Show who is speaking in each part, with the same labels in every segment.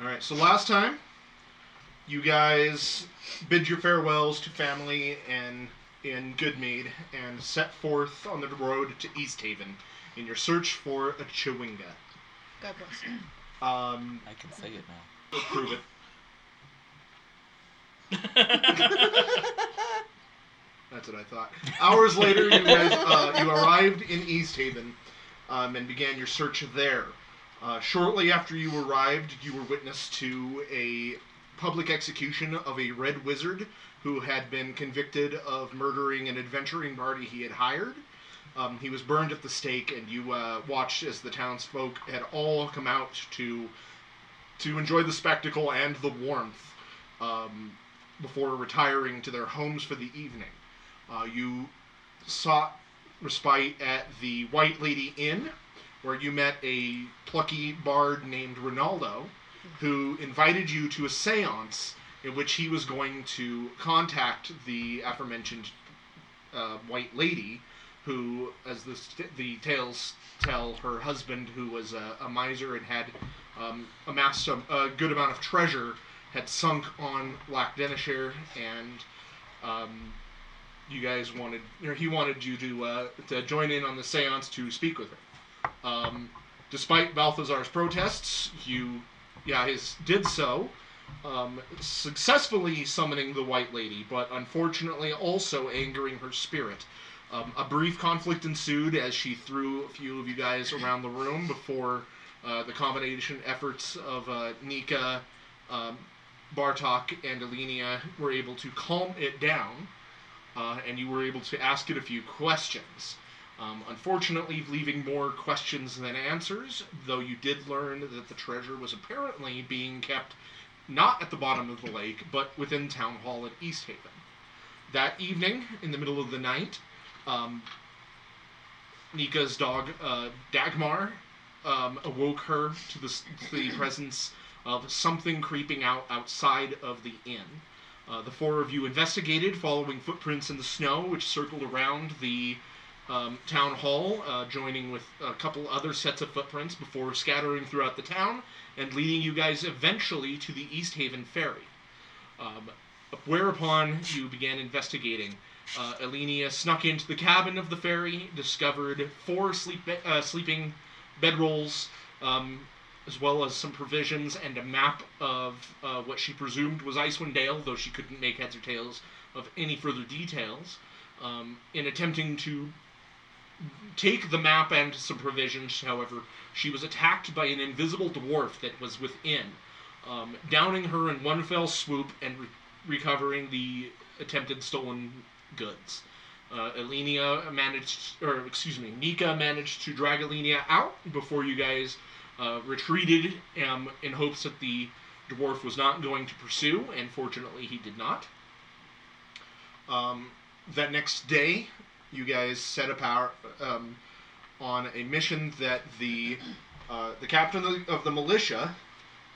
Speaker 1: All right. So last time, you guys bid your farewells to family and in Goodmead and set forth on the road to East Haven in your search for a chewinga.
Speaker 2: God bless you.
Speaker 1: Um,
Speaker 3: I can say it now.
Speaker 1: we'll prove it. That's what I thought. Hours later, you guys uh, you arrived in East Haven um, and began your search there. Uh, shortly after you arrived, you were witness to a public execution of a red wizard who had been convicted of murdering an adventuring party he had hired. Um, he was burned at the stake, and you uh, watched as the townsfolk had all come out to to enjoy the spectacle and the warmth um, before retiring to their homes for the evening. Uh, you sought respite at the White Lady Inn, where you met a plucky bard named Ronaldo, who invited you to a seance in which he was going to contact the aforementioned uh, White Lady, who, as the, st- the tales tell, her husband, who was a, a miser and had um, amassed a, a good amount of treasure, had sunk on Lac Denishir, and um, you guys wanted, or he wanted you to uh, to join in on the seance to speak with her. Um, despite Balthazar's protests, you, yeah, his did so, um, successfully summoning the White Lady, but unfortunately also angering her spirit. Um, a brief conflict ensued as she threw a few of you guys around the room before uh, the combination efforts of uh, Nika, um, Bartok, and Alenia were able to calm it down uh, and you were able to ask it a few questions. Um, unfortunately, leaving more questions than answers, though you did learn that the treasure was apparently being kept not at the bottom of the lake, but within Town Hall at East Haven. That evening, in the middle of the night, um, Nika's dog, uh, Dagmar, um, awoke her to the, s- to the presence of something creeping out outside of the inn. Uh, the four of you investigated, following footprints in the snow, which circled around the um, town hall, uh, joining with a couple other sets of footprints before scattering throughout the town and leading you guys eventually to the East Haven Ferry. Um, whereupon you began investigating. Uh, Elenia snuck into the cabin of the ferry, discovered four sleep be- uh, sleeping bedrolls, um, as well as some provisions and a map of uh, what she presumed was Icewind Dale, though she couldn't make heads or tails of any further details. Um, in attempting to take the map and some provisions, however, she was attacked by an invisible dwarf that was within, um, downing her in one fell swoop and re- recovering the attempted stolen goods. Uh, Elenia managed, or excuse me, Nika managed to drag Elenia out before you guys uh, retreated um, in hopes that the dwarf was not going to pursue, and fortunately he did not. Um, that next day, you guys set up our, um, on a mission that the uh, the captain of the, of the militia,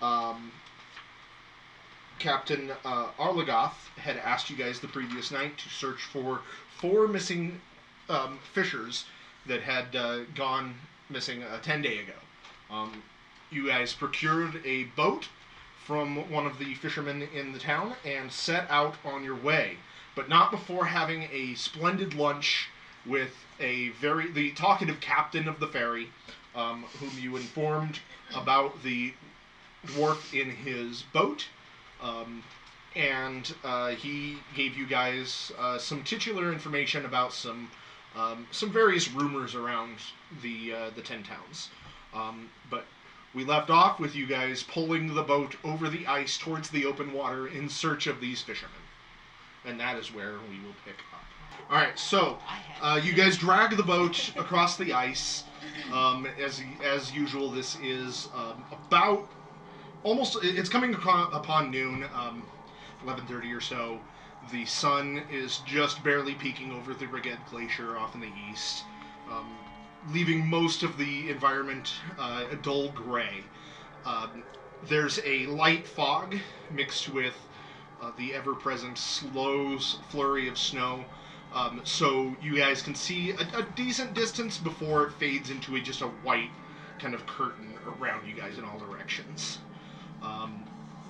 Speaker 1: um, Captain uh, Arlagoth, had asked you guys the previous night to search for four missing um, fishers that had uh, gone missing a ten day ago. Um, you guys procured a boat from one of the fishermen in the town and set out on your way, but not before having a splendid lunch with a very the talkative captain of the ferry, um, whom you informed about the dwarf in his boat, um, and uh, he gave you guys uh, some titular information about some um, some various rumors around the uh, the ten towns. Um, but we left off with you guys pulling the boat over the ice towards the open water in search of these fishermen. And that is where we will pick up. All right, so uh, you guys drag the boat across the ice. Um, as as usual, this is um, about almost. it- It's coming upon, upon noon, um, eleven thirty or so. The sun is just barely peeking over the Rigged Glacier off in the east. Um, leaving most of the environment uh, a dull gray. Um, there's a light fog mixed with uh, the ever present slow s- flurry of snow. Um, so you guys can see a, a decent distance before it fades into a, just a white kind of curtain around you guys in all directions. Um,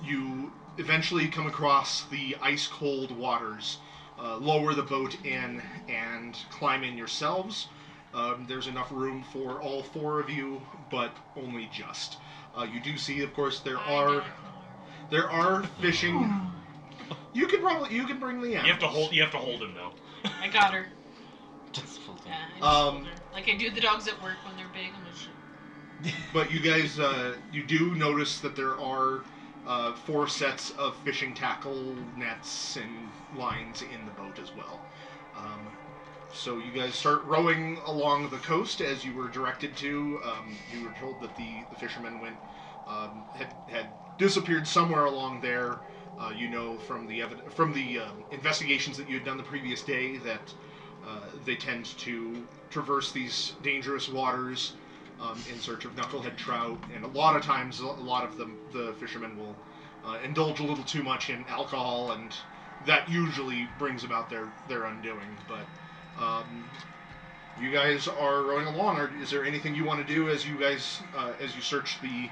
Speaker 1: You eventually come across the ice cold waters, uh, lower the boat in, and climb in yourselves. Um, there's enough room for all four of you, but only just. Uh, you do see, of course, there are there are fishing. You can probably you can bring the animals.
Speaker 2: You have to hold. You have to hold him though.
Speaker 3: I got her.
Speaker 4: Just hold
Speaker 3: Yeah, I
Speaker 4: on.
Speaker 3: just
Speaker 1: Um,
Speaker 3: hold her. Like I do the dogs at work when they're big. I'm just,
Speaker 1: But you guys, uh, you do notice that there are uh, four sets of fishing tackle nets and lines in the boat as well. Um, so you guys start rowing along the coast as you were directed to. Um, you were told that the, the fishermen went um, had, had disappeared somewhere along there. Uh, you know from the evid- from the um, investigations that you had done the previous day that uh, they tend to traverse these dangerous waters um, in search of knucklehead trout, and a lot of times, a lot of them, the fishermen will uh, indulge a little too much in alcohol, and that usually brings about their their undoing. But um, you guys are rowing along. Or is there anything you want to do as you guys uh, as you search the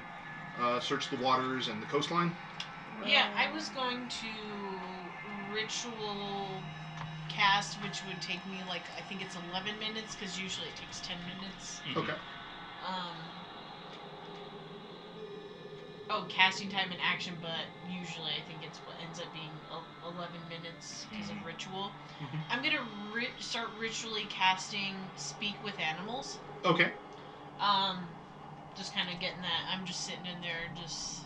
Speaker 1: uh, search the waters and the coastline?
Speaker 3: yeah, I was going to ritual cast, which would take me like I think it's 11 minutes because usually it takes 10 minutes.
Speaker 2: Mhm.
Speaker 1: Okay.
Speaker 3: Um. Oh, casting time and action, but usually I think it's what ends up being el- 11 minutes because
Speaker 1: Mm-hmm.
Speaker 2: Mhm.
Speaker 3: of ritual.
Speaker 2: Mhm.
Speaker 3: I'm gonna ri- start ritually casting Speak with Animals.
Speaker 1: Okay.
Speaker 3: Um, just kind of getting that. I'm just sitting in there, just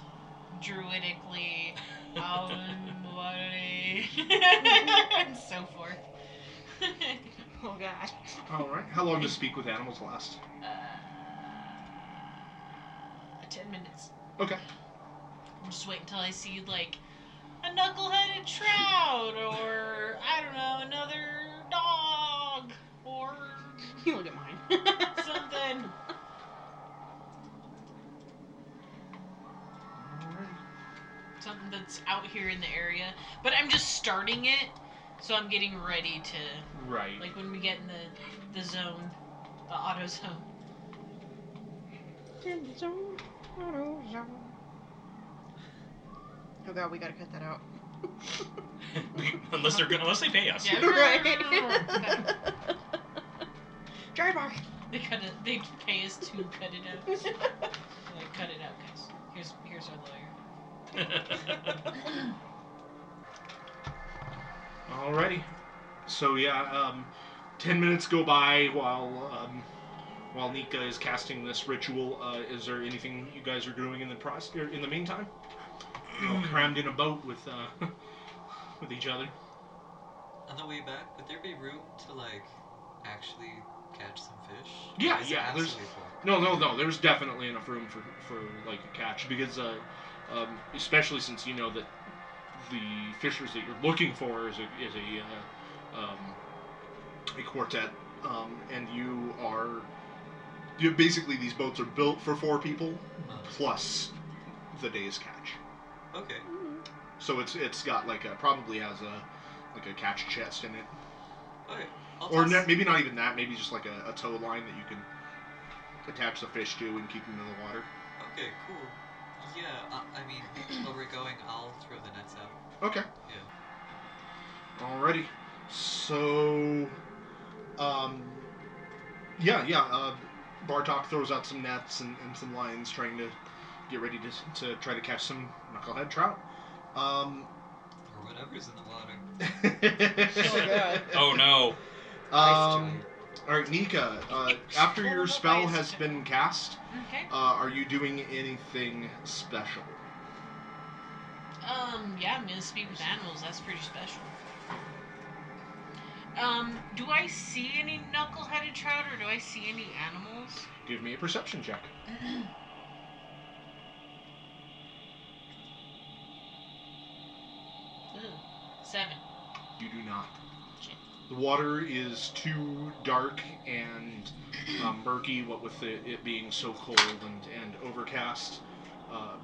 Speaker 3: druidically, um, bloody, and so forth.
Speaker 5: Oh god.
Speaker 1: All right. How long does speak with animals last?
Speaker 3: uh, ten minutes.
Speaker 1: Okay.
Speaker 3: I'm just waiting until I see like a knuckle-headed trout, or I don't know, another dog, or
Speaker 5: You look at mine.
Speaker 3: something. something that's out here in the area. But I'm just starting it, so I'm getting ready to
Speaker 1: Right.
Speaker 3: like when we get in the the zone, the auto zone.
Speaker 5: Oh god, we gotta cut that out.
Speaker 2: unless they're gonna, unless they pay us.
Speaker 6: Oh,
Speaker 3: Yeah.
Speaker 5: right. Dry bar.
Speaker 3: They cut it. They pay us to cut it out. like cut it out, guys. Here's here's our lawyer.
Speaker 1: Alrighty. So yeah, um, ten minutes go by while um, while Nika is casting this ritual. Uh, is there anything you guys are doing in the process er, in the meantime? You're all crammed in a boat with uh, with each other.
Speaker 4: On the way back, would there be room to like actually catch some fish?
Speaker 1: Yeah,
Speaker 4: Or is it
Speaker 1: yeah, there's-
Speaker 4: absolutely full?
Speaker 1: No, no, no. There's definitely enough room for for like a catch because uh, um, especially since you know that the fishers that you're looking for is a is a uh, um, a quartet, um, and you are you basically these boats are built for four people plus the day's catch.
Speaker 4: Uh, Okay.
Speaker 1: So it's it's got like a probably has a like a catch chest in it,
Speaker 4: Okay. I'll
Speaker 1: or
Speaker 4: toss-
Speaker 1: ne- maybe not even that. Maybe just like a, a tow line that you can attach the fish to and keep them in the water.
Speaker 4: Okay, cool. Yeah, I, I mean, while we're going, I'll throw the nets out.
Speaker 1: Okay. Alrighty. So, um, yeah, yeah. Uh, Bartok throws out some nets and, and some lines, trying to get ready to, to try to catch some knucklehead trout. Um,
Speaker 4: Or whatever's in the water.
Speaker 2: oh no.
Speaker 1: um, all right, Nika. Uh, after your spell has been cast,
Speaker 3: Okay.
Speaker 1: uh, are you doing anything special?
Speaker 3: Um. Yeah, I'm gonna speak with animals. That's pretty special. Um. Do I see any knuckle-headed trout, or do I see any animals?
Speaker 1: Give me a perception check.
Speaker 3: Ooh, seven.
Speaker 1: You do not.
Speaker 3: Shit.
Speaker 1: The water is too dark and um, murky, what with it, it being so cold and, and overcast. Uh,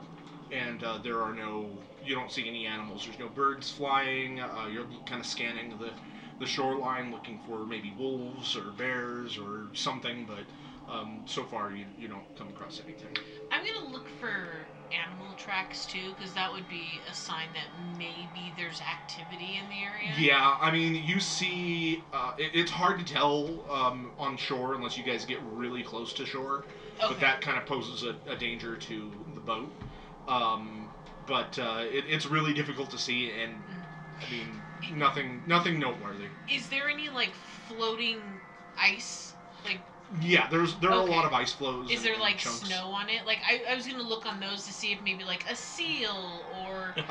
Speaker 1: and uh, there are no, you don't see any animals. There's no birds flying. Uh, you're kind of scanning the, the shoreline looking for maybe wolves or bears or something, but um, so far you, you don't come across anything.
Speaker 3: I'm gonna look for animal tracks too? Because that would be a sign that maybe there's activity in the area.
Speaker 1: Yeah, I mean, you see, uh, it, it's hard to tell um, on shore unless you guys get really close to shore.
Speaker 3: Okay.
Speaker 1: but that kind of poses a, a danger to the boat. Um, but uh, it, it's really difficult to see, and I mean, nothing, nothing noteworthy.
Speaker 3: Is there any like floating ice? Like,
Speaker 1: Yeah, there's there are
Speaker 3: Okay.
Speaker 1: a lot of ice flows.
Speaker 3: is
Speaker 1: and-
Speaker 3: there
Speaker 1: and
Speaker 3: like
Speaker 1: chunks.
Speaker 3: snow on it? Like, I, I was gonna look on those to see if maybe like a seal or an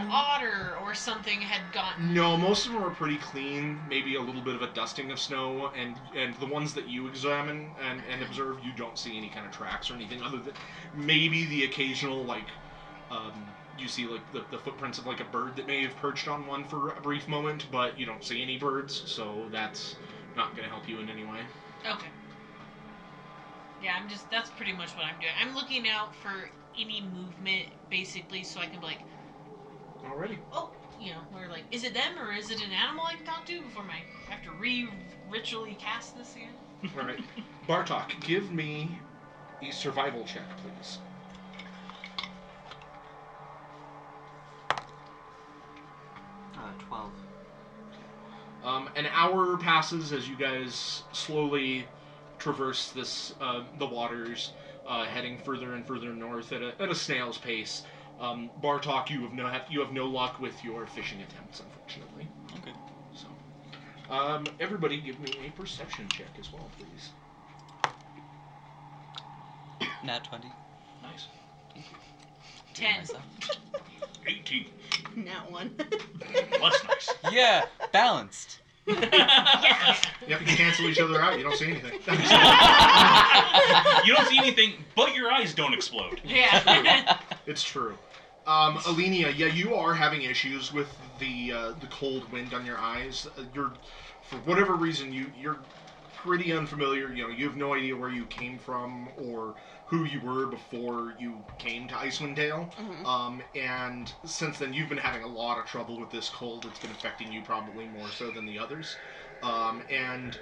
Speaker 1: Um,
Speaker 3: otter or something had gotten.
Speaker 1: no, most of them are pretty clean. Maybe a little bit of a dusting of snow, and and the ones that you examine and, and observe, you don't see any kind of tracks or anything other than maybe the occasional like. Um, you see like the, the footprints of like a bird that may have perched on one for a brief moment, but you don't see any birds, so that's not going to help you in any way.
Speaker 3: Okay. Yeah, I'm just. That's pretty much what I'm doing. I'm looking out for any movement, basically, so I can be like,
Speaker 1: Alrighty.
Speaker 3: oh, you know, we're like, is it them or is it an animal I can talk to before my I have to re ritually cast this again?
Speaker 1: All right. Bartok, give me a survival check, please.
Speaker 4: Uh, 12.
Speaker 1: Um, an hour passes as you guys slowly traverse this uh, the waters, uh, heading further and further north at a, at a snail's pace. Um, Bartok, you have no have, you have no luck with your fishing attempts, unfortunately.
Speaker 2: Okay.
Speaker 1: So, um, everybody, give me a perception check as well, please.
Speaker 4: Nat 20.
Speaker 2: Nice.
Speaker 4: Doing
Speaker 3: Ten.
Speaker 4: myself.
Speaker 2: 18.
Speaker 5: Not one.
Speaker 2: That's nice.
Speaker 4: yeah, balanced.
Speaker 1: Yep, you cancel each other out. You don't see anything.
Speaker 2: you don't see anything, but your eyes don't explode.
Speaker 3: Yeah.
Speaker 1: It's true. Um, Alenia, yeah, you are having issues with the uh, the cold wind on your eyes. Uh, You're, for whatever reason, you you're pretty unfamiliar. You know, you have no idea where you came from or who you were before you came to Icewind Dale.
Speaker 5: Mhm.
Speaker 1: Um, and since then, you've been having a lot of trouble with this cold. It's been affecting you probably more so than the others. Um, and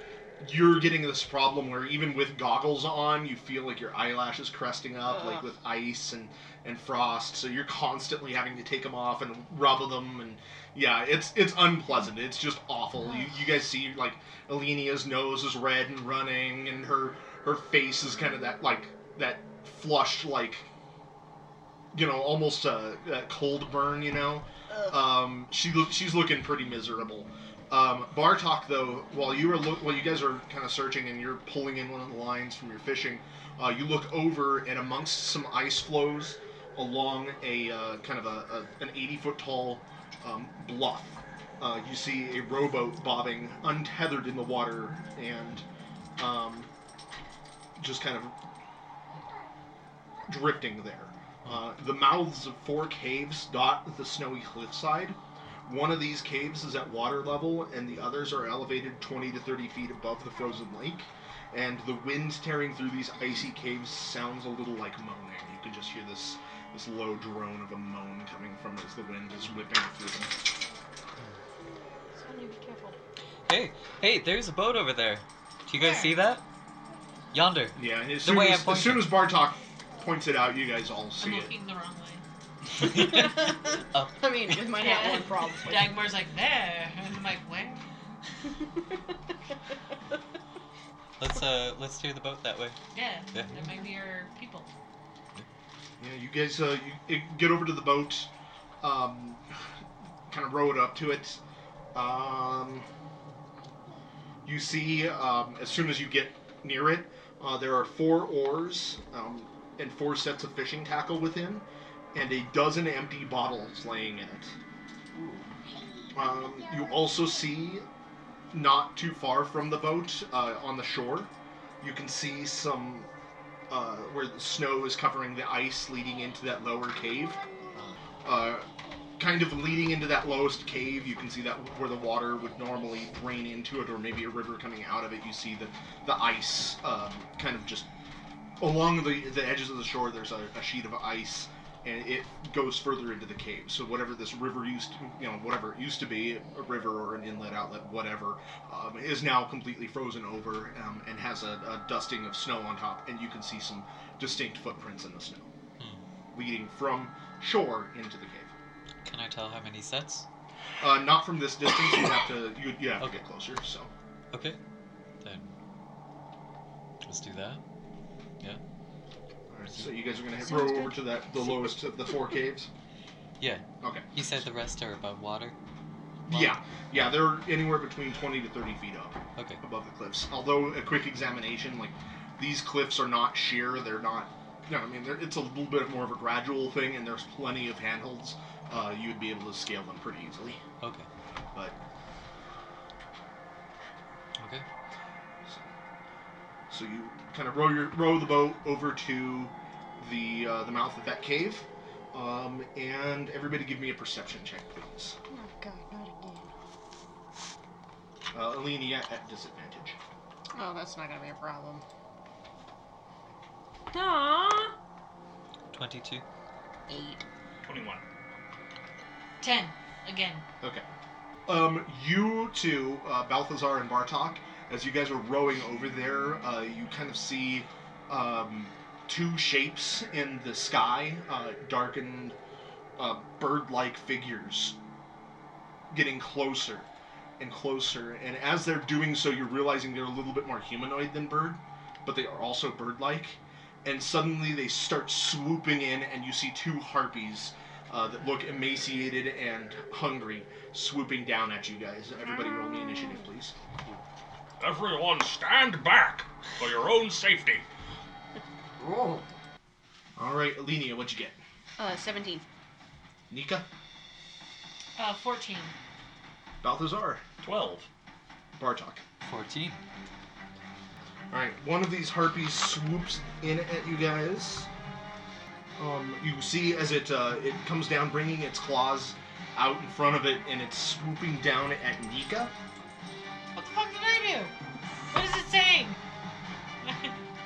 Speaker 1: you're getting this problem where even with goggles on, you feel like your eyelashes cresting up, like
Speaker 5: Ugh.
Speaker 1: with ice and, and frost. So you're constantly having to take them off and rub them. And yeah, it's it's unpleasant. It's just awful. You, you guys see like Alenia's nose is red and running, and her her face is kind of that like that flushed like you know almost a, a cold burn. You know,
Speaker 5: Ugh.
Speaker 1: um, she look she's looking pretty miserable. Um, Bartok, though, while you are look, while you guys are kind of searching and you're pulling in one of the lines from your fishing, uh, you look over and amongst some ice floes along a uh, kind of a, a an 80 foot tall um, bluff. Uh, you see a rowboat bobbing untethered in the water and um, just kind of drifting there. Uh, the mouths of four caves dot the snowy cliffside. One of these caves is at water level, and the others are elevated 20 to 30 feet above the frozen lake. And the wind tearing through these icy caves sounds a little like moaning. You can just hear this this low drone of a moan coming from it as the wind is whipping through them.
Speaker 5: So I need to be careful.
Speaker 4: Hey, hey, there's a boat over there. Do you guys
Speaker 3: Where?
Speaker 4: see that? Yonder.
Speaker 1: Yeah, and as
Speaker 4: The
Speaker 1: soon,
Speaker 4: way I
Speaker 1: as, as
Speaker 4: pointed.
Speaker 1: soon as Bartok points it out, you guys all see
Speaker 3: I'm
Speaker 1: it.
Speaker 3: looking the wrong way.
Speaker 4: Up.
Speaker 5: I mean, with my nat one, probably.
Speaker 3: Dagmar's like there, and I'm like where?
Speaker 5: Oh,
Speaker 4: Let's uh, let's steer the boat that way.
Speaker 3: Yeah,
Speaker 4: Yeah.
Speaker 3: there might be our people.
Speaker 1: Yeah, you guys uh, you, you get over to the boat, um, kind of row it up to it. Um, you see, um, as soon as you get near it, uh, there are four oars um, and four sets of fishing tackle within, and a dozen empty bottles laying in it. Um, you also see, not too far from the boat, uh, on the shore, you can see some uh, where the snow is covering the ice leading into that lower cave. Uh, kind of leading into that lowest cave, you can see that where the water would normally drain into it, or maybe a river coming out of it. You see the the ice um, kind of just along the the edges of the shore. There's a, a sheet of ice, and it goes further into the cave. So whatever this river used, to, you know, whatever it used to be, a river or an inlet outlet, whatever, um, is now completely frozen over um, and
Speaker 4: Hmm.
Speaker 1: has a, a dusting of snow on top, and you can see some distinct footprints in the snow. leading from shore into the cave.
Speaker 4: Can I tell how many sets?
Speaker 1: Uh, not from this distance. You have to you you have to
Speaker 4: Okay.
Speaker 1: get closer. So
Speaker 4: Okay. Then let's do that.
Speaker 1: all right, so you guys are gonna hit,
Speaker 5: Sounds
Speaker 1: row
Speaker 5: good.
Speaker 1: over to that the lowest of the four caves.
Speaker 4: Yeah.
Speaker 1: Okay.
Speaker 4: You said the rest are above water.
Speaker 1: Yeah, yeah, they're anywhere between twenty to thirty feet up.
Speaker 4: Okay.
Speaker 1: above the cliffs. Although a quick examination, like these cliffs are not sheer; they're not. No, I mean they're, it's a little bit more of a gradual thing, and there's plenty of handholds. Uh, you would be able to scale them pretty easily.
Speaker 4: Okay.
Speaker 1: But
Speaker 4: Okay.
Speaker 1: so, so you kind of row your row the boat over to the uh, the mouth of that cave, um, and everybody give me a perception check, please.
Speaker 5: Oh god, not again.
Speaker 1: Uh, Alenia at disadvantage.
Speaker 5: Oh, that's not gonna be a problem.
Speaker 3: Aww.
Speaker 4: Twenty-two.
Speaker 5: Eight.
Speaker 2: 21.
Speaker 3: Ten. Again.
Speaker 1: Um, you two, uh, Balthazar and Bartok, as you guys are rowing over there, uh, you kind of see um, two shapes in the sky, uh, darkened uh, bird like figures getting closer and closer. And as they're doing so, you're realizing they're a little bit more humanoid than bird, but they are also bird like. And suddenly they start swooping in, and you see two harpies uh, that look emaciated and hungry swooping down at you guys. Everybody roll me initiative, please.
Speaker 2: Everyone stand back for your own safety.
Speaker 1: Roll. All right, Alenia, what'd you get?
Speaker 5: Uh, 17.
Speaker 1: Nika,
Speaker 3: Uh, fourteen.
Speaker 1: Balthazar,
Speaker 2: 12.
Speaker 1: Bartok.
Speaker 4: Fourteen.
Speaker 1: All right, one of these harpies swoops in at you guys. Um, you see as it uh, it comes down, bringing its claws out in front of it, and it's swooping down at Nika.
Speaker 3: What the fuck did I do? What is it saying?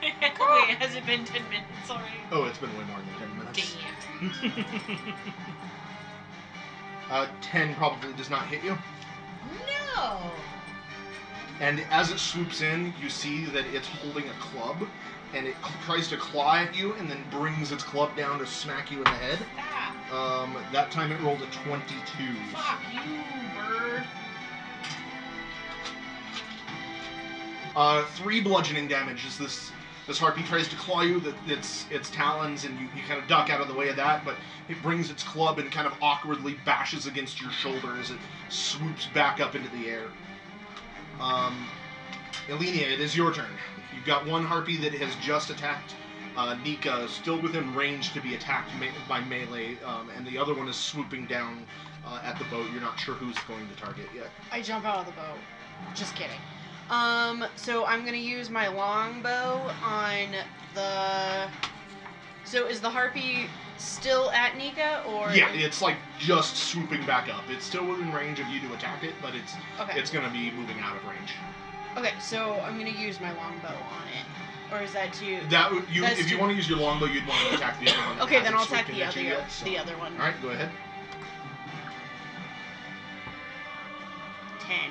Speaker 3: Wait, has it been ten minutes already?
Speaker 1: Oh, it's been way more than ten
Speaker 3: Damn.
Speaker 1: minutes. Uh, ten probably does not hit you.
Speaker 3: No.
Speaker 1: And as it swoops in, you see that it's holding a club, and it cl- tries to claw at you, and then brings its club down to smack you in the head.
Speaker 3: Stop.
Speaker 1: Um, that time it rolled a 22.
Speaker 3: Ah, Fuck you, bird.
Speaker 1: Uh, three bludgeoning damage as this this harpy tries to claw you with its its talons, and you, you kind of duck out of the way of that, but it brings its club and kind of awkwardly bashes against your shoulder as it swoops back up into the air. Um, Elenia, it is your turn. You've got one harpy that has just attacked uh, Nika, still within range to be attacked me- by melee, um, and the other one is swooping down uh, at the boat. You're not sure who's going to target yet.
Speaker 5: I jump out of the boat. Just kidding. Um, so I'm gonna use my longbow on the. So is the harpy still at Nika or?
Speaker 1: Yeah, it's like just swooping back up. It's still within range of you to attack it, but it's
Speaker 5: Okay.
Speaker 1: it's gonna be moving out of range.
Speaker 5: Okay, so I'm gonna use my longbow on it, or is that too?
Speaker 1: That would you
Speaker 5: That's
Speaker 1: if you
Speaker 5: true.
Speaker 1: want to use your longbow, you'd want to attack the other one. that
Speaker 5: okay, then
Speaker 1: hasn't
Speaker 5: I'll attack
Speaker 1: swooped
Speaker 5: the
Speaker 1: in at
Speaker 5: other
Speaker 1: you yet, so.
Speaker 5: the other one.
Speaker 1: All right, go ahead.
Speaker 5: Ten.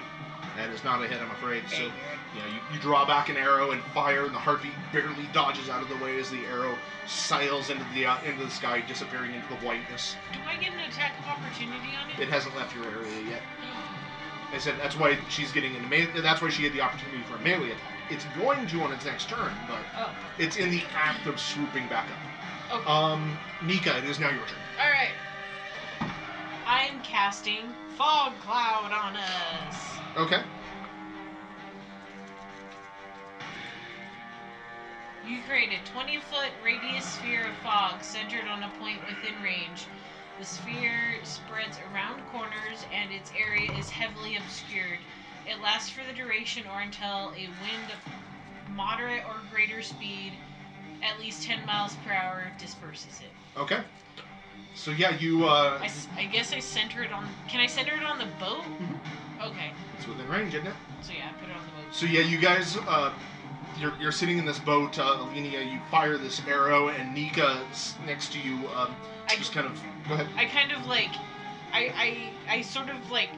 Speaker 1: That is not a hit, I'm afraid. So
Speaker 5: Figured.
Speaker 1: yeah, you, you draw back an arrow and fire, and the harpy barely dodges out of the way as the arrow sails into the uh, into the sky, disappearing into the whiteness.
Speaker 3: Do I get an attack of opportunity on
Speaker 1: It
Speaker 3: it?
Speaker 1: hasn't left your area yet. I said that's why she's getting into melee. That's why she had the opportunity for a melee attack. It's going to on its next turn, but
Speaker 3: Oh.
Speaker 1: It's in the act of swooping back up.
Speaker 3: Okay.
Speaker 1: Um, Nika, it is now your turn.
Speaker 3: All right. I am casting fog cloud on us.
Speaker 1: Okay.
Speaker 3: You create a 20 foot radius sphere of fog centered on a point within range. The sphere spreads around corners and its area is heavily obscured. It lasts for the duration or until a wind of moderate or greater speed, at least 10 miles per hour, disperses it.
Speaker 1: Okay. So yeah, you uh,
Speaker 3: I, s- I guess I center it on. Can I center it on the boat? Okay.
Speaker 1: it's within range, isn't it?
Speaker 3: So yeah, I put it on the boat.
Speaker 1: So yeah, you guys, uh, you're, you're sitting in this boat, uh, Alenia. You fire this arrow, and Nika s- next to you um,
Speaker 3: I-
Speaker 1: just kind of go ahead.
Speaker 3: I kind of like, I I I sort of like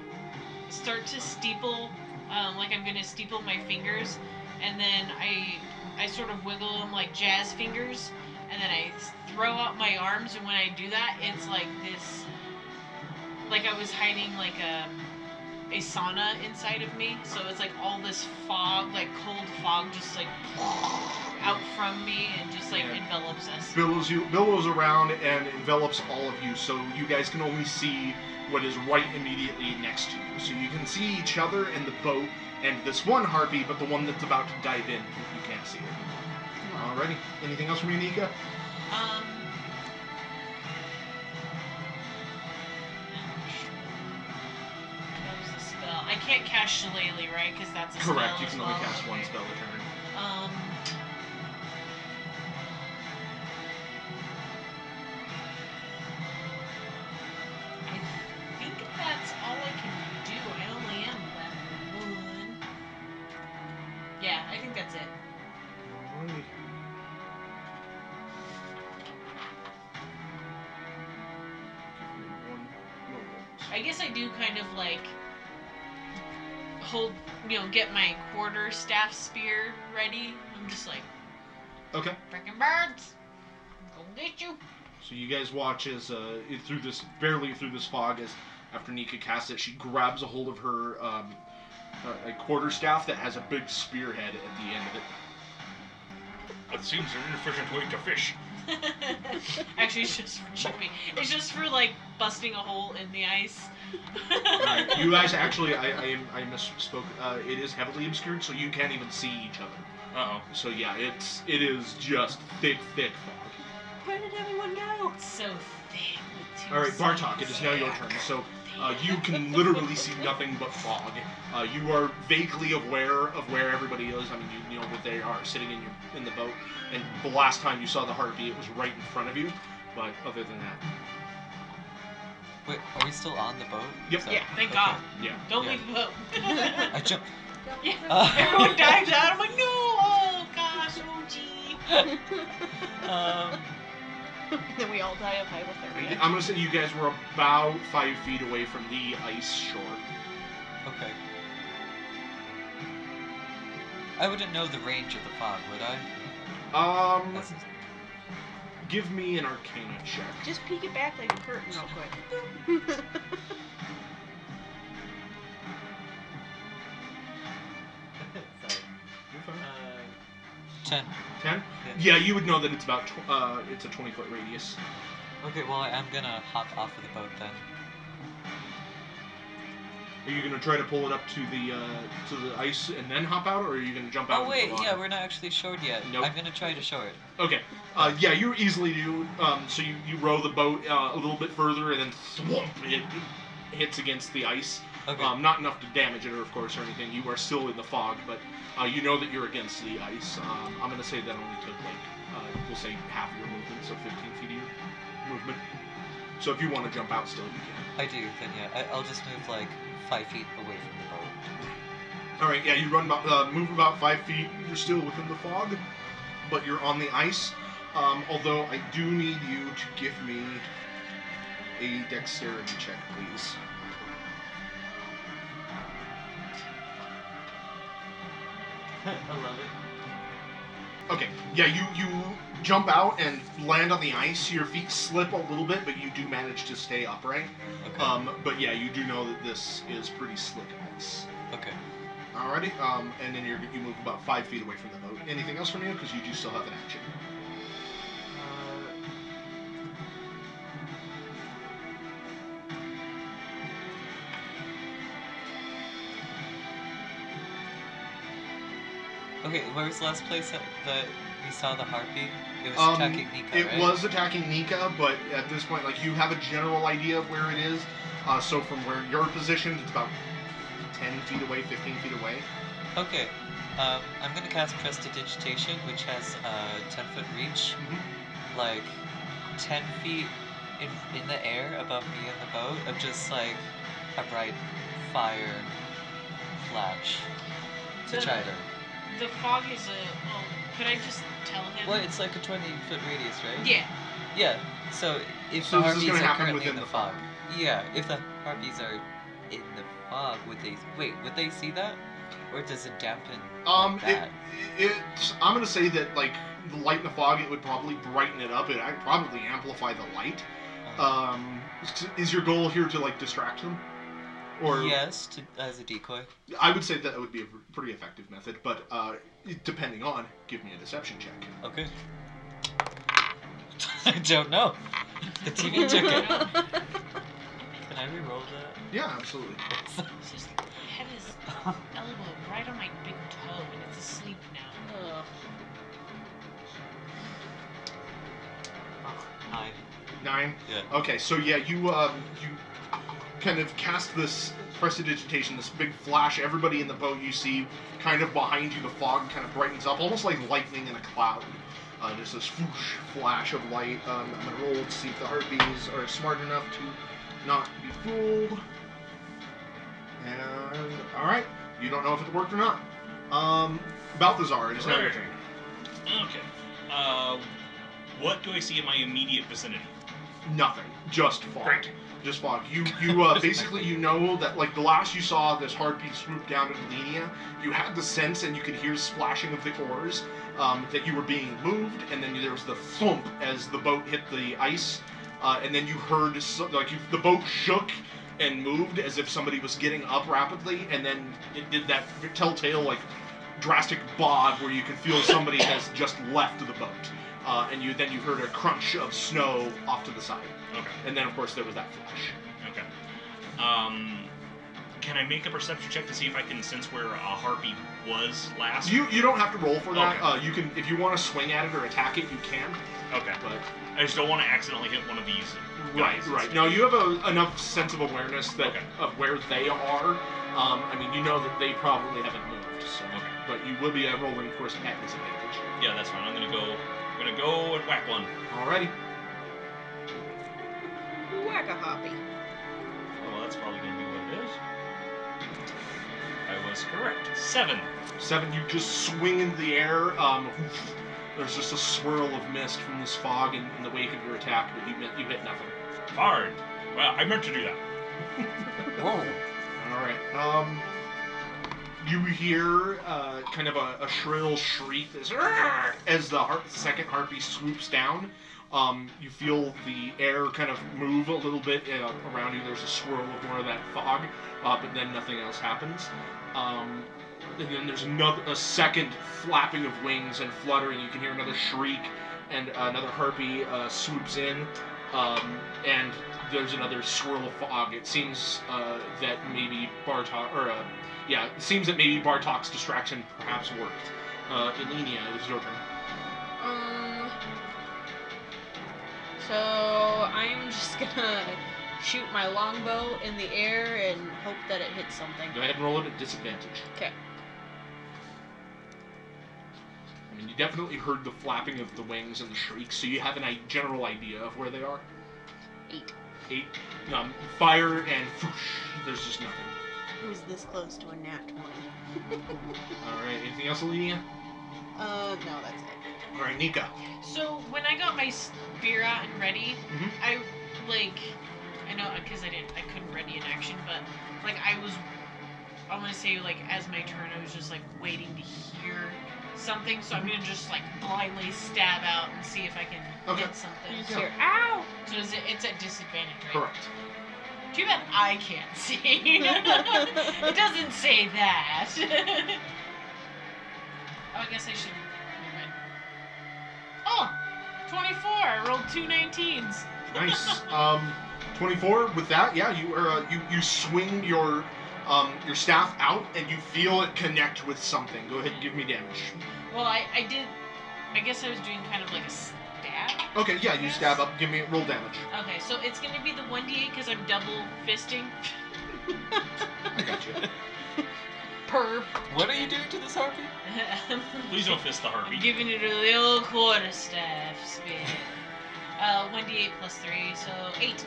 Speaker 3: start to steeple, um, like I'm gonna steeple my fingers, and then I I sort of wiggle them like jazz fingers, and then I s- throw out my arms, and when I do that, it's like this, like I was hiding like a a sauna inside of me. So it's like all this fog, like cold fog, just like out from me and just like
Speaker 1: Yeah.
Speaker 3: envelops us.
Speaker 1: billows you billows around and envelops all of you so you guys can only see what is right immediately next to you so you can see each other and the boat and this one harpy but the one that's about to dive in you can't see it alrighty anything else from you Nika
Speaker 3: Um. That was a spell. I can't cast Shillelagh, right? Because that's a spell.
Speaker 1: correct you
Speaker 3: as
Speaker 1: can only
Speaker 3: well.
Speaker 1: cast one
Speaker 3: Okay.
Speaker 1: spell a turn
Speaker 3: Um. I think that's all I can do. I only am level one. Yeah, I think that's it.
Speaker 1: Alrighty. Give me one moment.
Speaker 3: I guess I do kind of like hold, you know, get my quarter staff spear ready. I'm just like,
Speaker 1: Okay.
Speaker 3: freaking birds, go get you.
Speaker 1: So you guys watch as uh, it- through this barely through this fog as after Nika casts it, she grabs a hold of her um, a, a quarter staff that has a big spearhead at the end of it.
Speaker 2: That seems an inefficient way to fish.
Speaker 3: Actually, it's just for chipping. It's just for like busting a hole in the ice.
Speaker 1: Alright, you guys actually, I I, am- I misspoke. Uh, it is heavily obscured, so you can't even see each other.
Speaker 2: Uh oh.
Speaker 1: So yeah, it's it is just thick, thick fog.
Speaker 5: Where did everyone go?
Speaker 3: It's so thick. with two
Speaker 1: All right, Bartok, it
Speaker 3: sides.
Speaker 1: is now your turn. So Uh, you can literally see nothing but fog. Uh, you are vaguely aware of where everybody is. I mean, you, you know what they are sitting in your in the boat. And the last time you saw the harpy, it was right in front of you. But other than that,
Speaker 4: Wait, are we still on the boat?
Speaker 1: Yep.
Speaker 4: So-
Speaker 3: Yeah, thank
Speaker 4: okay.
Speaker 3: God.
Speaker 1: yeah.
Speaker 3: Don't
Speaker 4: Yeah.
Speaker 3: leave the boat.
Speaker 4: I jumped.
Speaker 3: Yeah.
Speaker 4: Uh.
Speaker 3: Everyone dives out. I'm like, no, oh gosh, oh gee.
Speaker 4: Um,
Speaker 5: then we all die of hypothermia.
Speaker 1: And I'm gonna say you guys were about five feet away from the ice shore.
Speaker 4: okay. I wouldn't know the range of the fog, would I?
Speaker 1: Um,
Speaker 4: That's a-
Speaker 1: give me an Arcana check.
Speaker 5: Just peek it back like a curtain real quick.
Speaker 4: Sorry. Uh, Ten.
Speaker 1: Ten. Yeah, you would know that it's about tw- uh, it's a twenty foot radius.
Speaker 4: Okay, well, I- I'm gonna hop off of the boat then.
Speaker 1: Are you gonna try to pull it up to the uh, to the ice and then hop out, or are you gonna jump out?
Speaker 4: Oh
Speaker 1: into
Speaker 4: wait,
Speaker 1: the water?
Speaker 4: yeah, we're not actually shored yet.
Speaker 1: Nope.
Speaker 4: I'm gonna try to shore it.
Speaker 1: Okay. Uh, yeah, you easily do. Um, so you, you row the boat uh, a little bit further, and then thwomp, it it hits against the ice.
Speaker 4: Okay.
Speaker 1: Um, not enough to damage it, or of course, or anything. You are still in the fog, but uh, you know that you're against the ice. Um, I'm gonna say that only took like uh, we'll say half your movement, so 15 feet of your movement. So if you want to jump out, still you can.
Speaker 4: I do. Then yeah, I- I'll just move like five feet away from the boat.
Speaker 1: All right. Yeah, you run about uh, move about five feet. You're still within the fog, but you're on the ice. Um, although I do need you to give me a dexterity check, please.
Speaker 4: I love it.
Speaker 1: Okay. Yeah, you you jump out and land on the ice. Your feet slip a little bit, but you do manage to stay upright.
Speaker 4: Okay.
Speaker 1: Um, but yeah, you do know that this is pretty slick ice.
Speaker 4: okay.
Speaker 1: Alrighty. Um, and then you're, you move about five feet away from the boat. Anything else from you? Because you do still have an action.
Speaker 4: Okay, where was the last place that, that we saw the harpy? It was
Speaker 1: Um,
Speaker 4: attacking Nika,
Speaker 1: It
Speaker 4: right?
Speaker 1: was attacking Nika, but at this point, like you have a general idea of where it is. Uh, so from where you're positioned, it's about ten feet away, fifteen feet away.
Speaker 4: Okay. Um, I'm gonna cast Prestidigitation, which has uh, 10 foot reach,
Speaker 1: Mm-hmm.
Speaker 4: like 10 feet in, in the air above me in the boat of just like a bright fire flash to
Speaker 3: The-
Speaker 4: try to.
Speaker 3: The fog is a. Oh, could I just tell him?
Speaker 4: Well, it's like a 20 foot radius, right?
Speaker 3: Yeah.
Speaker 4: Yeah. So if
Speaker 1: So
Speaker 4: the
Speaker 1: this is
Speaker 4: harpies
Speaker 1: gonna
Speaker 4: are
Speaker 1: happen
Speaker 4: currently
Speaker 1: within
Speaker 4: in the
Speaker 1: the
Speaker 4: fog. Yeah. If the harpies are in the fog, would they wait? Would they see that? Or does it dampen?
Speaker 1: Um,
Speaker 4: like
Speaker 1: it,
Speaker 4: that?
Speaker 1: it, I'm gonna say that like the light in the fog, it would probably brighten it up. It would probably amplify the light. Um, s- is your goal here to like distract them, or
Speaker 4: yes, to, as a decoy.
Speaker 1: I would say that would be a pretty effective method. But uh, depending on, give me a deception check.
Speaker 4: Okay. I don't know. The TV took it. Can I re-roll that?
Speaker 1: Yeah, absolutely.
Speaker 3: It's just had his elbow right on my big toe, and it's asleep now.
Speaker 5: Ugh.
Speaker 4: Nine.
Speaker 1: Nine.
Speaker 4: Yeah.
Speaker 1: Okay, so yeah, you um, you kind of cast this prestidigitation, this big flash. Everybody in the boat you see, kind of behind you, the fog kind of brightens up, almost like lightning in a cloud. Uh, just this whoosh flash of light. Um, I'm gonna roll to see if the heartbees are smart enough to not be fooled. And all right, you don't know if it worked or not. Um, Balthazar, it is now your turn.
Speaker 6: Okay.
Speaker 2: Um,
Speaker 6: Uh, what do I see in my immediate vicinity?
Speaker 1: Nothing, just fog.
Speaker 2: Great.
Speaker 1: just fog. You you uh, basically you know that like the last you saw this heartbeat swoop down at Lenia, you had the sense and you could hear splashing of the oars um, that you were being moved, and then there was the thump as the boat hit the ice, uh, and then you heard so, like you, the boat shook and moved as if somebody was getting up rapidly, and then it did that telltale like drastic bob where you could feel somebody has just left the boat. Uh, and you then you heard a crunch of snow off to the side,
Speaker 6: Okay.
Speaker 1: and then of course there was that flash.
Speaker 6: Okay. Um, can I make a perception check to see if I can sense where a harpy was last?
Speaker 1: You you don't have to roll for that.
Speaker 6: Okay.
Speaker 1: Uh, you can if you want to swing at it or attack it, you can.
Speaker 6: Okay.
Speaker 1: But
Speaker 6: I just don't want to accidentally hit one of these.
Speaker 1: right,
Speaker 6: guys.
Speaker 1: right. No, you have a, enough sense of awareness that
Speaker 6: Okay.
Speaker 1: of where they are. Um, I mean, you know that they probably haven't moved. So,
Speaker 6: Okay.
Speaker 1: but you will be uh, rolling, of course, at disadvantage.
Speaker 6: Yeah, that's fine. I'm gonna go. I'm gonna go and whack one.
Speaker 1: Alrighty.
Speaker 5: Whack a hoppy.
Speaker 6: Oh, well, that's probably gonna be what it is. I was correct. Seven.
Speaker 1: Seven, you just swing in the air. Um, there's just a swirl of mist from this fog in, in the wake of your attack, but you hit- you hit nothing.
Speaker 6: Hard. Well, I meant to do that.
Speaker 4: Whoa.
Speaker 1: All right. Um, you hear uh, kind of a, a shrill shriek as, as the heart, second harpy swoops down. Um, you feel the air kind of move a little bit uh, around you. There's a swirl of more of that fog, uh, but then nothing else happens. Um, and then there's another a second flapping of wings and fluttering. You can hear another shriek, and another harpy uh, swoops in. Um, and there's another swirl of fog. It seems uh, that maybe Bartok, or uh, yeah, it seems that maybe Bartok's distraction perhaps worked. Uh, Elenia, it's your turn.
Speaker 5: Um. So I'm just gonna shoot my longbow in the air and hope that it hits something.
Speaker 1: Go ahead and roll it at disadvantage.
Speaker 5: 'Kay.
Speaker 1: I mean, you definitely heard the flapping of the wings and the shrieks, so you have an i- general idea of where they are.
Speaker 5: Eight.
Speaker 1: Eight. Um, fire and there's just nothing.
Speaker 5: It was this close to a nat twenty.
Speaker 1: All right. Anything else, Elenia?
Speaker 5: Uh, no, that's it.
Speaker 1: All right, Nika.
Speaker 3: So when I got my spear out and ready,
Speaker 5: Mm-hmm.
Speaker 1: Mhm.
Speaker 3: I like I know because I didn't I couldn't ready in action, but like I was I want to say like as my turn I was just like waiting to hear something, so
Speaker 5: Mm-hmm.
Speaker 3: I'm gonna just like blindly stab out and see if I can
Speaker 1: Okay.
Speaker 3: hit something.
Speaker 5: You just
Speaker 1: Yeah.
Speaker 5: hear, ow!
Speaker 3: So is it, it's at disadvantage, right?
Speaker 1: Correct.
Speaker 3: Too bad I can't see. it doesn't say that. oh, I guess I should. Never mind. Oh, 24. I rolled two 19s.
Speaker 1: Nice. Um, 24. With that, yeah, you are, uh, you you swing your um, your staff out and you feel it connect with something. Go ahead and give me damage.
Speaker 3: Well, I, I did. I guess I was doing kind of like a stab.
Speaker 1: Okay, yeah, you stab up. Give me roll damage.
Speaker 3: Okay, so it's going to be the 1d8 because I'm double fisting.
Speaker 1: I got you.
Speaker 3: Perp.
Speaker 4: What are you doing to this harpy?
Speaker 6: Please don't fist the harpy.
Speaker 3: I'm giving it a little quarterstaff spin. Uh, 1d8 plus 3, so 8.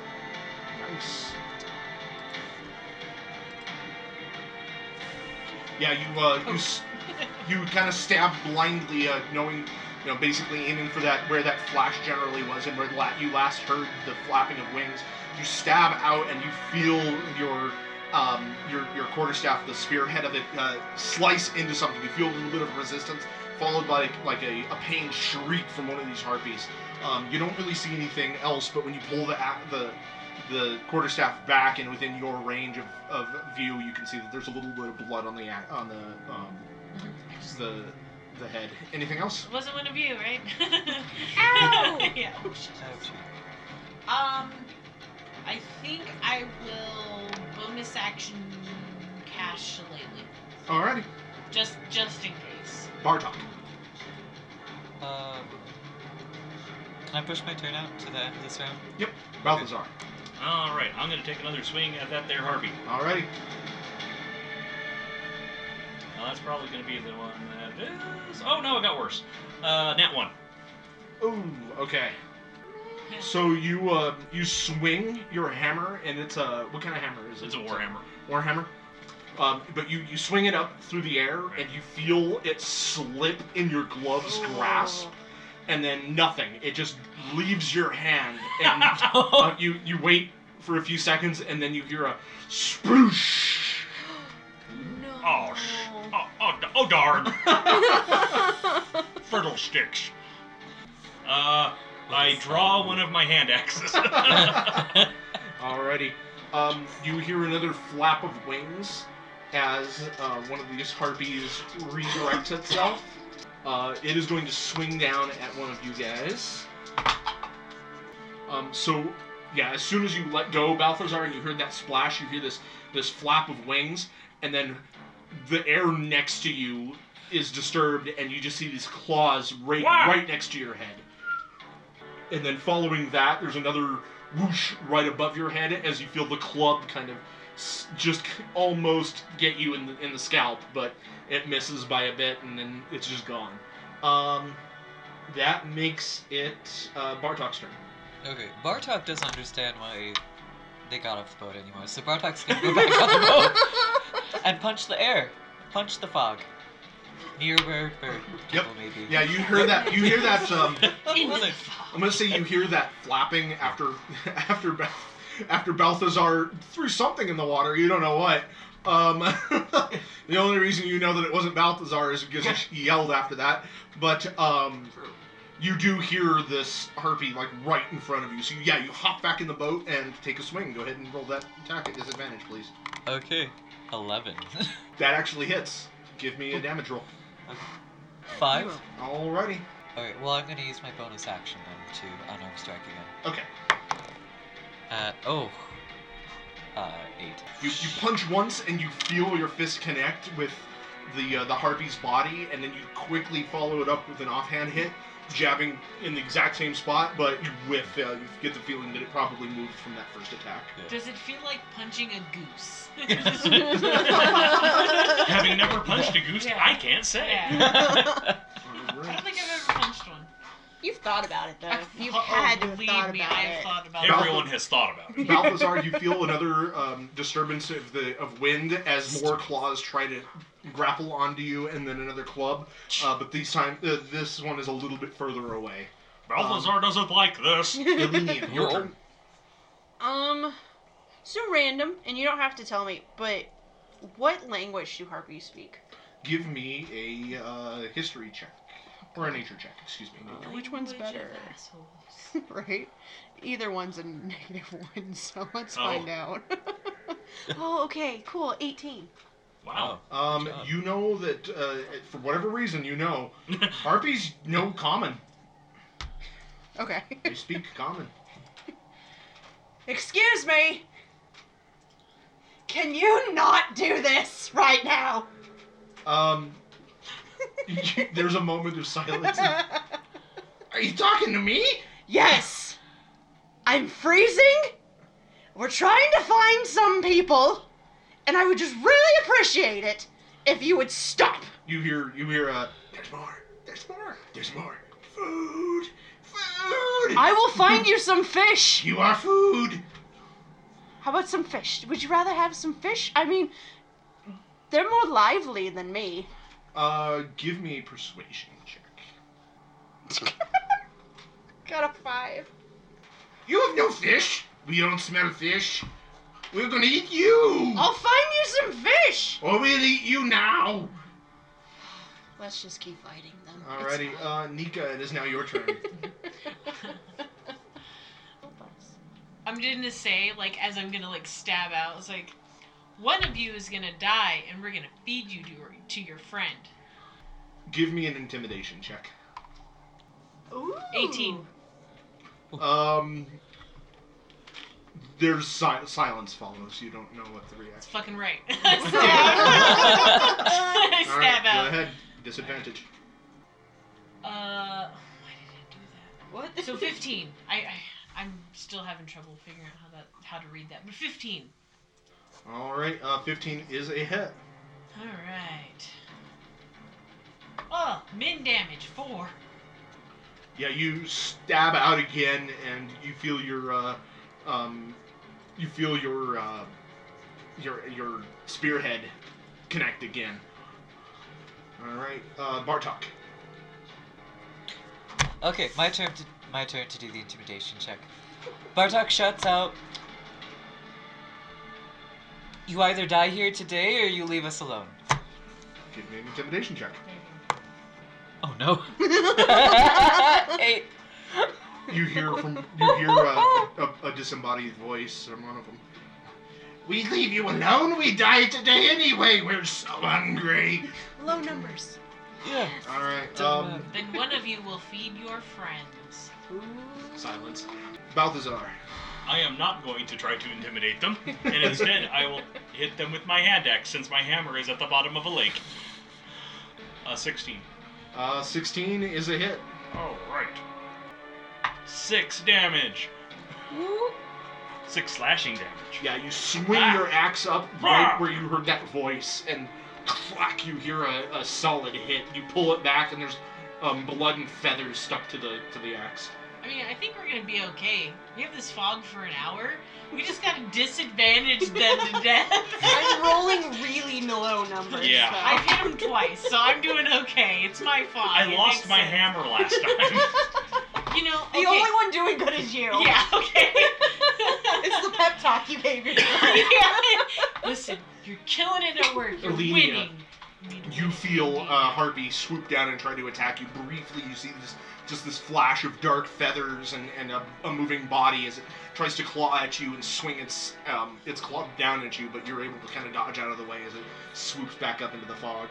Speaker 1: Nice. Yeah, you uh, you s you kind of stab blindly, uh, knowing, you know, basically aiming for that where that flash generally was and where la- you last heard the flapping of wings. You stab out and you feel your um, your, your quarterstaff, the spearhead of it, uh, slice into something. You feel a little bit of resistance, followed by like a, a pained shriek from one of these harpies. Um, you don't really see anything else, but when you pull the ac- the the quarterstaff back and within your range of, of view, you can see that there's a little bit of blood on the ac- on the um, the the head. Anything else?
Speaker 3: It wasn't one of you, right?
Speaker 5: Ow!
Speaker 3: yeah.
Speaker 4: Oh, gee.
Speaker 3: Um, I think I will bonus action cash shillelagh,
Speaker 1: Alrighty,
Speaker 3: just just in case.
Speaker 1: Bartok.
Speaker 4: Um, can I push my turn out to the end of this round?
Speaker 1: Balthazar.
Speaker 6: All right, I'm gonna take another swing at that there harpy.
Speaker 1: Alrighty.
Speaker 6: Now that's probably gonna be the one that is. Oh no, it got worse. Uh, nat one.
Speaker 1: Ooh, okay. So you uh, you swing your hammer, and it's a what kind of hammer is it?
Speaker 6: It's a warhammer.
Speaker 1: warhammer. Um, but you, you swing it up through the air, and you feel it slip in your glove's
Speaker 5: Oh,
Speaker 1: grasp, and then nothing. It just leaves your hand, and uh, you you wait for a few seconds, and then you hear a sploosh.
Speaker 5: no.
Speaker 2: Oh, sh- oh, oh, d- oh darn. Fiddlesticks.
Speaker 6: Uh, I draw one of my hand axes.
Speaker 1: Alrighty. Um, you hear another flap of wings as uh, one of these harpies redirects itself. Uh, it is going to swing down at one of you guys. Um, so, yeah, as soon as you let go, Balthazar, and you heard that splash, you hear this this flap of wings, and then the air next to you is disturbed, and you just see these claws right
Speaker 2: Wow.
Speaker 1: right next to your head. And then following that, there's another whoosh right above your head as you feel the club kind of s- just k- almost get you in the in the scalp, but it misses by a bit, and then it's just gone. Um, that makes it uh, Bartok's turn.
Speaker 4: okay, Bartok doesn't understand why they got off the boat anymore, so Bartok's gonna go back on the boat and punch the air, punch the fog, near where bird
Speaker 1: Yep.
Speaker 4: people may be.
Speaker 1: Yeah, you hear that. You hear that. Um,
Speaker 3: In
Speaker 4: Was
Speaker 3: the
Speaker 4: it?
Speaker 1: I'm
Speaker 3: fog.
Speaker 1: gonna say you hear that flapping after after Ba- after Balthazar threw something in the water. You don't know what. Um, the only reason you know that it wasn't Balthazar is because he yelled after that. But um, you do hear this harpy like right in front of you. So yeah, you hop back in the boat and take a swing. Go ahead and roll that attack at disadvantage, please.
Speaker 4: Okay, eleven.
Speaker 1: That actually hits. Give me a damage roll.
Speaker 4: Five.
Speaker 1: Alrighty.
Speaker 4: All right. Well, I'm gonna use my bonus action then to unarmed strike again.
Speaker 1: Okay.
Speaker 4: Uh oh. Uh eight.
Speaker 1: You, you punch once and you feel your fist connect with the uh, the harpy's body, and then you quickly follow it up with an offhand hit, jabbing in the exact same spot, but you whiff. Uh, you get the feeling that it probably moved from that first attack.
Speaker 3: Does it feel like punching a goose?
Speaker 6: Having never punched a goose,
Speaker 3: Yeah.
Speaker 6: I can't say.
Speaker 3: yeah. I don't
Speaker 1: Alright.
Speaker 3: think I've ever punched one.
Speaker 5: You've thought about it though.
Speaker 3: I've-
Speaker 5: You've
Speaker 3: oh,
Speaker 5: had to have
Speaker 3: believe
Speaker 5: thought
Speaker 3: me,
Speaker 5: about
Speaker 3: I
Speaker 5: it.
Speaker 3: have thought about it.
Speaker 6: Everyone has thought about it.
Speaker 1: Um. Balthazar, you feel another um, disturbance of the of wind as more claws try to grapple onto you, and then another club. Uh, but this time, uh, this one is a little bit further away.
Speaker 2: Balthazar doesn't like this.
Speaker 1: Ilenian, your turn.
Speaker 5: Um, so random, and you don't have to tell me, but what language do harpies speak?
Speaker 1: Give me a uh, history check or a nature check. Excuse me.
Speaker 5: Uh, Which one's
Speaker 3: Language
Speaker 5: better?
Speaker 3: of assholes.
Speaker 5: right? Either one's a negative one, so let's
Speaker 6: Oh.
Speaker 5: find out. oh, okay, cool. 18.
Speaker 6: Wow.
Speaker 1: Um,
Speaker 4: Good job.
Speaker 1: you know that uh, for whatever reason, you know harpies know common.
Speaker 5: Okay.
Speaker 1: They speak common.
Speaker 5: Excuse me! Can you not do this right now?
Speaker 1: Um, there's a moment of silence. Are you talking to me?
Speaker 5: yes! I'm freezing! We're trying to find some people, and I would just really appreciate it if you would stop!
Speaker 1: You hear you hear uh, there's more, there's more, there's more food, food.
Speaker 5: I will find you some fish!
Speaker 1: You are food.
Speaker 5: How about some fish? Would you rather have some fish? I mean, they're more lively than me.
Speaker 1: Uh, give me a persuasion check.
Speaker 5: Got a five.
Speaker 1: You have no fish. We don't smell fish. We're gonna eat you!
Speaker 5: I'll find you some fish.
Speaker 1: Or we'll eat you now!
Speaker 5: Let's just keep fighting them. It's
Speaker 1: Alrighty,
Speaker 5: fine.
Speaker 1: uh, Nika, it is now your turn.
Speaker 5: Help us.
Speaker 3: I'm gonna say, like, as I'm gonna like stab out, it's like, one of you is gonna die, and we're gonna feed you to your, to your friend.
Speaker 1: Give me an intimidation check.
Speaker 5: Ooh.
Speaker 3: 18.
Speaker 1: Um, there's si- silence follows. You don't know what the
Speaker 3: That's
Speaker 1: reaction.
Speaker 3: fucking right. I stab.
Speaker 1: All
Speaker 3: I stab
Speaker 1: right,
Speaker 3: out.
Speaker 1: go ahead. Disadvantage.
Speaker 3: Uh, why did I do that?
Speaker 5: What?
Speaker 3: So 15. I, I I'm still having trouble figuring out how that how to read that, but 15.
Speaker 1: All right, uh, 15 is a hit.
Speaker 3: All right. Oh, min damage four.
Speaker 1: Yeah, you stab out again, and you feel your, uh, um, you feel your, uh, your your spearhead connect again. All right, uh, Bartok.
Speaker 4: Okay, my turn to my turn to do the intimidation check. Bartok shouts out You either die here today or you leave us alone.
Speaker 1: Give me an intimidation check.
Speaker 4: Oh no. Eight.
Speaker 1: You hear from you hear a, a, a disembodied voice from one of them. We leave you alone. We die today anyway. We're so hungry.
Speaker 5: Low numbers.
Speaker 4: Yeah.
Speaker 1: All right.
Speaker 4: Don't
Speaker 1: Um,
Speaker 3: Then one of you will feed your friends.
Speaker 5: Ooh.
Speaker 6: Silence.
Speaker 1: Balthazar.
Speaker 6: I am not going to try to intimidate them, and instead I will hit them with my hand axe since my hammer is at the bottom of a lake. A 16.
Speaker 1: Uh, 16 is a hit.
Speaker 2: All right.
Speaker 6: Six damage.
Speaker 5: Ooh.
Speaker 6: Six slashing damage.
Speaker 1: Yeah, you swing your axe up right where you heard that voice, and clack, you hear a, a solid hit. You pull it back, and there's um, blood and feathers stuck to the to the axe.
Speaker 3: I mean, I think we're gonna be okay. We have this fog for an hour. We just gotta disadvantage them to death.
Speaker 5: I'm rolling really low numbers.
Speaker 6: Yeah.
Speaker 5: so-
Speaker 3: I've hit him twice, so I'm doing okay. It's my fog.
Speaker 6: I
Speaker 3: It
Speaker 6: lost
Speaker 3: makes
Speaker 6: my
Speaker 3: sense.
Speaker 6: hammer last time.
Speaker 3: You know,
Speaker 5: The
Speaker 3: okay.
Speaker 5: only one doing good is you.
Speaker 3: Yeah, okay.
Speaker 5: It's the pep talk you gave yourself.
Speaker 3: yeah. Listen, you're killing it at work. You're
Speaker 1: Olivia,
Speaker 3: winning.
Speaker 1: You feel uh, Harpy swoop down and try to attack you. Briefly, you see this, just this flash of dark feathers and, and a, a moving body as it tries to claw at you and swing its um, its claw down at you, but you're able to kind of dodge out of the way as it swoops back up into the fog.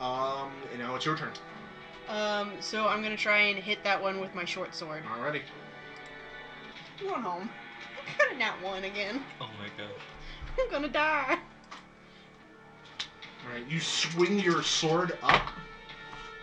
Speaker 1: Um, and now it's your turn.
Speaker 5: Um, so I'm gonna try and hit that one with my short sword.
Speaker 1: Alrighty.
Speaker 5: Going home. I'm gonna nat one again.
Speaker 4: Oh my god.
Speaker 5: I'm gonna die.
Speaker 1: All right, you swing your sword up,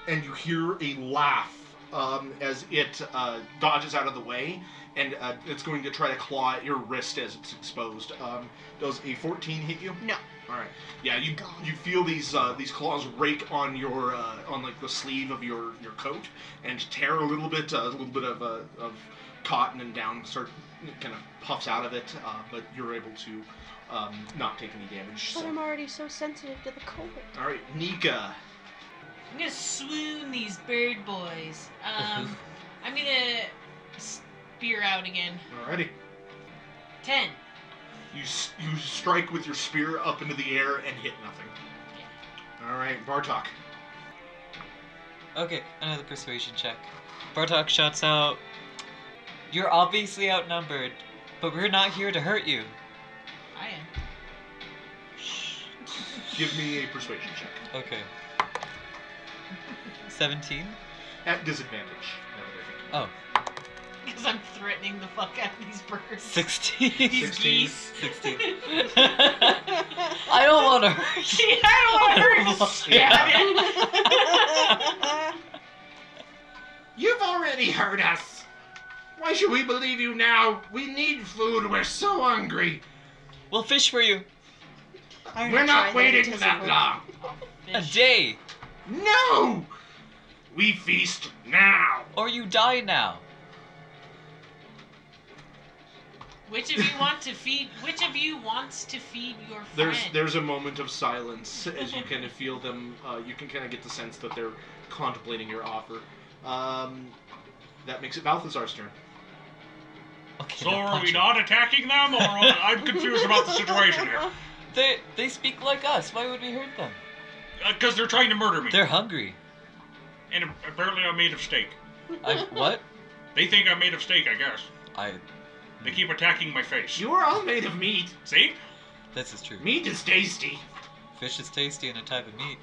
Speaker 1: and you hear a laugh um, as it uh, dodges out of the way, and uh, it's going to try to claw at your wrist as it's exposed. Um, does a 14 hit you?
Speaker 5: No.
Speaker 1: All right. Yeah, you
Speaker 5: God.
Speaker 1: you feel these uh, these claws rake on your uh, on like the sleeve of your, your coat and tear a little bit uh, a little bit of uh, of cotton and down start kind of puffs out of it, uh, but you're able to um, not take any damage.
Speaker 5: But
Speaker 1: so-
Speaker 5: I'm already so sensitive to the cold.
Speaker 1: all right, Nika.
Speaker 3: I'm gonna swoon these bird boys. Um, I'm gonna spear out again.
Speaker 1: Alrighty.
Speaker 3: Ten.
Speaker 1: You s- you strike with your spear up into the air and hit nothing. All right, Bartok.
Speaker 4: Okay, another persuasion check. Bartok shouts out You're obviously outnumbered, but we're not here to hurt you.
Speaker 3: I am.
Speaker 1: Give me a persuasion check
Speaker 4: Okay. Seventeen?
Speaker 1: at disadvantage. now that I think
Speaker 4: Oh.
Speaker 3: Because I'm threatening the fuck out of these birds.
Speaker 4: Sixteen.
Speaker 3: These
Speaker 1: Sixteen.
Speaker 3: geese.
Speaker 4: Sixteen. I don't wanna hurt you.
Speaker 3: Gee, I don't want her to stab it.
Speaker 1: about it. You've already hurt us. Why should we believe you now? We need food. We're so hungry.
Speaker 4: We'll fish for you.
Speaker 5: I'm
Speaker 1: We're
Speaker 5: gonna
Speaker 1: not
Speaker 5: try that. It
Speaker 1: waiting
Speaker 5: doesn't
Speaker 1: that
Speaker 5: work.
Speaker 1: long.
Speaker 4: A day.
Speaker 1: No. We feast now.
Speaker 4: Or you die now.
Speaker 3: Which of you want to feed? Which of you wants to feed your friend?
Speaker 1: There's there's a moment of silence as you kind of feel them. Uh, you can kind of get the sense that they're contemplating your offer. Um, that makes it Balthazar's turn.
Speaker 4: Okay,
Speaker 2: So
Speaker 4: now
Speaker 2: are
Speaker 4: punch
Speaker 2: we
Speaker 4: him.
Speaker 2: not attacking them, or I'm confused about the situation here?
Speaker 4: They they speak like us. Why would we hurt them?
Speaker 2: Because Uh, they're trying to murder me,
Speaker 4: They're hungry.
Speaker 2: and apparently I'm made of steak.
Speaker 4: I what?
Speaker 2: They think I'm made of steak, I guess.
Speaker 4: I
Speaker 2: They keep attacking my face.
Speaker 7: You are all made of meat.
Speaker 2: See?
Speaker 4: this is true.
Speaker 7: Meat is tasty,
Speaker 4: Fish is tasty and a type of meat.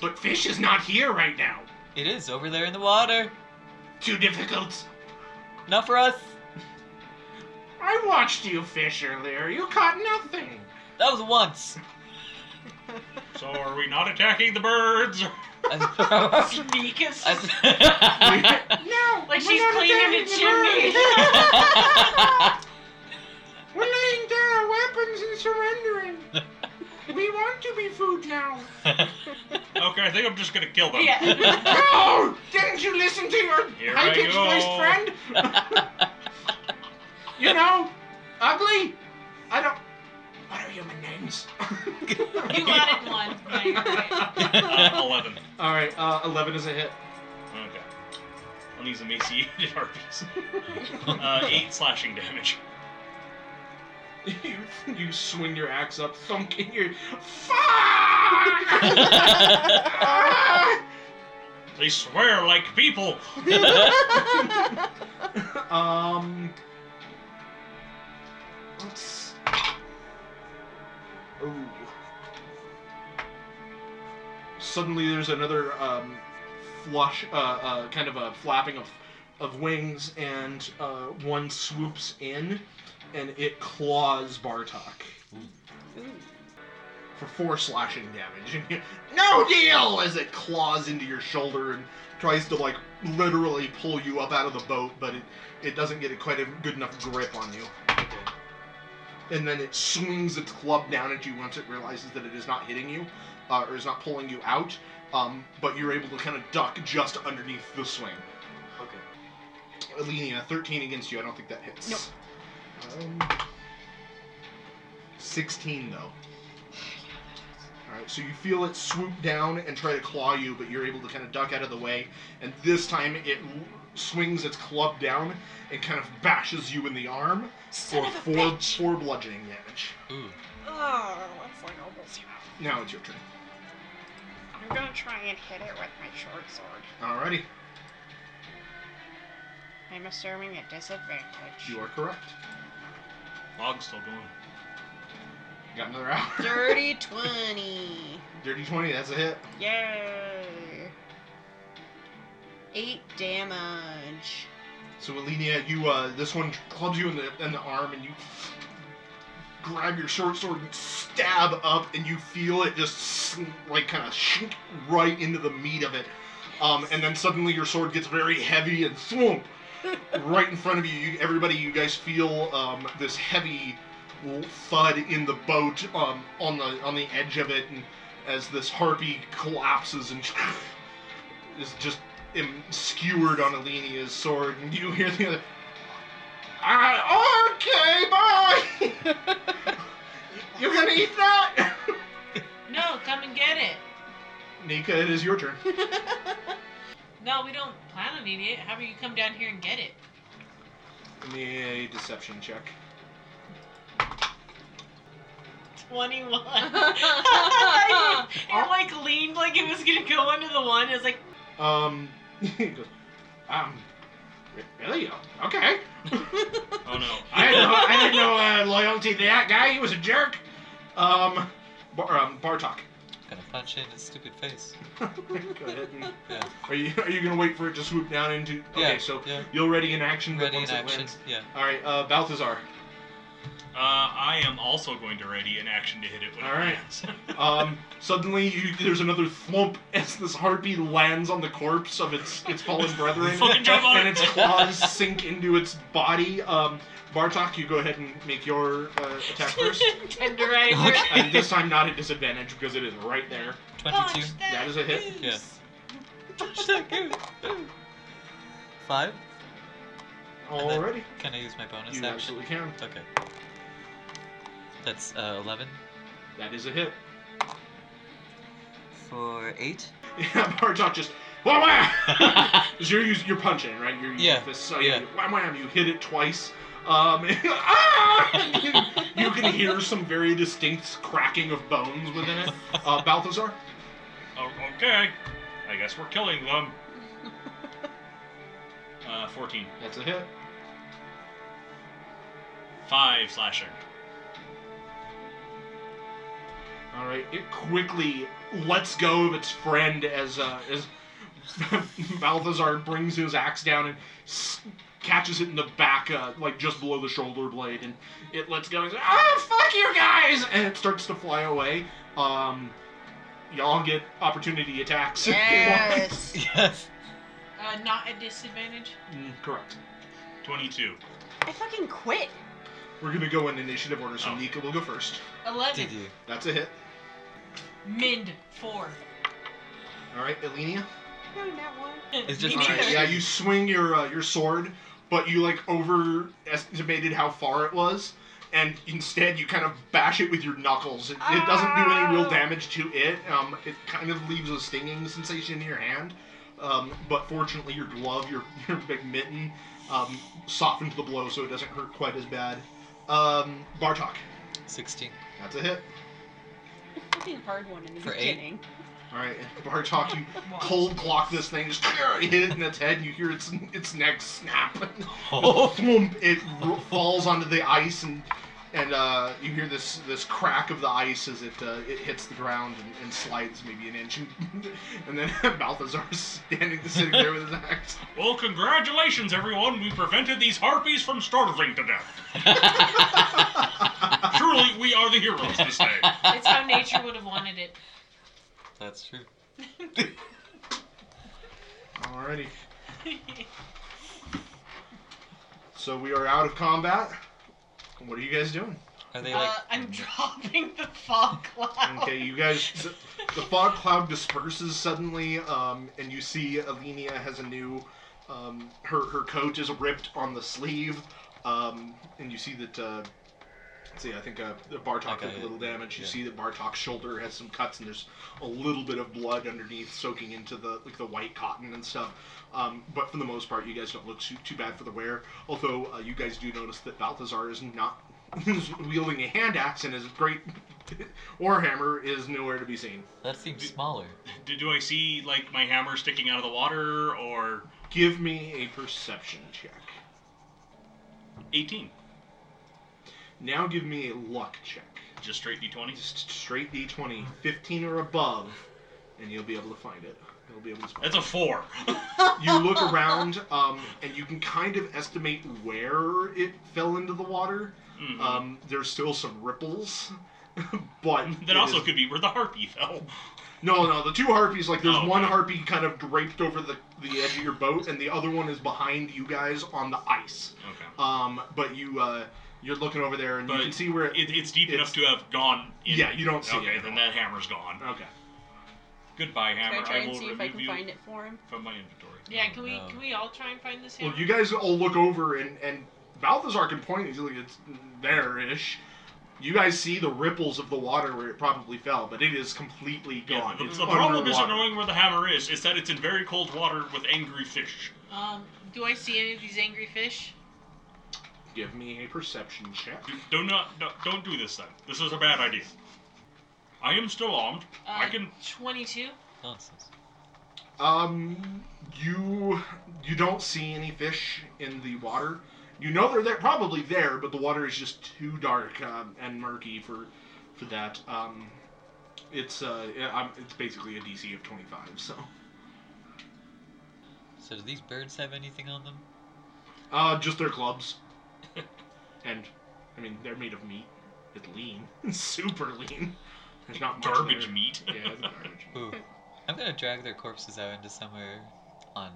Speaker 7: but fish is not here right now.
Speaker 4: It is over there in the water.
Speaker 7: Too difficult.
Speaker 4: Not for us.
Speaker 7: I watched you fish earlier. You caught nothing.
Speaker 4: That was once.
Speaker 2: So are we not attacking the birds?
Speaker 4: I-
Speaker 3: Sneak is-
Speaker 4: I-
Speaker 7: No. we're
Speaker 3: Like she's
Speaker 7: not
Speaker 3: cleaning a
Speaker 7: attacking the
Speaker 3: chimney.
Speaker 7: birds. We're laying down our weapons and surrendering. we want to be food now.
Speaker 2: Okay, I think I'm just gonna kill them.
Speaker 3: yeah.
Speaker 7: No! Oh, Didn't you listen to your
Speaker 2: Here I
Speaker 7: high pitched voiced
Speaker 2: go.
Speaker 7: friend? You know, ugly. I don't. What are human names?
Speaker 3: You wanted one. Yeah, you're right.
Speaker 2: Uh, Eleven.
Speaker 1: All right, uh, eleven is a hit.
Speaker 2: Okay. On these emaciated E harpies. Uh, eight slashing damage.
Speaker 1: You you swing your axe up, thunk, and you
Speaker 7: Fuck! Ah!
Speaker 2: They swear like people.
Speaker 1: um. Let's. Ooh. Suddenly, there's another um, flush, uh, uh, kind of a flapping of, of wings, and uh, one swoops in, and it claws Bartok for four slashing damage. no deal! As it claws into your shoulder and tries to like literally pull you up out of the boat, but it, it doesn't get a quite a good enough grip on you. And then it swings its club down at you once it realizes that it is not hitting you, uh, or is not pulling you out. Um, but you're able to kind of duck just underneath the swing.
Speaker 7: Okay.
Speaker 1: Leaning a 13 against you, I don't think that hits.
Speaker 5: Nope.
Speaker 1: Um, 16 though. Alright, so you feel it swoop down and try to claw you, but you're able to kind of duck out of the way. And this time it w- swings its club down and kind of bashes you in the arm
Speaker 5: Son
Speaker 1: for
Speaker 5: of a
Speaker 1: four,
Speaker 5: bitch.
Speaker 1: four bludgeoning damage.
Speaker 4: Ooh.
Speaker 5: Oh, that's like almost zero.
Speaker 1: Now it's your turn.
Speaker 5: I'm gonna try and hit it with my short sword.
Speaker 1: Alrighty,
Speaker 5: I'm assuming at disadvantage.
Speaker 1: you are correct.
Speaker 2: Log's still going.
Speaker 1: Got another hour.
Speaker 5: Dirty 20.
Speaker 1: Dirty 20, that's a hit.
Speaker 5: Yay. Eight damage.
Speaker 1: So Alenia, you uh, this one clubs you in the in the arm, and you grab your short sword and stab up, and you feel it just sn- like kind of shink right into the meat of it. Um, and then suddenly your sword gets very heavy and thwomp right in front of you. you everybody, you guys feel um, this heavy thud in the boat um, on the on the edge of it, and as this harpy collapses and is just am skewered on Alenia's sword, and you hear the other. Ah, okay, bye. You're gonna eat that.
Speaker 3: No, come and get it.
Speaker 1: Nika, it is your turn.
Speaker 3: No, we don't plan on eating it. How about you come down here and get it?
Speaker 1: Give me a deception check.
Speaker 3: 21. it like leaned like it was gonna go under the one. It was like,
Speaker 1: Um, he goes,
Speaker 7: Um, really? Okay.
Speaker 2: Oh no.
Speaker 7: I had no, I had no uh, loyalty to that guy. He was a jerk.
Speaker 1: um, Bar- um Bartok.
Speaker 4: Gonna punch in his stupid face.
Speaker 1: Go ahead. And,
Speaker 4: Yeah.
Speaker 1: Are you are you gonna wait for it to swoop down into? Okay,
Speaker 4: yeah.
Speaker 1: so
Speaker 4: yeah.
Speaker 1: you'll ready in action. but
Speaker 4: Ready in
Speaker 1: once it
Speaker 4: action.
Speaker 1: lands-
Speaker 4: Yeah.
Speaker 1: All right, uh, Balthazar.
Speaker 2: Uh, I am also going to ready an action to hit it when
Speaker 1: All
Speaker 2: it
Speaker 1: right.
Speaker 2: lands.
Speaker 1: Um, suddenly you, there's another thwomp as this harpy lands on the corpse of its its fallen brethren,
Speaker 2: Fucking jump on
Speaker 1: and
Speaker 2: it.
Speaker 1: its claws sink into its body. Um, Bartok, you go ahead and make your uh, attack first.
Speaker 3: tenderizer.
Speaker 4: Okay.
Speaker 1: And this time not at disadvantage because it is right there.
Speaker 4: Twenty-two.
Speaker 1: That is a hit.
Speaker 4: Yeah. Punch that goose. Five.
Speaker 1: Alrighty,
Speaker 4: Can I use my bonus
Speaker 1: you
Speaker 4: action?
Speaker 1: absolutely can.
Speaker 4: Okay. That's uh, eleven
Speaker 1: That is a hit.
Speaker 4: for eight.
Speaker 1: Yeah, Bartok just Wham, wham! Because you're us- you're punching, right? You're using
Speaker 4: Yeah,
Speaker 1: fists, so
Speaker 4: yeah.
Speaker 1: you, wham, wham, you hit it twice. Um, ah! And you, you can hear some very distinct cracking of bones within it. Uh, Balthazar,
Speaker 6: Oh, okay. I guess we're killing them. Uh, 14.
Speaker 1: that's a hit.
Speaker 6: 5 slashing.
Speaker 1: All right, it quickly lets go of its friend as uh, as Balthazar brings his axe down and s- catches it in the back, uh, like just below the shoulder blade, and it lets go and says, "Oh, fuck you guys!" and it starts to fly away. Um, y'all get opportunity attacks. if you want.
Speaker 5: Yes.
Speaker 4: yes.
Speaker 3: Uh, not a disadvantage.
Speaker 1: Mm, correct.
Speaker 6: 22.
Speaker 5: I fucking quit.
Speaker 1: We're gonna go in initiative order, so
Speaker 6: Oh.
Speaker 1: Nika will go first.
Speaker 3: Eleven.
Speaker 4: Did you?
Speaker 1: That's a hit.
Speaker 3: Mind four.
Speaker 1: All right, Elenia.
Speaker 5: No, not one.
Speaker 4: It's just
Speaker 3: Me
Speaker 1: All right,
Speaker 3: neither.
Speaker 1: yeah, you swing your uh, your sword, but you like overestimated how far it was, and instead you kind of bash it with your knuckles. It, it doesn't do any real
Speaker 5: Ow.
Speaker 1: damage to it. Um, it kind of leaves a stinging sensation in your hand, um, but fortunately your glove, your your big mitten, um, softened the blow, so it doesn't hurt quite as bad. Um, Bartok,
Speaker 4: 16.
Speaker 1: that's a hit.
Speaker 5: Fucking hard one in the
Speaker 4: For eight?
Speaker 5: beginning.
Speaker 1: All right, Bartok, you
Speaker 3: One.
Speaker 1: cold clock this thing, just hit it in its head, and you hear its its neck snap.
Speaker 4: Oh.
Speaker 1: Thwomp, it r- falls onto the ice and and uh, you hear this this crack of the ice as it uh, it hits the ground and, and slides maybe an inch and, and then Balthazar's standing sitting there with his axe.
Speaker 6: Well, congratulations, everyone. We prevented these harpies from starving to death. Truly, we are the heroes this day.
Speaker 3: It's how nature would have wanted it.
Speaker 4: That's true.
Speaker 1: Alrighty. So we are out of combat. What are you guys doing?
Speaker 4: Are they like? "Mm."
Speaker 3: Uh, I'm dropping the fog cloud.
Speaker 1: Okay, you guys. The, the fog cloud disperses suddenly, um, and you see Alenia has a new. Um, her her coat is ripped on the sleeve, um, and you see that. Uh, let's see, I think uh, Bartok
Speaker 4: Okay,
Speaker 1: took a little
Speaker 4: yeah,
Speaker 1: damage. You
Speaker 4: yeah.
Speaker 1: see that Bartok's shoulder has some cuts, and there's a little bit of blood underneath, soaking into the like the white cotton and stuff. Um, but for the most part, you guys don't look too, too bad for the wear. Although uh, you guys do notice that Balthazar is not is wielding a hand axe, and his great war hammer is nowhere to be seen.
Speaker 4: that seems smaller.
Speaker 6: Do, do I see, like, my hammer sticking out of the water or
Speaker 1: Give me a perception check.
Speaker 6: 18?
Speaker 1: Now give me a luck check.
Speaker 6: Just straight d20s?
Speaker 1: Just straight d20, 15 or above, and you'll be able to find it. You'll be able to spot it.
Speaker 6: That's a 4.
Speaker 1: you look around, um, and you can kind of estimate where it fell into the water.
Speaker 6: Mhm.
Speaker 1: Um, there's still some ripples, but
Speaker 6: that
Speaker 1: it
Speaker 6: also
Speaker 1: is-
Speaker 6: could be where the harpy fell.
Speaker 1: no, no. The two harpies, like there's
Speaker 6: Oh,
Speaker 1: one
Speaker 6: okay.
Speaker 1: harpy kind of draped over the the edge of your boat, and the other one is behind you guys on the ice.
Speaker 6: Okay.
Speaker 1: Um, but you uh, you're looking over there, and you
Speaker 6: But
Speaker 1: can see where
Speaker 6: It, it's deep
Speaker 1: It's-
Speaker 6: enough to have gone in.
Speaker 1: Yeah, you don't see
Speaker 6: Okay,
Speaker 1: it at
Speaker 6: then
Speaker 1: all.
Speaker 6: that hammer's gone.
Speaker 1: Okay.
Speaker 6: Goodbye,
Speaker 5: Can I
Speaker 6: hammer.
Speaker 5: try and
Speaker 6: will
Speaker 5: see if
Speaker 6: remove
Speaker 5: I can
Speaker 6: you
Speaker 5: find it for him?
Speaker 6: from my inventory.
Speaker 3: Yeah, can we
Speaker 4: Oh, no.
Speaker 3: can we all try and find this hammer?
Speaker 1: Well, you guys all look over, and and Balthazar can point. He's like, it's there-ish. You guys see the ripples of the water where it probably fell, but it is completely gone.
Speaker 6: Yeah, the,
Speaker 1: It's
Speaker 6: the problem isn't
Speaker 1: underwater.
Speaker 6: knowing where the hammer is. It's that it's in very cold water with angry fish.
Speaker 3: Um, do I see any of these angry fish?
Speaker 1: Give me a perception check.
Speaker 6: Do, do not, do, don't do this then. This is a bad idea. I am still armed.
Speaker 3: Uh,
Speaker 6: I can.
Speaker 3: Twenty-two.
Speaker 4: Nonsense.
Speaker 1: Um, you you don't see any fish in the water. You know they're there, probably there, but the water is just too dark um, and murky for for that. Um, it's uh, yeah, I'm, it's basically a DC of 25. So,
Speaker 4: So do these birds have anything on them?
Speaker 1: uh, just their clubs, and I mean they're made of meat. It's lean, super lean. There's not much
Speaker 6: Garbage
Speaker 1: there.
Speaker 6: meat.
Speaker 1: Yeah, it's garbage.
Speaker 4: Ooh. I'm gonna drag their corpses out into somewhere on,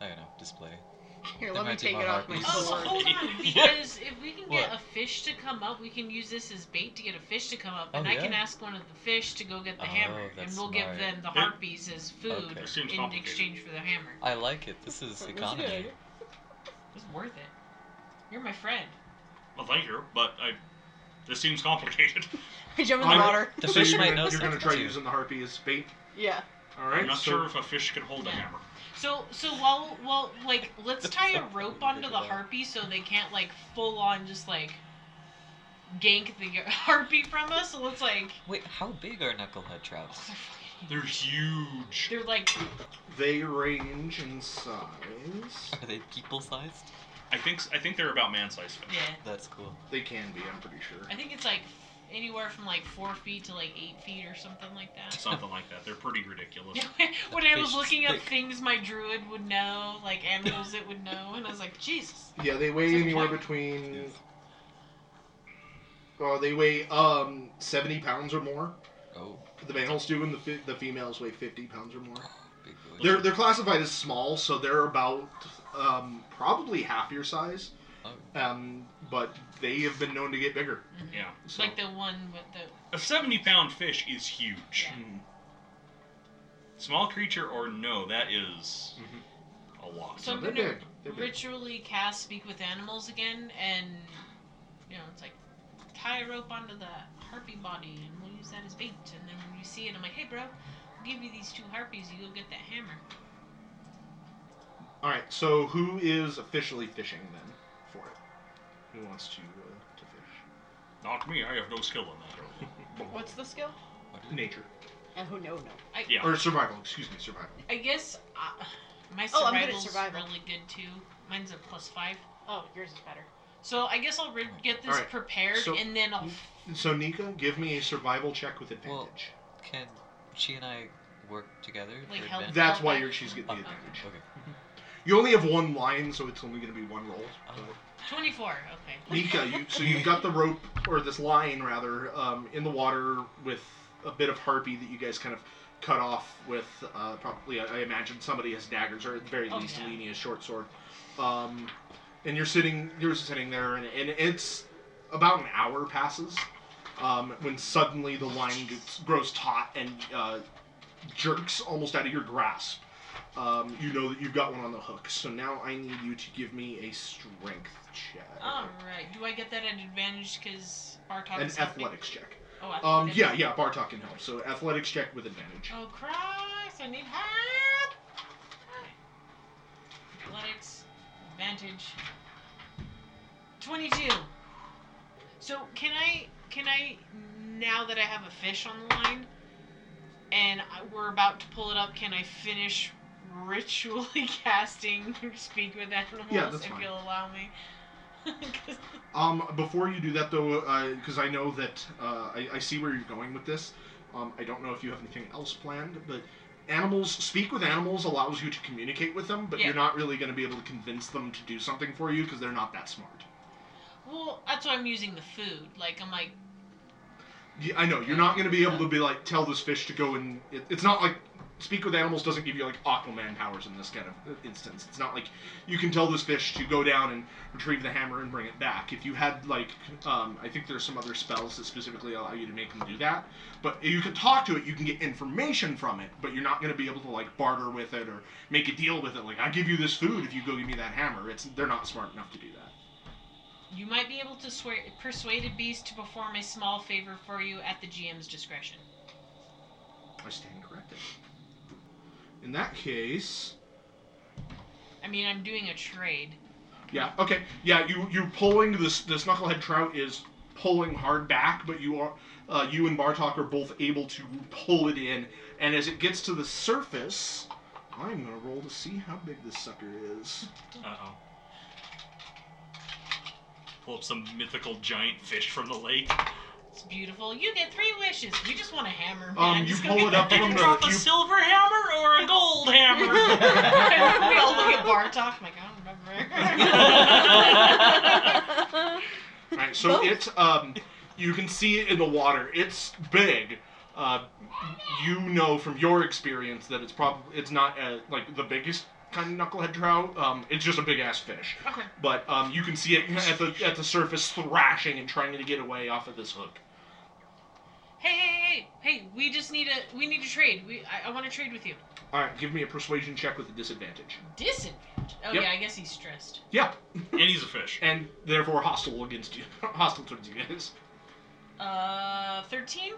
Speaker 4: I don't know, display.
Speaker 5: Here, let
Speaker 4: That
Speaker 5: me
Speaker 4: might be
Speaker 5: take
Speaker 4: my
Speaker 5: it off my
Speaker 4: heart.
Speaker 3: Oh,
Speaker 5: sword.
Speaker 3: hold on,
Speaker 4: Yeah.
Speaker 3: because if we can get
Speaker 4: What?
Speaker 3: a fish to come up, we can use this as bait to get a fish to come up,
Speaker 4: Oh,
Speaker 3: and I can
Speaker 4: yeah.
Speaker 3: ask one of the fish to go get the
Speaker 4: Oh,
Speaker 3: hammer, and
Speaker 4: that's
Speaker 3: we'll
Speaker 4: smart.
Speaker 3: give them the
Speaker 6: Yeah.
Speaker 3: harpies as food
Speaker 4: Okay.
Speaker 6: It seems
Speaker 3: in
Speaker 6: complicated.
Speaker 3: exchange for the hammer.
Speaker 4: I like it. This is
Speaker 5: That was
Speaker 4: economy.
Speaker 5: good.
Speaker 3: It's worth it. You're my friend.
Speaker 6: Well, thank you, but I. This seems complicated.
Speaker 5: I jump in the
Speaker 1: I'm-
Speaker 5: water.
Speaker 4: The
Speaker 1: so
Speaker 4: fish
Speaker 1: you're
Speaker 4: might
Speaker 1: gonna,
Speaker 4: know
Speaker 1: you're gonna
Speaker 4: something
Speaker 1: try
Speaker 4: too.
Speaker 1: using the harpy as bait.
Speaker 5: Yeah.
Speaker 1: All right.
Speaker 6: I'm not
Speaker 1: so-
Speaker 6: sure if a fish could hold a hammer.
Speaker 3: So so while while like let's tie a rope onto the harpy so they can't like full on just like gank the harpy from us. So let's like
Speaker 4: Wait, how big are knucklehead
Speaker 3: oh,
Speaker 4: traps?
Speaker 3: they're fucking
Speaker 6: They're huge.
Speaker 3: they're like
Speaker 1: They range in size.
Speaker 4: Are they people sized?
Speaker 6: I think I think they're about man-sized fish.
Speaker 3: yeah.
Speaker 4: That's cool.
Speaker 1: They can be, I'm pretty sure.
Speaker 3: I think it's like anywhere from like four feet to like eight feet or something like that.
Speaker 6: Something like that. They're pretty ridiculous.
Speaker 3: when I was
Speaker 4: Fish
Speaker 3: looking up
Speaker 4: stick.
Speaker 3: things my druid would know, like animals it would know, and I was like, Jesus.
Speaker 1: Yeah, they weigh
Speaker 3: So
Speaker 1: anywhere
Speaker 3: what-
Speaker 1: between. Oh, they weigh um 70 pounds or more.
Speaker 4: Oh,
Speaker 1: The males do, and the fe- the females weigh 50 pounds or more.
Speaker 4: big boy.
Speaker 1: They're they're classified as small, so they're about um, probably half your size.
Speaker 4: Oh.
Speaker 1: Um, but they have been known to get bigger.
Speaker 6: Yeah.
Speaker 1: So.
Speaker 3: Like the one with the
Speaker 6: A 70-pound fish is huge.
Speaker 3: Yeah.
Speaker 1: Mm.
Speaker 6: Small creature or no, that is a
Speaker 1: Mm-hmm.
Speaker 6: lot.
Speaker 3: So I'm
Speaker 1: They're
Speaker 3: gonna
Speaker 1: big. They're big.
Speaker 3: ritually cast Speak with Animals again, and you know it's like tie a rope onto the harpy body, and we'll use that as bait. And then when you see it, I'm like, hey, bro, I'll give you these two harpies. You go get that hammer.
Speaker 1: All right. So who is officially fishing then for it? Who wants to uh, to fish?
Speaker 6: Not me. I have no skill in that.
Speaker 5: What's the skill?
Speaker 1: Nature
Speaker 5: Oh no no.
Speaker 3: I
Speaker 6: Yeah.
Speaker 1: or survival? Excuse me, survival.
Speaker 3: I guess uh, my
Speaker 5: Oh, I'm good at
Speaker 3: survival's
Speaker 5: survival.
Speaker 3: really good too. Mine's a plus five.
Speaker 5: Oh, yours is better.
Speaker 3: So I guess I'll re- get this
Speaker 1: Alright,
Speaker 3: prepared,
Speaker 1: so-
Speaker 3: and then I'll.
Speaker 1: So Nika, give me a survival check with advantage.
Speaker 4: Well, Can she and I work together?
Speaker 3: Like
Speaker 4: for
Speaker 3: help-
Speaker 4: advan-
Speaker 1: That's why you're, she's getting the
Speaker 4: Oh,
Speaker 1: advantage.
Speaker 4: Okay.
Speaker 1: You only have one line, so it's only going to be one roll.
Speaker 4: Oh.
Speaker 3: Twenty-four. Okay.
Speaker 1: Nika, you, so you've got the rope or this line rather um, in the water with a bit of harpy that you guys kind of cut off with uh, probably I, I imagine somebody has daggers or at the very
Speaker 3: Oh,
Speaker 1: least
Speaker 3: yeah.
Speaker 1: Lini has short sword. Um, and you're sitting you're sitting there and, and it's about an hour passes um, when suddenly the line gets, grows taut and uh, jerks almost out of your grasp. Um, you know that you've got one on the hook, so now I need you to give me a strength check.
Speaker 3: All right. Do I get that at advantage because Bartok
Speaker 1: An
Speaker 3: is helping?
Speaker 1: athletics check.
Speaker 3: Oh,
Speaker 1: Um,
Speaker 3: athletics.
Speaker 1: yeah, yeah, Bartok can help. So athletics check with advantage.
Speaker 3: Oh Christ! I need help. Athletics advantage. Twenty-two. So can I? Can I? Now that I have a fish on the line, and I- we're about to pull it up, can I finish ritually casting Speak with Animals
Speaker 1: Yeah, that's
Speaker 3: if
Speaker 1: fine.
Speaker 3: you'll allow me? 'Cause-
Speaker 1: Um, before you do that though, because I know that uh, I, I see where you're going with this. Um, I don't know if you have anything else planned, but animals speak with animals allows you to communicate with them, but
Speaker 3: Yeah.
Speaker 1: you're not really going to be able to convince them to do something for you because they're not that smart.
Speaker 3: well, that's why I'm using the food. Like I'm like,
Speaker 1: Yeah, I know you're not going to be able to be like tell this fish to go and it, it's not like speak with animals doesn't give you like Aquaman powers in this kind of uh, instance. It's not like you can tell this fish to go down and retrieve the hammer and bring it back. If you had like um, I think there's some other spells that specifically allow you to make them do that, but you can talk to it, you can get information from it, but you're not going to be able to like barter with it or make a deal with it. Like I give you this food if you go give me that hammer. It's they're not smart enough to do that.
Speaker 3: You might be able to swear, persuade a beast to perform a small favor for you at the GM's discretion.
Speaker 1: I stand corrected. In that case.
Speaker 3: I mean, I'm doing a trade.
Speaker 1: Yeah. Okay. Yeah. You you pulling this this knucklehead trout is pulling hard back, but you are uh, you and Bartok are both able to pull it in, and as it gets to the surface, I'm gonna roll to see how big this sucker is.
Speaker 6: Uh oh. Pull up some mythical giant fish from the lake.
Speaker 3: It's beautiful. You get three wishes. We just want a hammer, man.
Speaker 1: Um, you
Speaker 3: Just go
Speaker 1: pull
Speaker 3: get
Speaker 1: it up
Speaker 3: that
Speaker 1: from
Speaker 3: hammer.
Speaker 1: the
Speaker 6: A
Speaker 1: you,
Speaker 6: silver hammer or a gold hammer?
Speaker 3: we all look at Bartok. I'm like, I don't remember.
Speaker 1: right. So it's um you can see it in the water. It's big. Uh, you know from your experience that it's probably it's not uh like the biggest kind of knucklehead trout. Um, it's just a big ass fish.
Speaker 3: okay.
Speaker 1: but um, you can see it at the at the surface thrashing and trying to get away off of this hook.
Speaker 3: Hey, hey, hey, hey! We just need a we need to trade. We I, I want to trade with you.
Speaker 1: All right, give me a persuasion check with a disadvantage.
Speaker 3: Disadvantage. Oh
Speaker 1: Yep.
Speaker 3: yeah, I guess he's stressed.
Speaker 1: Yeah,
Speaker 6: and he's a fish.
Speaker 1: and therefore hostile against you, hostile towards you guys.
Speaker 3: Uh, thirteen.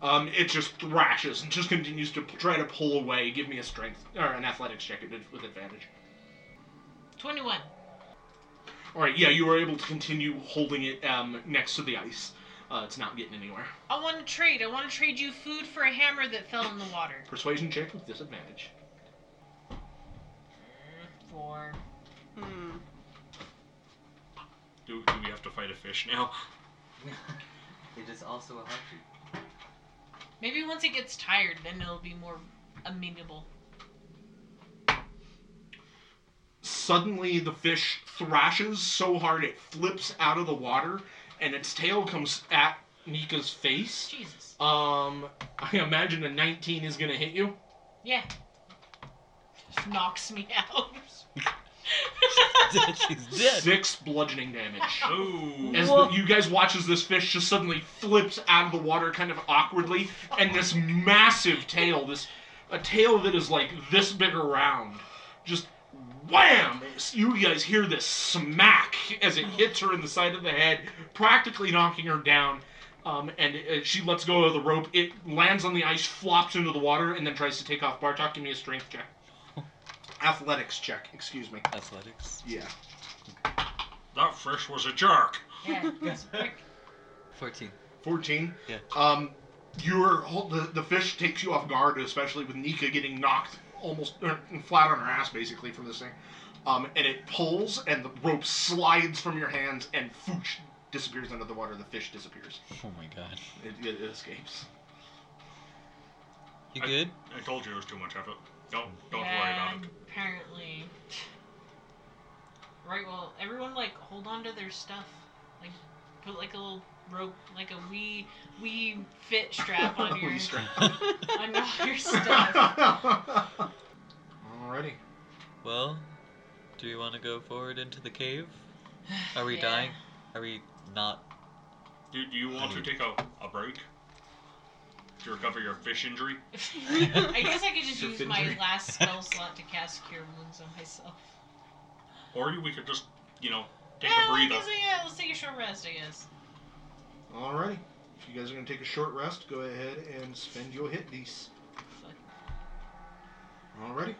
Speaker 1: Um, it just thrashes and just continues to p- try to pull away. Give me a strength or an athletics check at- with advantage.
Speaker 3: 21.
Speaker 1: All right, yeah, you were able to continue holding it um, next to the ice. Uh, it's not getting anywhere.
Speaker 3: I want to trade. I want to trade you food for a hammer that fell in the water.
Speaker 1: Persuasion check with disadvantage.
Speaker 3: Four.
Speaker 5: Hmm.
Speaker 6: Do, do we have to fight a fish now?
Speaker 4: it is also a heartbeat.
Speaker 3: Maybe once it gets tired, then it'll be more amenable.
Speaker 1: Suddenly, the fish thrashes so hard it flips out of the water, and its tail comes at Nika's face.
Speaker 3: Jesus.
Speaker 1: Um, I imagine a 19 is gonna hit you.
Speaker 3: Yeah. Knocks me out.
Speaker 4: She's dead.
Speaker 1: Six bludgeoning damage.
Speaker 6: Oh.
Speaker 1: As the, you guys watch as this fish just suddenly flips out of the water kind of awkwardly, and this massive tail, this a tail that is like this big around, just wham! You guys hear this smack as it hits her in the side of the head, practically knocking her down. Um, and uh, she lets go of the rope. It lands on the ice, flops into the water, and then tries to take off. Bartok, give me a strength check. Athletics check, excuse me.
Speaker 4: Athletics.
Speaker 1: Yeah.
Speaker 6: That fish was a jerk.
Speaker 3: Yeah, that's prick.
Speaker 4: 14.
Speaker 1: 14.
Speaker 4: Yeah.
Speaker 1: Um, you're hol- the, the fish takes you off guard, especially with Nika getting knocked almost er, flat on her ass, basically from this thing. Um, and it pulls, and the rope slides from your hands, and fooch disappears under the water. The fish disappears.
Speaker 4: Oh my god.
Speaker 1: It, it, it escapes.
Speaker 4: You
Speaker 6: I-
Speaker 4: good?
Speaker 6: I told you it was too much effort. Don't don't
Speaker 3: yeah,
Speaker 6: worry about it.
Speaker 3: Apparently. Right, well, everyone, like, hold on to their stuff. Like, put, like, a little rope, like a wee, wee fit strap on your,
Speaker 1: Wee strap.
Speaker 3: on all your stuff.
Speaker 1: Alrighty.
Speaker 4: Well, do we want to go forward into the cave? Are we
Speaker 3: Yeah.
Speaker 4: dying? Are we not?
Speaker 6: Do, do you want to take
Speaker 1: Mm-hmm.
Speaker 6: a, a break to recover your fish injury?
Speaker 3: I guess I could just
Speaker 1: Surf
Speaker 3: use my
Speaker 1: injury.
Speaker 3: last spell slot to cast Cure Wounds on myself.
Speaker 6: Or we could just, you know, take
Speaker 3: yeah,
Speaker 6: a
Speaker 3: well, I
Speaker 6: breather.
Speaker 3: guess, yeah, let's take a short rest, I guess.
Speaker 1: Alrighty. If you guys are going to take a short rest, go ahead and spend your hit dice.
Speaker 3: Fuck.
Speaker 1: Alrighty.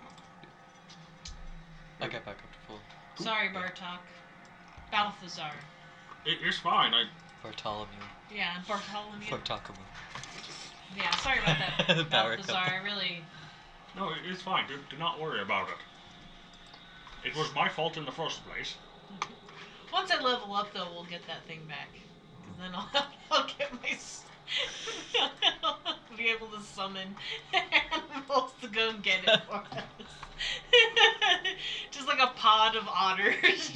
Speaker 4: I got back up to full.
Speaker 3: Sorry, Bartok. Balthazar.
Speaker 6: It, it's fine. I
Speaker 4: Bartholomew.
Speaker 3: Yeah, Bartholomew.
Speaker 4: Bartolomew.
Speaker 3: Yeah, sorry about that.
Speaker 4: Power
Speaker 3: Balthazar, I really.
Speaker 6: no, it, it's fine. Do, do not worry about it. It was my fault in the first place.
Speaker 3: Once I level up, though, we'll get that thing back. 'Cause then I'll, I'll get my. s- be able to summon animals to go and get it for us. just like a pod of otters,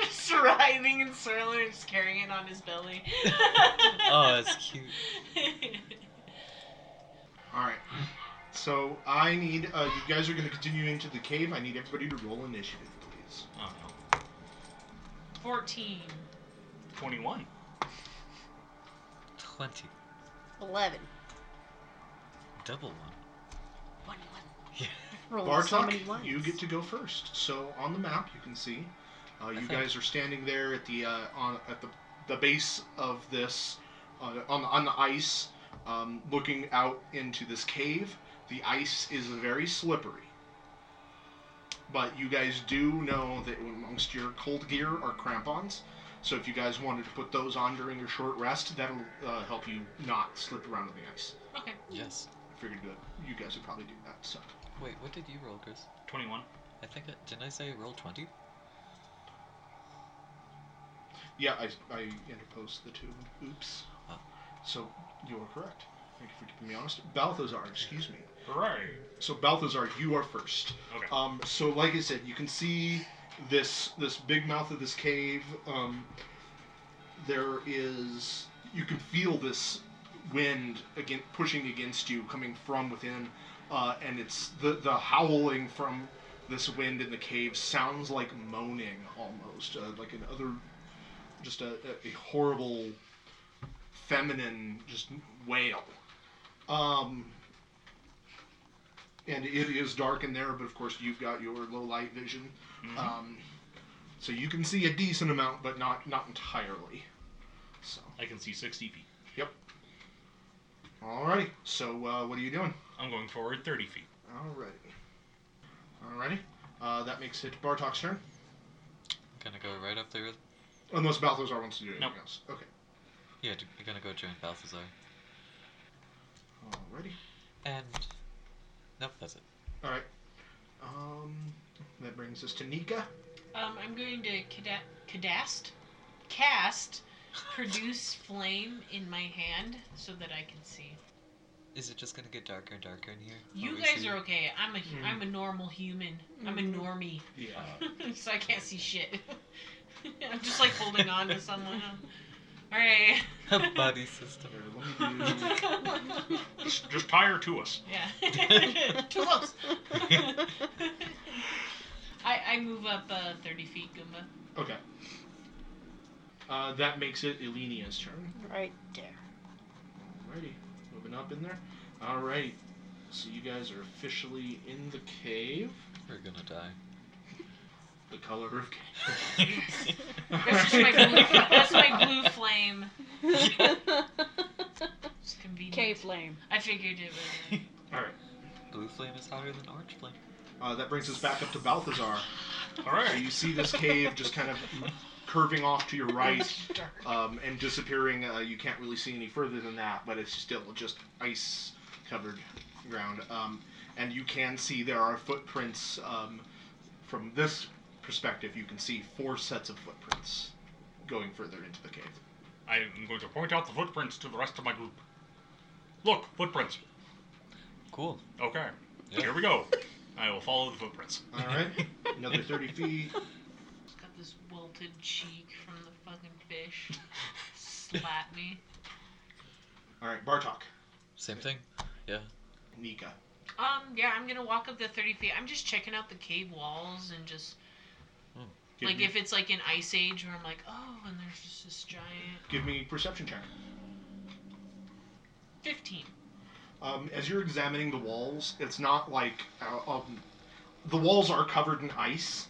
Speaker 3: just writhing and swirling, and just carrying it on his belly.
Speaker 4: Oh, that's cute.
Speaker 1: All right. So I need uh, you guys are going to continue into the cave. I need everybody to roll initiative, please.
Speaker 6: I don't know.
Speaker 3: 14.
Speaker 6: 21.
Speaker 4: 20.
Speaker 5: Eleven.
Speaker 4: Double one.
Speaker 5: One one.
Speaker 4: Yeah.
Speaker 5: Rolling Oh, so many
Speaker 1: Bartok,
Speaker 5: ones.
Speaker 1: you get to go first. So on the map, you can see uh, you guys are standing there at the uh, on at the the base of this uh, on the, on the ice, um, looking out into this cave. The ice is very slippery. But you guys do know that amongst your cold gear are crampons. So if you guys wanted to put those on during your short rest, that'll uh, help you not slip around on the ice.
Speaker 3: Okay.
Speaker 4: Yes.
Speaker 1: I figured that you guys would probably do that. So
Speaker 4: Wait, what did you roll, Chris?
Speaker 6: 21.
Speaker 4: I think I, didn't I say roll 20?
Speaker 1: Yeah, I, I interposed the two. Oops.
Speaker 4: Oh.
Speaker 1: So you are correct. Thank you for keeping me honest. Balthazar, excuse me.
Speaker 6: Hooray.
Speaker 1: So Balthazar, you are first.
Speaker 6: Okay.
Speaker 1: Um, so like I said, you can see this this big mouth of this cave. Um, there is you can feel this wind again pushing against you coming from within, uh, and it's the the howling from this wind in the cave sounds like moaning almost, uh, like an other just a, a, a horrible feminine just wail. Um, and it is dark in there, but of course you've got your low light vision,
Speaker 6: Mhm.
Speaker 1: um, so you can see a decent amount, but not not entirely. So
Speaker 6: I can see 60 feet.
Speaker 1: yep. Alrighty. So uh, what are you doing?
Speaker 6: I'm going forward 30 feet.
Speaker 1: Alrighty. Alrighty. Uh, that makes it Bartok's turn.
Speaker 4: gonna go right up there. With...
Speaker 1: Unless Balthazar wants to do anything
Speaker 6: Nope.
Speaker 1: else. Okay.
Speaker 4: Yeah, you're gonna go join Balthazar.
Speaker 1: Alrighty.
Speaker 4: And. Nope, that's it.
Speaker 1: Alright. Um, that brings us to Nika.
Speaker 3: Um, I'm going to cada- cadast, cast, produce flame in my hand so that I can see.
Speaker 4: Is it just gonna get darker and darker in here?
Speaker 3: You
Speaker 4: What we
Speaker 3: guys
Speaker 4: see?
Speaker 3: are okay. I'm a hu-
Speaker 1: Mhm.
Speaker 3: am a normal human. I'm a
Speaker 5: Mhm.
Speaker 3: normie,
Speaker 1: Yeah.
Speaker 3: so I can't see shit. I'm just like holding on to someone. All right.
Speaker 4: A buddy system.
Speaker 1: Uh, let me do.
Speaker 6: Just, just tie her to us.
Speaker 3: yeah. Too close. I I move up uh, 30 feet, Goomba.
Speaker 1: Okay. Uh, that makes it Elenia's turn.
Speaker 5: Right there.
Speaker 1: Alrighty. Moving up in there. Alrighty. So you guys are officially in the cave.
Speaker 4: We're gonna die.
Speaker 1: The color of cave.
Speaker 3: That's just my blue. That's my blue flame. It's convenient.
Speaker 8: Cave flame.
Speaker 3: I figured it was.
Speaker 4: Blue flame is hotter than orange flame.
Speaker 1: Uh, that brings us back up to Balthazar.
Speaker 6: All
Speaker 1: So
Speaker 6: right.
Speaker 1: you see this cave just kind of curving off to your right
Speaker 3: Dark.
Speaker 1: um, and disappearing. Uh, you can't really see any further than that, but it's still just ice covered ground. Um, and you can see there are footprints um, from this perspective. You can see four sets of footprints going further into the cave.
Speaker 6: I'm going to point out the footprints to the rest of my group. Look, footprints.
Speaker 4: Cool.
Speaker 6: Okay.
Speaker 4: Yeah.
Speaker 6: Here we go. I will follow the footprints.
Speaker 1: All right, another 30 feet.
Speaker 3: It's got this wilted cheek from the fucking fish. Slap me.
Speaker 1: All right, Bartok,
Speaker 4: Same thing.
Speaker 1: Nika.
Speaker 3: Um, yeah, I'm gonna walk up the 30 feet. I'm just checking out the cave walls and just
Speaker 1: Give
Speaker 3: like
Speaker 1: me,
Speaker 3: if it's like an ice age where I'm like, oh, and there's just this giant
Speaker 1: give me perception check.
Speaker 3: 15.
Speaker 1: Um, as you're examining the walls, it's not like uh, um, the walls are covered in ice.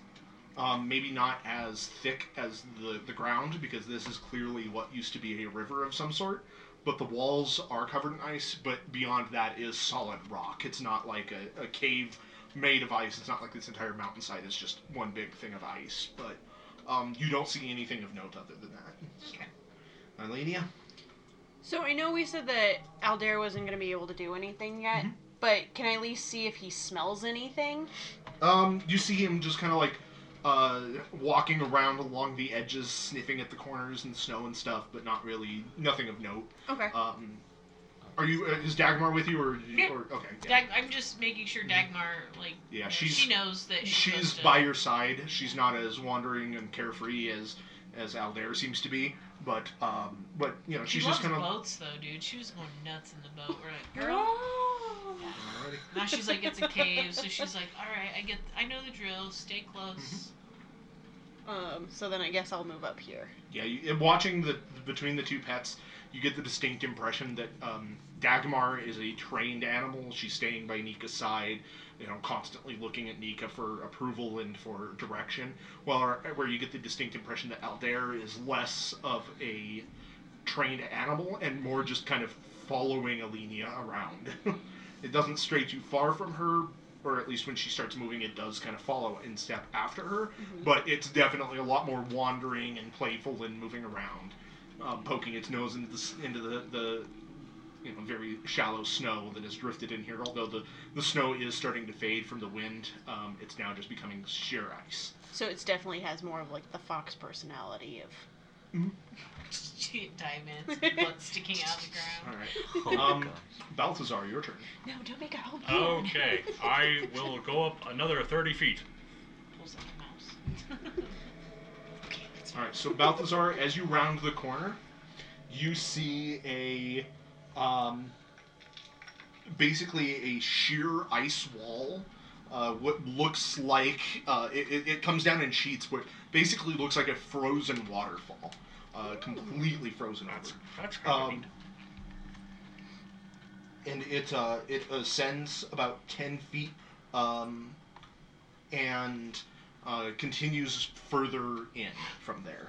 Speaker 1: Um, maybe not as thick as the the ground because this is clearly what used to be a river of some sort. But the walls are covered in ice. But beyond that is solid rock. It's not like a, a cave made of ice. It's not like this entire mountainside is just one big thing of ice. But um, you don't see anything of note other than that. So. Ilenia?
Speaker 5: So I know we said that Aldair wasn't going to be able to do anything yet,
Speaker 1: Mm-hmm.
Speaker 5: but can I at least see if he smells anything?
Speaker 1: Um, you see him just kind of like uh, walking around along the edges, sniffing at the corners and snow and stuff, but not really nothing of note.
Speaker 5: Okay.
Speaker 1: Um, are you uh, is Dagmar with you or,
Speaker 3: Yeah.
Speaker 1: or okay? Yeah. Mm-hmm.
Speaker 3: Dag- I'm just making sure Dagmar like
Speaker 1: Yeah,
Speaker 3: knows-
Speaker 1: she's-
Speaker 3: she knows that she's,
Speaker 1: She's
Speaker 3: supposed to-
Speaker 1: by your side. She's not as wandering and carefree as as Aldair seems to be, but um, but you know
Speaker 3: She
Speaker 1: she's
Speaker 3: loves
Speaker 1: just kind of.
Speaker 3: boats though, dude. She was going nuts in the boat. We're like, girl. Now she's like, it's a cave, so she's like, all right, I get, I know the drill. Stay close.
Speaker 5: Um, so then I guess I'll move up here.
Speaker 1: Yeah, you, and watching the between the two pets, you get the distinct impression that um, Dagmar is a trained animal. She's staying by Nika's side, you know, constantly looking at Nika for approval and for direction. While where you get the distinct impression that Aldair is less of a trained animal and more just kind of following Alenia around. it doesn't stray too far from her. Or at least when she starts moving, it does kind of follow in step after her but it's definitely a lot more wandering and playful and moving around, um, poking its nose into the s- into the, the you know very shallow snow that has drifted in here. Although the the snow is starting to fade from the wind, um, it's now just becoming sheer ice.
Speaker 5: So it's definitely has more of like the fox personality of
Speaker 3: She diamonds, blood sticking out of the
Speaker 1: Mm-hmm. All
Speaker 3: ground.
Speaker 1: right,
Speaker 4: Oh my
Speaker 1: Um,
Speaker 4: God.
Speaker 1: Balthazar, your turn.
Speaker 5: no, don't make a whole
Speaker 6: Okay. I will go up another 30 feet.
Speaker 3: Pulls like a mouse. okay, that's
Speaker 1: All right, so Balthazar, as you round the corner, you see a um, basically a sheer ice wall. Uh, what looks like uh, it, it, it comes down in sheets, what basically looks like a frozen waterfall, uh, completely frozen over.
Speaker 6: That's that's
Speaker 1: Um,
Speaker 6: great.
Speaker 1: and it uh, it ascends about ten feet, um, and uh, continues further in from there.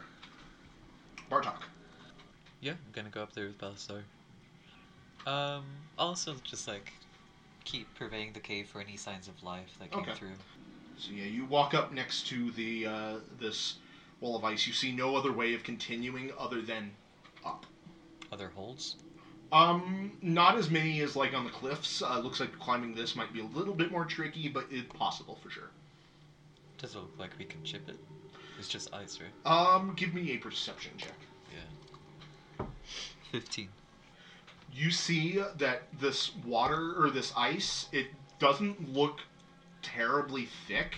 Speaker 1: Bartok.
Speaker 4: Yeah, I'm gonna go up there with Balthazar. Um, also just like keep surveying the cave for any signs of life that came
Speaker 1: Okay.
Speaker 4: through.
Speaker 1: So yeah, you walk up next to the uh, this wall of ice. You see no other way of continuing other than up.
Speaker 4: Other holes?
Speaker 1: Um, not as many as like on the cliffs. Uh, looks like climbing this might be a little bit more tricky, but it possible for sure.
Speaker 4: Doesn't look like we can chip it. It's just ice, right?
Speaker 1: Um, give me a perception check.
Speaker 4: Fifteen.
Speaker 1: You see that this water or this ice, it doesn't look terribly thick.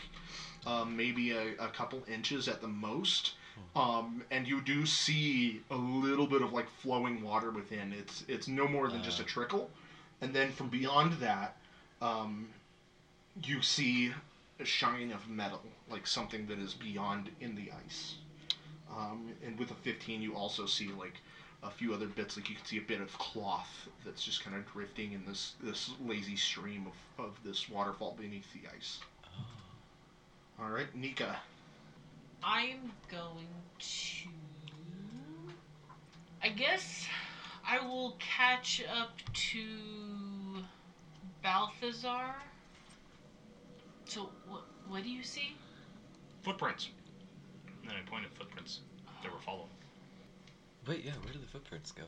Speaker 1: Um, maybe a, a couple inches at the most. Um, and you do see a little bit of like flowing water within. It's it's no more than just a
Speaker 4: Uh.
Speaker 1: trickle. And then from beyond that, um, you see a shine of metal, like something that is beyond in the ice. Um, and with a 15, you also see like a few other bits. Like you can see a bit of cloth that's just kind of drifting in this this lazy stream of, of this waterfall beneath the ice.
Speaker 4: Oh.
Speaker 1: All right, Nika.
Speaker 3: I'm going to. I guess I will catch up to Balthazar. So, what, what do you see?
Speaker 6: Footprints. And then I point at footprints that were following.
Speaker 4: Wait, yeah, where did the footprints go?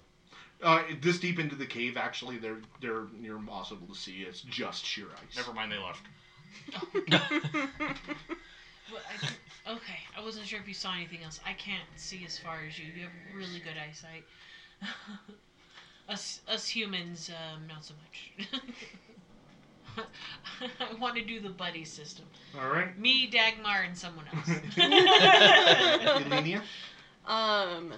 Speaker 1: Uh, this deep into the cave, actually, they're they're near impossible to see. It's just sheer ice.
Speaker 6: Never mind, they left.
Speaker 3: What, I did- okay, I wasn't sure if you saw anything else. I can't see as far as you. You have really good eyesight. us, us humans, um, not so much. I want to do the buddy system.
Speaker 1: All right,
Speaker 3: Me, Dagmar, and someone else.
Speaker 1: Elenia.
Speaker 5: Um.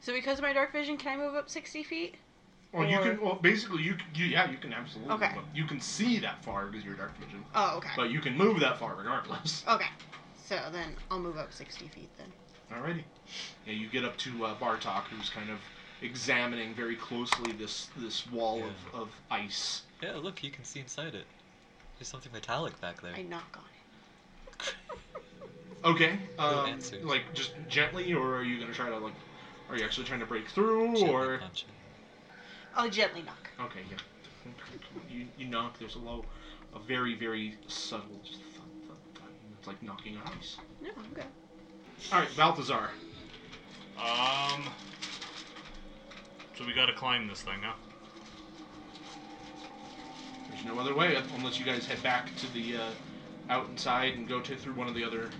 Speaker 5: So because of my dark vision, can I move up sixty feet?
Speaker 1: Well, you
Speaker 5: Or-
Speaker 1: can. Well, basically, you, can- you yeah, you can absolutely.
Speaker 5: Okay.
Speaker 1: move up. You can see that far because you're dark vision,
Speaker 5: Oh, okay.
Speaker 1: but you can move that far regardless.
Speaker 5: Okay. So then I'll move up sixty feet then.
Speaker 1: Alrighty. Yeah, you get up to uh, Bartok, who's kind of examining very closely this this wall
Speaker 4: Yeah.
Speaker 1: of, of ice.
Speaker 4: Yeah, look, you can see inside it. There's something metallic back there.
Speaker 5: I knock on it.
Speaker 1: Okay.
Speaker 4: No
Speaker 1: Um,
Speaker 4: answers.
Speaker 1: like just gently, or are you gonna try to like? Are you actually trying to break through,
Speaker 4: Gently
Speaker 1: or?
Speaker 4: punch it.
Speaker 5: I'll gently knock.
Speaker 1: Okay, yeah. You, you knock. There's a low, a very very subtle. Thud, thud, thud. It's like knocking on ice.
Speaker 5: No, I'm good.
Speaker 1: All right, Balthazar.
Speaker 6: Um. So we gotta climb this thing, huh?
Speaker 1: There's no other way unless you guys head back to the uh, out inside and go to through one of the other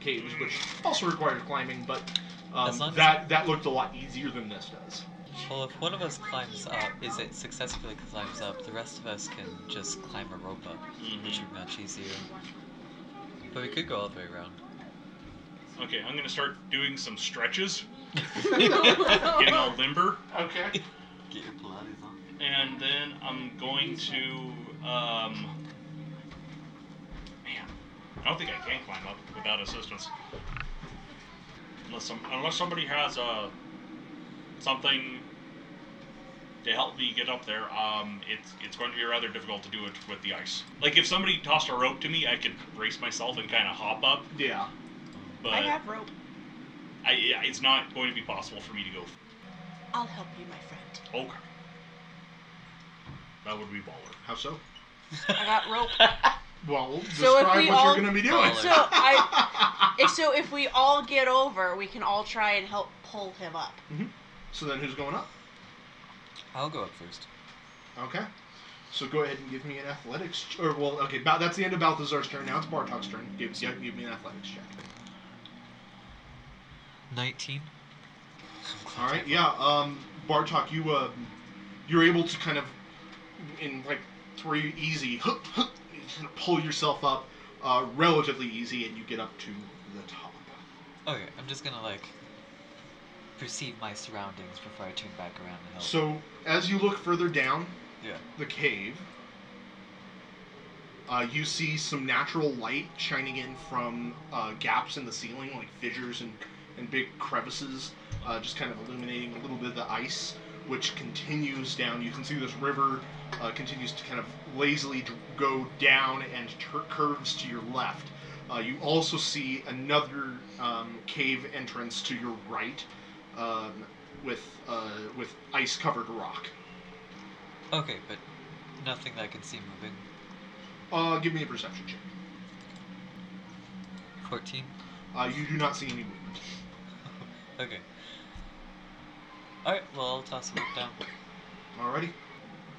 Speaker 1: caves, which also requires climbing, but um,
Speaker 4: As long as-
Speaker 1: that that looked a lot easier than this does.
Speaker 4: Well, if one of us climbs up, is it successfully climbs up, the rest of us can just climb a rope up,
Speaker 1: Mm-hmm.
Speaker 4: which would be much easier. But we could go all the way around.
Speaker 6: Okay, I'm gonna start doing some stretches, getting all limber,
Speaker 1: Okay.
Speaker 4: Get your Pilates on.
Speaker 6: and then I'm going to. Um. Man, I don't think I can climb up without assistance. Unless some, unless somebody has uh, something to help me get up there, um, it's it's going to be rather difficult to do it with the ice. Like if somebody tossed a rope to me, I could brace myself and kind of hop up,
Speaker 1: Yeah.
Speaker 6: but.
Speaker 5: I have rope.
Speaker 6: I, yeah, it's not going to be possible for me to go.
Speaker 5: I'll help you, my friend.
Speaker 6: Okay. That would be baller.
Speaker 1: How so?
Speaker 5: I got rope.
Speaker 1: Well,
Speaker 5: So if
Speaker 1: describe
Speaker 5: we
Speaker 1: what
Speaker 5: all-
Speaker 1: you're gonna be doing.
Speaker 4: Baller.
Speaker 5: So I- If- so if we all get over, we can all try and help pull him up.
Speaker 1: So then who's going up?
Speaker 4: I'll go up first.
Speaker 1: Okay. So go ahead and give me an athletics, ch- or well, okay, Ba- that's the end of Balthazar's turn. Now it's Bartok's turn. Give, yeah, give me an athletics check.
Speaker 4: 19.
Speaker 1: All right, yeah. Um, Bartok, you uh, you're able to kind of in like three easy hook, hook, pull yourself up uh, relatively easy, and you get up to the top.
Speaker 4: Okay, I'm just gonna like perceive my surroundings before I turn back around and help.
Speaker 1: So as you look further down
Speaker 4: Yeah.
Speaker 1: the cave, uh, you see some natural light shining in from uh, gaps in the ceiling, like fissures and and big crevices, uh, just kind of illuminating a little bit of the ice, which continues down. You can see this river uh, continues to kind of lazily d- go down and tur- curves to your left. Uh, you also see another um, cave entrance to your right, um, with uh, with ice covered rock.
Speaker 4: Okay, but nothing that I can see moving.
Speaker 1: Uh, give me a perception check.
Speaker 4: 14.
Speaker 1: Uh, you do not see any movement.
Speaker 4: Okay. Alright, well, I'll toss it down.
Speaker 1: Alrighty.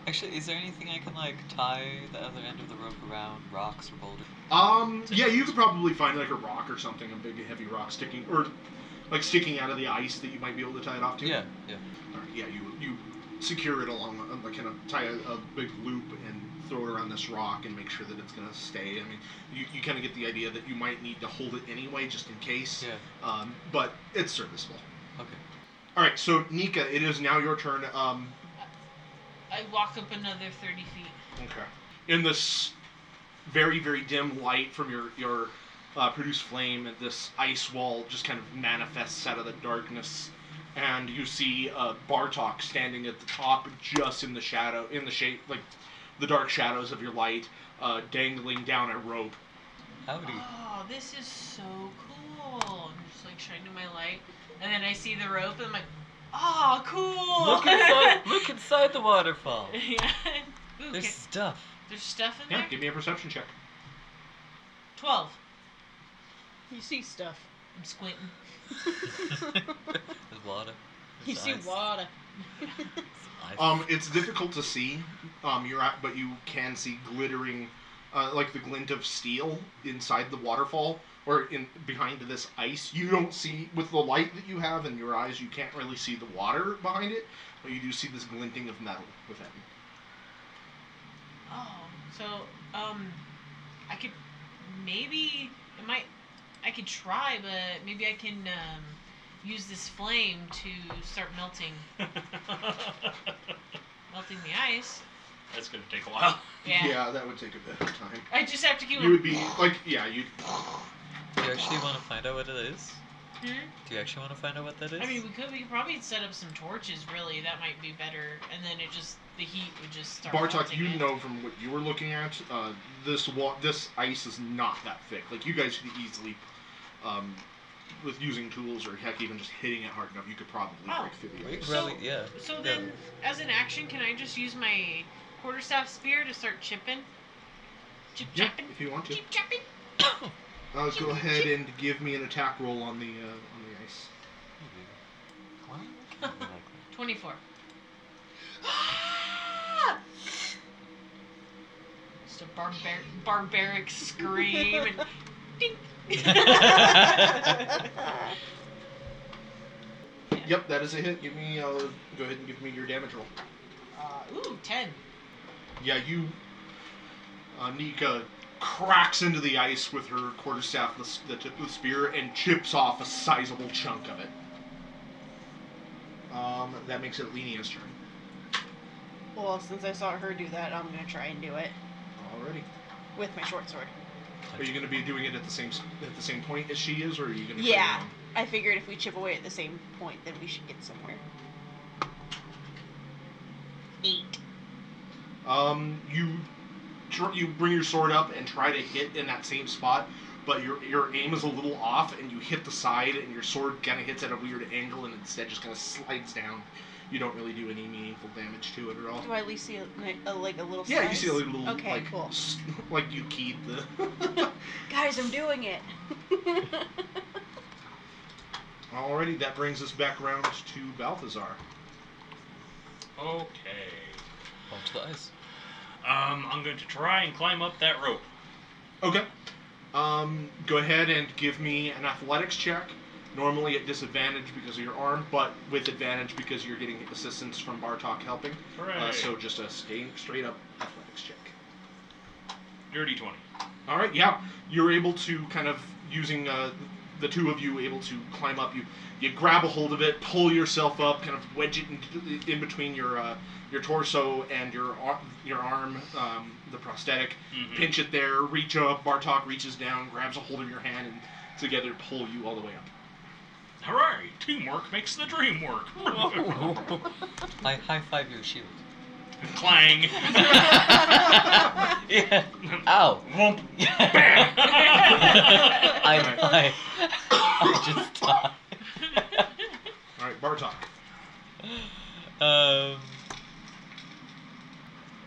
Speaker 4: Actually, is there anything I can, like, tie the other end of the rope around rocks or boulders?
Speaker 1: Um, yeah, you could probably find like a rock or something, a big heavy rock sticking, or like sticking out of the ice that you might be able to tie it off to.
Speaker 4: Yeah, yeah.
Speaker 1: Alright, yeah, you you secure it along, uh, like kind of tie a, a big loop and throw it around this rock and make sure that it's gonna stay. I mean, you, you kind of get the idea that you might need to hold it anyway, just in case.
Speaker 4: Yeah,
Speaker 1: Um, but it's serviceable.
Speaker 4: okay.
Speaker 1: All right, so Nika, it is now your turn. Um,
Speaker 3: I walk up another 30 feet.
Speaker 1: okay. In this very very dim light from your your uh, produced flame, this ice wall just kind of manifests out of the darkness, and you see uh, Bartok standing at the top, just in the shadow, in the shape like the dark shadows of your light, uh, dangling down a rope.
Speaker 4: Howdy.
Speaker 3: Oh, this is so cool. I'm just like shining my light. And then I see the rope and I'm like, oh, cool.
Speaker 4: Look inside, look inside the waterfall.
Speaker 3: yeah. Ooh,
Speaker 4: There's
Speaker 3: there's,
Speaker 4: stuff.
Speaker 3: there's stuff in
Speaker 1: Yeah,
Speaker 3: there?
Speaker 1: give me a perception check.
Speaker 3: 12.
Speaker 5: You see stuff.
Speaker 3: I'm squinting.
Speaker 4: There's water.
Speaker 5: you
Speaker 4: There's
Speaker 5: see
Speaker 4: ice.
Speaker 5: water.
Speaker 4: Ice.
Speaker 1: Um, it's difficult to see. Um, you're at, but you can see glittering, uh, like the glint of steel inside the waterfall or in behind this ice. You don't see with the light that you have in your eyes. You can't really see the water behind it, but you do see this glinting of metal within.
Speaker 3: Oh, so, um, I could maybe, it might, I could try, but maybe I can, um, use this flame to start melting, melting the ice.
Speaker 6: That's gonna take a while.
Speaker 3: Yeah.
Speaker 1: that would take a bit of time.
Speaker 3: I just have to keep
Speaker 1: You would be like, yeah, you.
Speaker 4: Do you actually want to find out what it is?
Speaker 3: Hmm?
Speaker 4: Do you actually want to find out what that is?
Speaker 3: I mean, we could. We could probably set up some torches. Really, that might be better. And then it just the heat would just start.
Speaker 1: Bartok,
Speaker 3: melting
Speaker 1: you
Speaker 3: it.
Speaker 1: know from what you were looking at, uh, this wa- this ice is not that thick. Like you guys could easily, um, with using tools or heck, even just hitting it hard enough, you could probably
Speaker 3: Oh.
Speaker 1: break through the
Speaker 4: we
Speaker 1: ice.
Speaker 4: could
Speaker 3: So-
Speaker 4: probably, yeah.
Speaker 3: So then, as an action, can I just use my quarterstaff spear to start chipping? Chip
Speaker 1: Yeah,
Speaker 3: chopping.
Speaker 1: if you want to.
Speaker 3: Chip chopping.
Speaker 1: Uh,
Speaker 3: Chip,
Speaker 1: go ahead
Speaker 3: chip.
Speaker 1: and give me an attack roll on the uh, on the ice.
Speaker 4: Why can't we, like,
Speaker 3: Twenty-four. Just a barbar- barbaric scream and ding.
Speaker 1: Yep, that is a hit. Give me. Uh, go ahead and give me your damage roll.
Speaker 3: Uh, ooh, ten.
Speaker 1: Yeah, you. Uh, Nika cracks into the ice with her quarterstaff, the, s- the tip of the spear, and chips off a sizable chunk of it. Um, that makes it Lenia's turn.
Speaker 5: Well, since I saw her do that, I'm gonna try and do it
Speaker 1: Alrighty.
Speaker 5: with my short sword.
Speaker 1: Are you going to be doing it at the same s- at the same point as she is, or are you going to?
Speaker 5: Yeah. I figured if we chip away at the same point, then we should get somewhere. Eight.
Speaker 1: Um, you tr- you bring your sword up and try to hit in that same spot, but your your aim is a little off, and you hit the side, and your sword kind of hits at a weird angle, and instead just kind of slides down. You don't really do any meaningful damage to it at all.
Speaker 5: Do I at least see a, a, like a little?
Speaker 1: Yeah, you
Speaker 5: slice?
Speaker 1: see a little
Speaker 5: Okay,
Speaker 1: like
Speaker 5: cool.
Speaker 1: s- like you keyed the.
Speaker 5: Guys, I'm doing it.
Speaker 1: Alrighty, that brings us back around to Balthazar.
Speaker 6: Okay.
Speaker 4: Onto Oh, the ice.
Speaker 6: Um, I'm going to try and climb up that rope.
Speaker 1: Okay. Um, go ahead and give me an athletics check. Normally at disadvantage because of your arm, but with advantage because you're getting assistance from Bartok helping.
Speaker 6: Hooray.
Speaker 1: Uh, so just a staying straight up athletics check.
Speaker 6: dirty twenty.
Speaker 1: All right, yeah, you're able to kind of using uh, the two of you able to climb up. You you grab a hold of it, pull yourself up, kind of wedge it in, in between your uh, your torso and your ar- your arm, um, the prosthetic.
Speaker 6: Mhm.
Speaker 1: Pinch it there, reach up. Bartok reaches down, grabs a hold of your hand, and together pull you all the way up.
Speaker 6: Hooray! Teamwork makes the dream work.
Speaker 4: I high five your shield.
Speaker 6: Clang.
Speaker 4: yeah. Ow.
Speaker 6: Womp.
Speaker 4: I,
Speaker 1: Alright.
Speaker 4: I, I just
Speaker 1: All right, Bartok.
Speaker 4: died. um,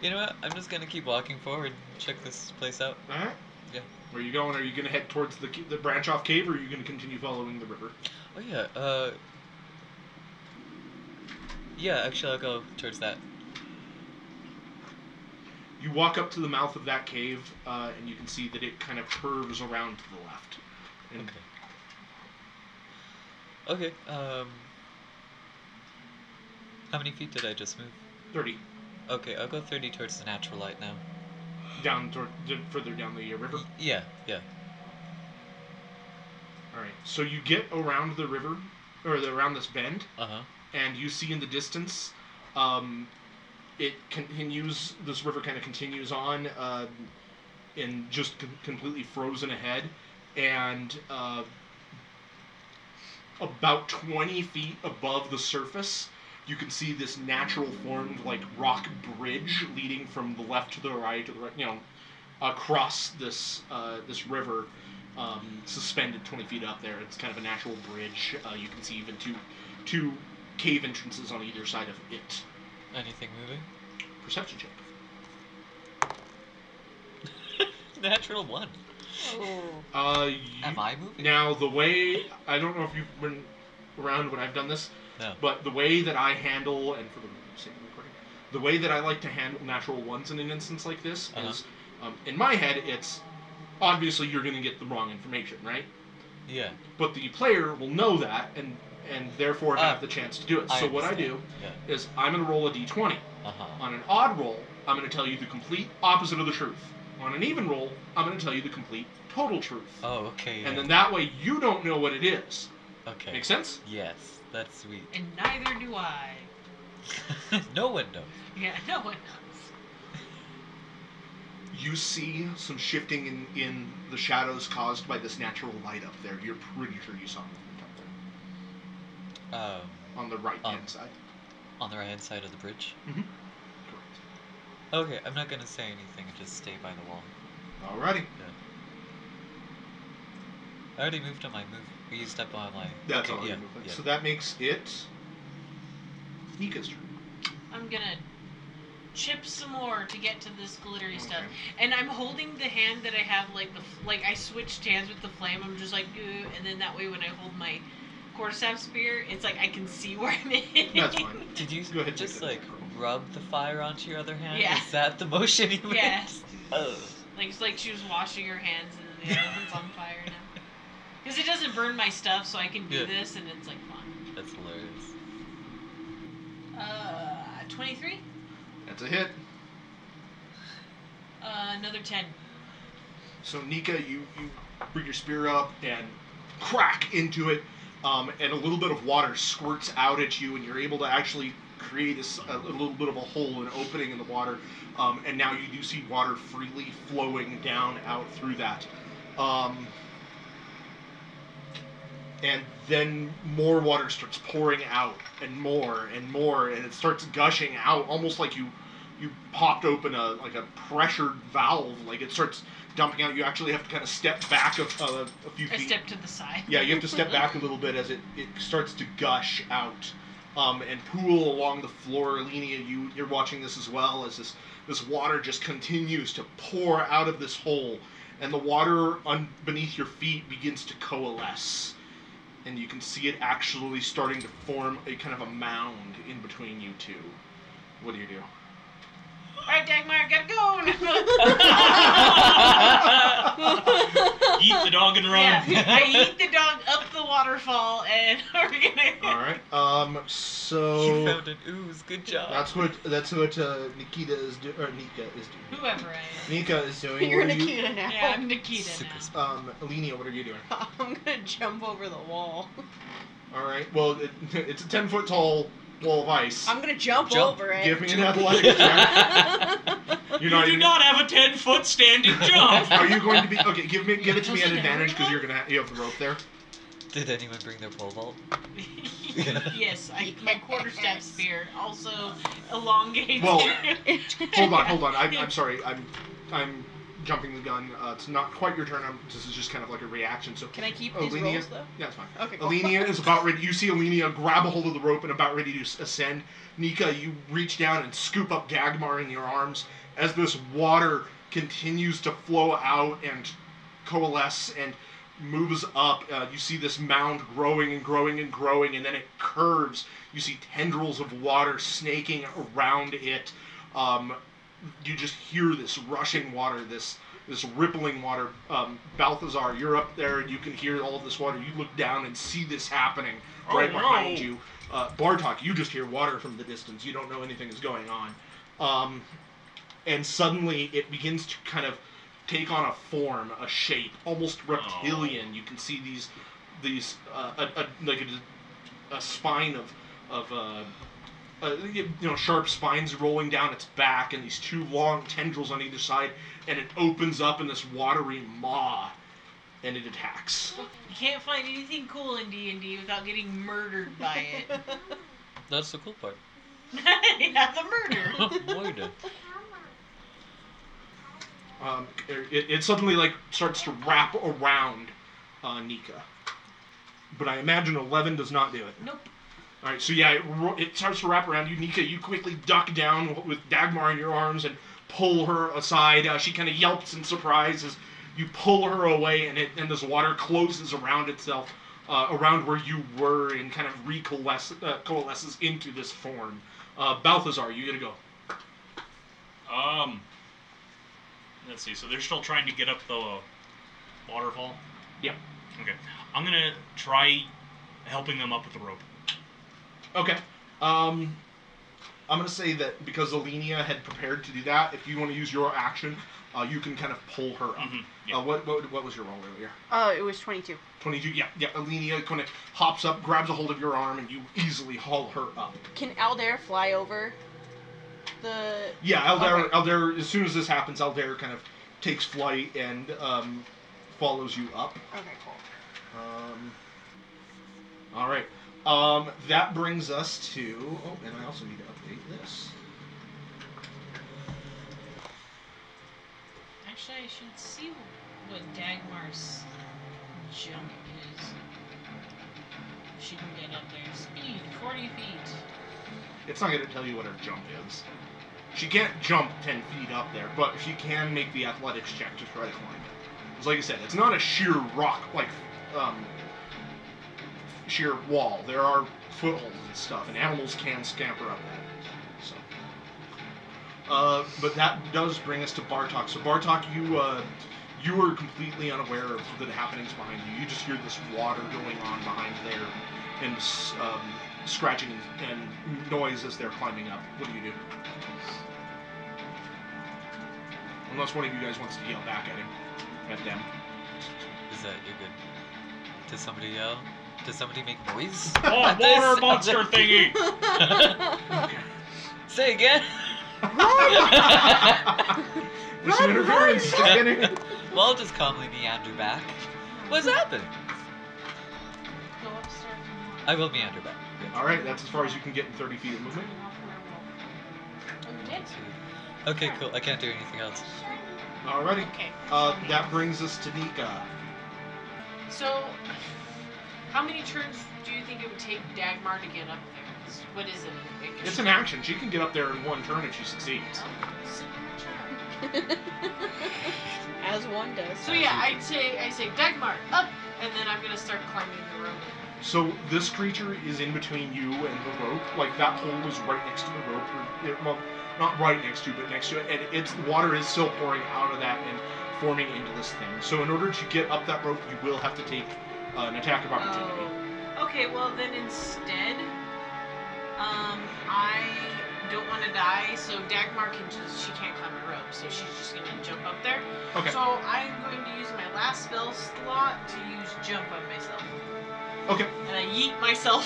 Speaker 4: You know what? I'm just gonna keep walking forward, check this place out.
Speaker 1: All right.
Speaker 4: Yeah.
Speaker 1: Where are you going? Are you going to head towards the, ca- the branch off cave, or are you going to continue following the river?
Speaker 4: Oh yeah, uh. Yeah, actually, I'll go towards that.
Speaker 1: You walk up to the mouth of that cave, uh, and you can see that it kind of curves around to the left. And
Speaker 4: Okay. Okay. Um. How many feet did I just move?
Speaker 1: 30
Speaker 4: Okay, I'll go 30 towards the natural light now.
Speaker 1: down toward, d- further down the uh, river.
Speaker 4: Yeah, yeah.
Speaker 1: All right. So you get around the river, or the, around this bend,
Speaker 4: Uh huh.
Speaker 1: and you see in the distance, um, it continues. This river kind of continues on, uh, and just com- completely frozen ahead, and uh, about twenty feet above the surface, you can see this natural formed like rock bridge leading from the left to the right to the right, you know, across this uh, this river. Um, suspended 20 feet up there. It's kind of a natural bridge. Uh, you can see even two two cave entrances on either side of it.
Speaker 4: Anything moving?
Speaker 1: Perception check.
Speaker 4: Natural one.
Speaker 1: Uh, you-
Speaker 4: Am I moving?
Speaker 1: Now the way I don't know if you've been around when I've done this,
Speaker 4: No.
Speaker 1: but the way that I handle and for the sake of recording, the way that I like to handle natural ones in an instance like this
Speaker 4: Uh-huh.
Speaker 1: is, um, in my head, it's obviously you're going to get the wrong information, right?
Speaker 4: Yeah.
Speaker 1: But the player will know that and and therefore have
Speaker 4: Ah.
Speaker 1: the chance to do it. so what I do
Speaker 4: understand. Yeah.
Speaker 1: is I'm going to roll a d20.
Speaker 4: Uh huh.
Speaker 1: On an odd roll, I'm going to tell you the complete opposite of the truth. On an even roll, I'm going to tell you the complete total truth.
Speaker 4: Oh, okay.
Speaker 1: And
Speaker 4: yeah.
Speaker 1: then that way you don't know what it is.
Speaker 4: Okay.
Speaker 1: Make sense?
Speaker 4: Yes, that's sweet.
Speaker 3: And neither do I.
Speaker 4: no window.
Speaker 3: Yeah, no one knows.
Speaker 1: You see some shifting in, in the shadows caused by this natural light up there. You're pretty sure you saw movement up there
Speaker 4: Um,
Speaker 1: on the right hand
Speaker 4: Um.
Speaker 1: side.
Speaker 4: on the right hand side of the bridge.
Speaker 1: Correct.
Speaker 4: Okay, I'm not gonna say anything. Just stay by the wall.
Speaker 1: Alrighty.
Speaker 4: I already moved on my move. We used up on my.
Speaker 1: That's
Speaker 4: okay,
Speaker 1: all
Speaker 4: yeah,
Speaker 1: your movement.
Speaker 4: yeah.
Speaker 1: So that makes it Nika's turn.
Speaker 3: I'm gonna chip some more to get to this glittery stuff. And I'm holding the hand that I have, like the f- like I switched hands with the flame. I'm just like, "Ooh," and then that way when I hold my quarterstaff spear, it's like I can see where I'm in.
Speaker 1: That's fine.
Speaker 4: Did you
Speaker 1: Go ahead,
Speaker 4: just
Speaker 1: Jacob.
Speaker 4: like rub the fire onto your other hand?
Speaker 3: Yeah.
Speaker 4: Is that the motion you made?
Speaker 3: Yes.
Speaker 4: Oh.
Speaker 3: Like it's like she was washing her hands and then the other one's on fire now. Because it doesn't burn my stuff, so I can do
Speaker 4: Yeah.
Speaker 3: this, and it's like fun.
Speaker 4: That's hilarious.
Speaker 3: Uh, 23.
Speaker 1: That's a hit.
Speaker 3: Uh, another 10.
Speaker 1: So Nika, you, you bring your spear up and crack into it, um, and a little bit of water squirts out at you, and you're able to actually create a, s- a little bit of a hole, an opening in the water, um, and now you do see water freely flowing down out through that. Um, and then more water starts pouring out, and more and more, and it starts gushing out, almost like you you popped open a like a pressured valve, like it starts dumping out. You actually have to kind of step back a, a, a few
Speaker 3: I
Speaker 1: feet.
Speaker 3: stepped to the side.
Speaker 1: Yeah, you have to step back a little bit as it, it starts to gush out um, and pool along the floor. Lenia, you, you're watching this as well as this, this water just continues to pour out of this hole, and the water un- beneath your feet begins to coalesce. And you can see it actually starting to form a kind of a mound in between you two. What do you do?
Speaker 3: Alright, Dagmar, gotta go!
Speaker 5: Oh.
Speaker 6: Eat the dog and run.
Speaker 3: Yeah, I eat the dog up the waterfall, and we're gonna.
Speaker 1: All right. Um.
Speaker 4: You
Speaker 1: So
Speaker 4: found an ooze. Good job.
Speaker 1: that's what that's what uh, Nikita is doing, or Nika is doing.
Speaker 3: Whoever I am.
Speaker 1: Nika is doing.
Speaker 5: You're
Speaker 1: what are you-
Speaker 5: Nikita now.
Speaker 3: Yeah, I'm Nikita
Speaker 4: Super
Speaker 3: now.
Speaker 4: sp-
Speaker 1: Um, Alenia, what are you doing?
Speaker 5: I'm gonna jump over the wall.
Speaker 1: All right. Well, it, it's a ten foot tall wall of ice.
Speaker 5: I'm gonna jump,
Speaker 4: Jump.
Speaker 5: over it.
Speaker 1: Give me an athletic check. You're
Speaker 6: You
Speaker 1: not
Speaker 6: do
Speaker 1: even.
Speaker 6: not have a ten foot standing jump.
Speaker 1: Are you going to be okay? Give me, give it to me at
Speaker 3: Doesn't
Speaker 1: advantage because
Speaker 3: everyone?
Speaker 1: you're gonna ha- you have the rope there.
Speaker 4: Did anyone bring their pole vault?
Speaker 3: yes, I, my quarterstaff spear also elongates.
Speaker 1: Well,
Speaker 3: it.
Speaker 1: Hold on, hold on. I'm, I'm sorry. I'm I'm jumping the gun. Uh, it's not quite your turn. I'm, this is just kind of like a reaction. So
Speaker 5: Can I keep
Speaker 1: Oh,
Speaker 5: these
Speaker 1: Linnea?
Speaker 5: rolls though?
Speaker 1: yeah, it's fine.
Speaker 5: Okay. Cool.
Speaker 1: Alenia is about ready. You see Alenia grab a hold of the rope and about ready to s- ascend. Nika, you reach down and scoop up Dagmar in your arms as this water continues to flow out and coalesce and moves up. Uh, you see this mound growing and growing and growing, and then it curves. You see tendrils of water snaking around it. Um, you just hear this rushing water, this this rippling water. Um, Balthazar, you're up there and you can hear all of this water. You look down and see this happening
Speaker 6: Oh,
Speaker 1: right
Speaker 6: no.
Speaker 1: behind you. Uh, Bartok, you just hear water from the distance. You don't know anything is going on. Um, and suddenly it begins to kind of take on a form, a shape, almost reptilian. You can see these, these uh, a, a, like a, a spine of, of uh, uh, you know, sharp spines rolling down its back, and these two long tendrils on either side, and it opens up in this watery maw, and it attacks.
Speaker 3: You can't find anything cool in D and D without getting murdered by it.
Speaker 4: That's the cool part.
Speaker 3: yeah, the murder.
Speaker 4: Murder.
Speaker 1: Um, it, it suddenly like starts to wrap around uh, Nika, but I imagine eleven does not do it.
Speaker 3: Nope.
Speaker 1: All right, so yeah, it, ro- it starts to wrap around you, Nika. You quickly duck down with Dagmar in your arms and pull her aside. Uh, she kind of yelps in surprise as you pull her away, and it and this water closes around itself, uh, around where you were, and kind of recoalesces uh, coalesces into this form. Uh, Balthazar, you gotta go.
Speaker 6: Um, let's see. So they're still trying to get up the waterfall.
Speaker 1: Yep.
Speaker 6: Okay. I'm gonna try helping them up with the rope.
Speaker 1: Okay. Um, I'm gonna say that because Alenia had prepared to do that, if you want to use your action, uh, you can kind of pull her up.
Speaker 6: Mhm, yeah.
Speaker 1: Uh, what, what what was your roll earlier?
Speaker 5: Oh, it was 22.
Speaker 1: 22, yeah, yeah. Alenia kind of hops up, grabs a hold of your arm, and you easily haul her up.
Speaker 5: Can Aldair fly over the?
Speaker 1: Yeah, Aldair,
Speaker 5: Okay.
Speaker 1: Aldair as soon as this happens, Aldair kind of takes flight and um, follows you up.
Speaker 5: Okay, cool.
Speaker 1: Um, all right. Um, that brings us to. Oh, and I also need to update this.
Speaker 3: Actually, I should see what Dagmar's jump is. She can get up there. Speed, 40 feet.
Speaker 1: It's not going to tell you what her jump is. She can't jump 10 feet up there, but she can make the athletics check to try to climb it. Because, like I said, it's not a sheer rock, like, um, sheer wall. There are footholds and stuff, and animals can scamper up that. So. Uh, but that does bring us to Bartok. So, Bartok, you, uh, you are completely unaware of the happenings behind you. You just hear this water going on behind there and um, scratching and, and noise as they're climbing up. What do you do? Unless one of you guys wants to yell back at him, at them.
Speaker 4: Is that you're good? Did somebody yell? Did somebody make noise?
Speaker 6: Oh,
Speaker 4: At
Speaker 6: water
Speaker 4: this-
Speaker 6: monster thingy!
Speaker 4: Say again.
Speaker 1: There's some interference beginning.
Speaker 4: well, I'll just calmly meander back. What's happened?
Speaker 3: Go upstairs.
Speaker 4: I will meander back. Yes.
Speaker 1: All right, that's as far as you can get in 30 feet of movement.
Speaker 3: Okay.
Speaker 4: Okay, cool. I can't do anything else.
Speaker 1: Alrighty.
Speaker 3: Okay.
Speaker 1: Uh, that brings us to Nika.
Speaker 3: So, how many turns do you think it would take Dagmar to get up there? It's- What is it? It can-
Speaker 1: It's an action. She can get up there in one turn if she succeeds.
Speaker 3: Oh, it's a turn.
Speaker 5: As one does.
Speaker 3: So yeah, I'd say I say Dagmar up, and then I'm gonna start climbing the rope.
Speaker 1: So this creature is in between you and the rope. Like that hole is right next to the rope. or- it- well, not right next to, but next to it. And it's the water is still pouring out of that and forming into this thing. So in order to get up that rope, you will have to take uh, an attack of opportunity.
Speaker 3: Oh. Okay, well then instead, um, I don't want to die, so Dagmar can just she can't climb a rope, so she's just gonna jump up there.
Speaker 1: Okay.
Speaker 3: So I'm going to use my last spell slot to use jump on myself.
Speaker 1: Okay.
Speaker 3: And I yeet myself.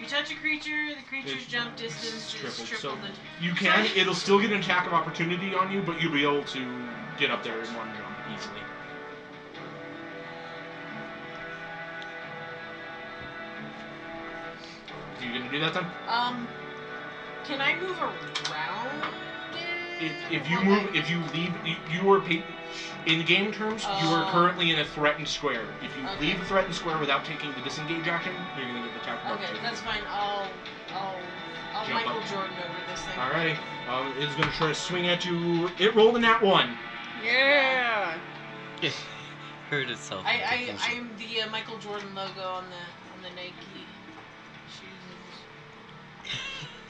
Speaker 3: you touch a creature, the creature's
Speaker 1: It's-
Speaker 3: jump distance
Speaker 1: it's
Speaker 3: is
Speaker 1: tripled, so-
Speaker 3: triple the
Speaker 1: You can. It'll still get an attack of opportunity on you, but you'll be able to get up there in one jump easily. You gonna do that then?
Speaker 3: Um, Can I move around? it?
Speaker 1: If, if you move, if you leave, you, you are pa- in game terms. You are
Speaker 3: Oh.
Speaker 1: currently in a threatened square. If you
Speaker 3: Okay.
Speaker 1: leave the threatened square without taking the disengage action, you're gonna get the attack mark.
Speaker 3: Okay,
Speaker 1: two.
Speaker 3: that's fine. I'll I'll I'll
Speaker 1: Jump
Speaker 3: Michael
Speaker 1: up.
Speaker 3: Jordan over this thing.
Speaker 1: Alrighty. Um, it's gonna try to swing at you. It rolled in that one.
Speaker 5: Yeah.
Speaker 4: Hurt itself.
Speaker 3: I
Speaker 4: in
Speaker 3: I
Speaker 4: confusion.
Speaker 3: I'm the uh, Michael Jordan logo on the on the Nike shoes.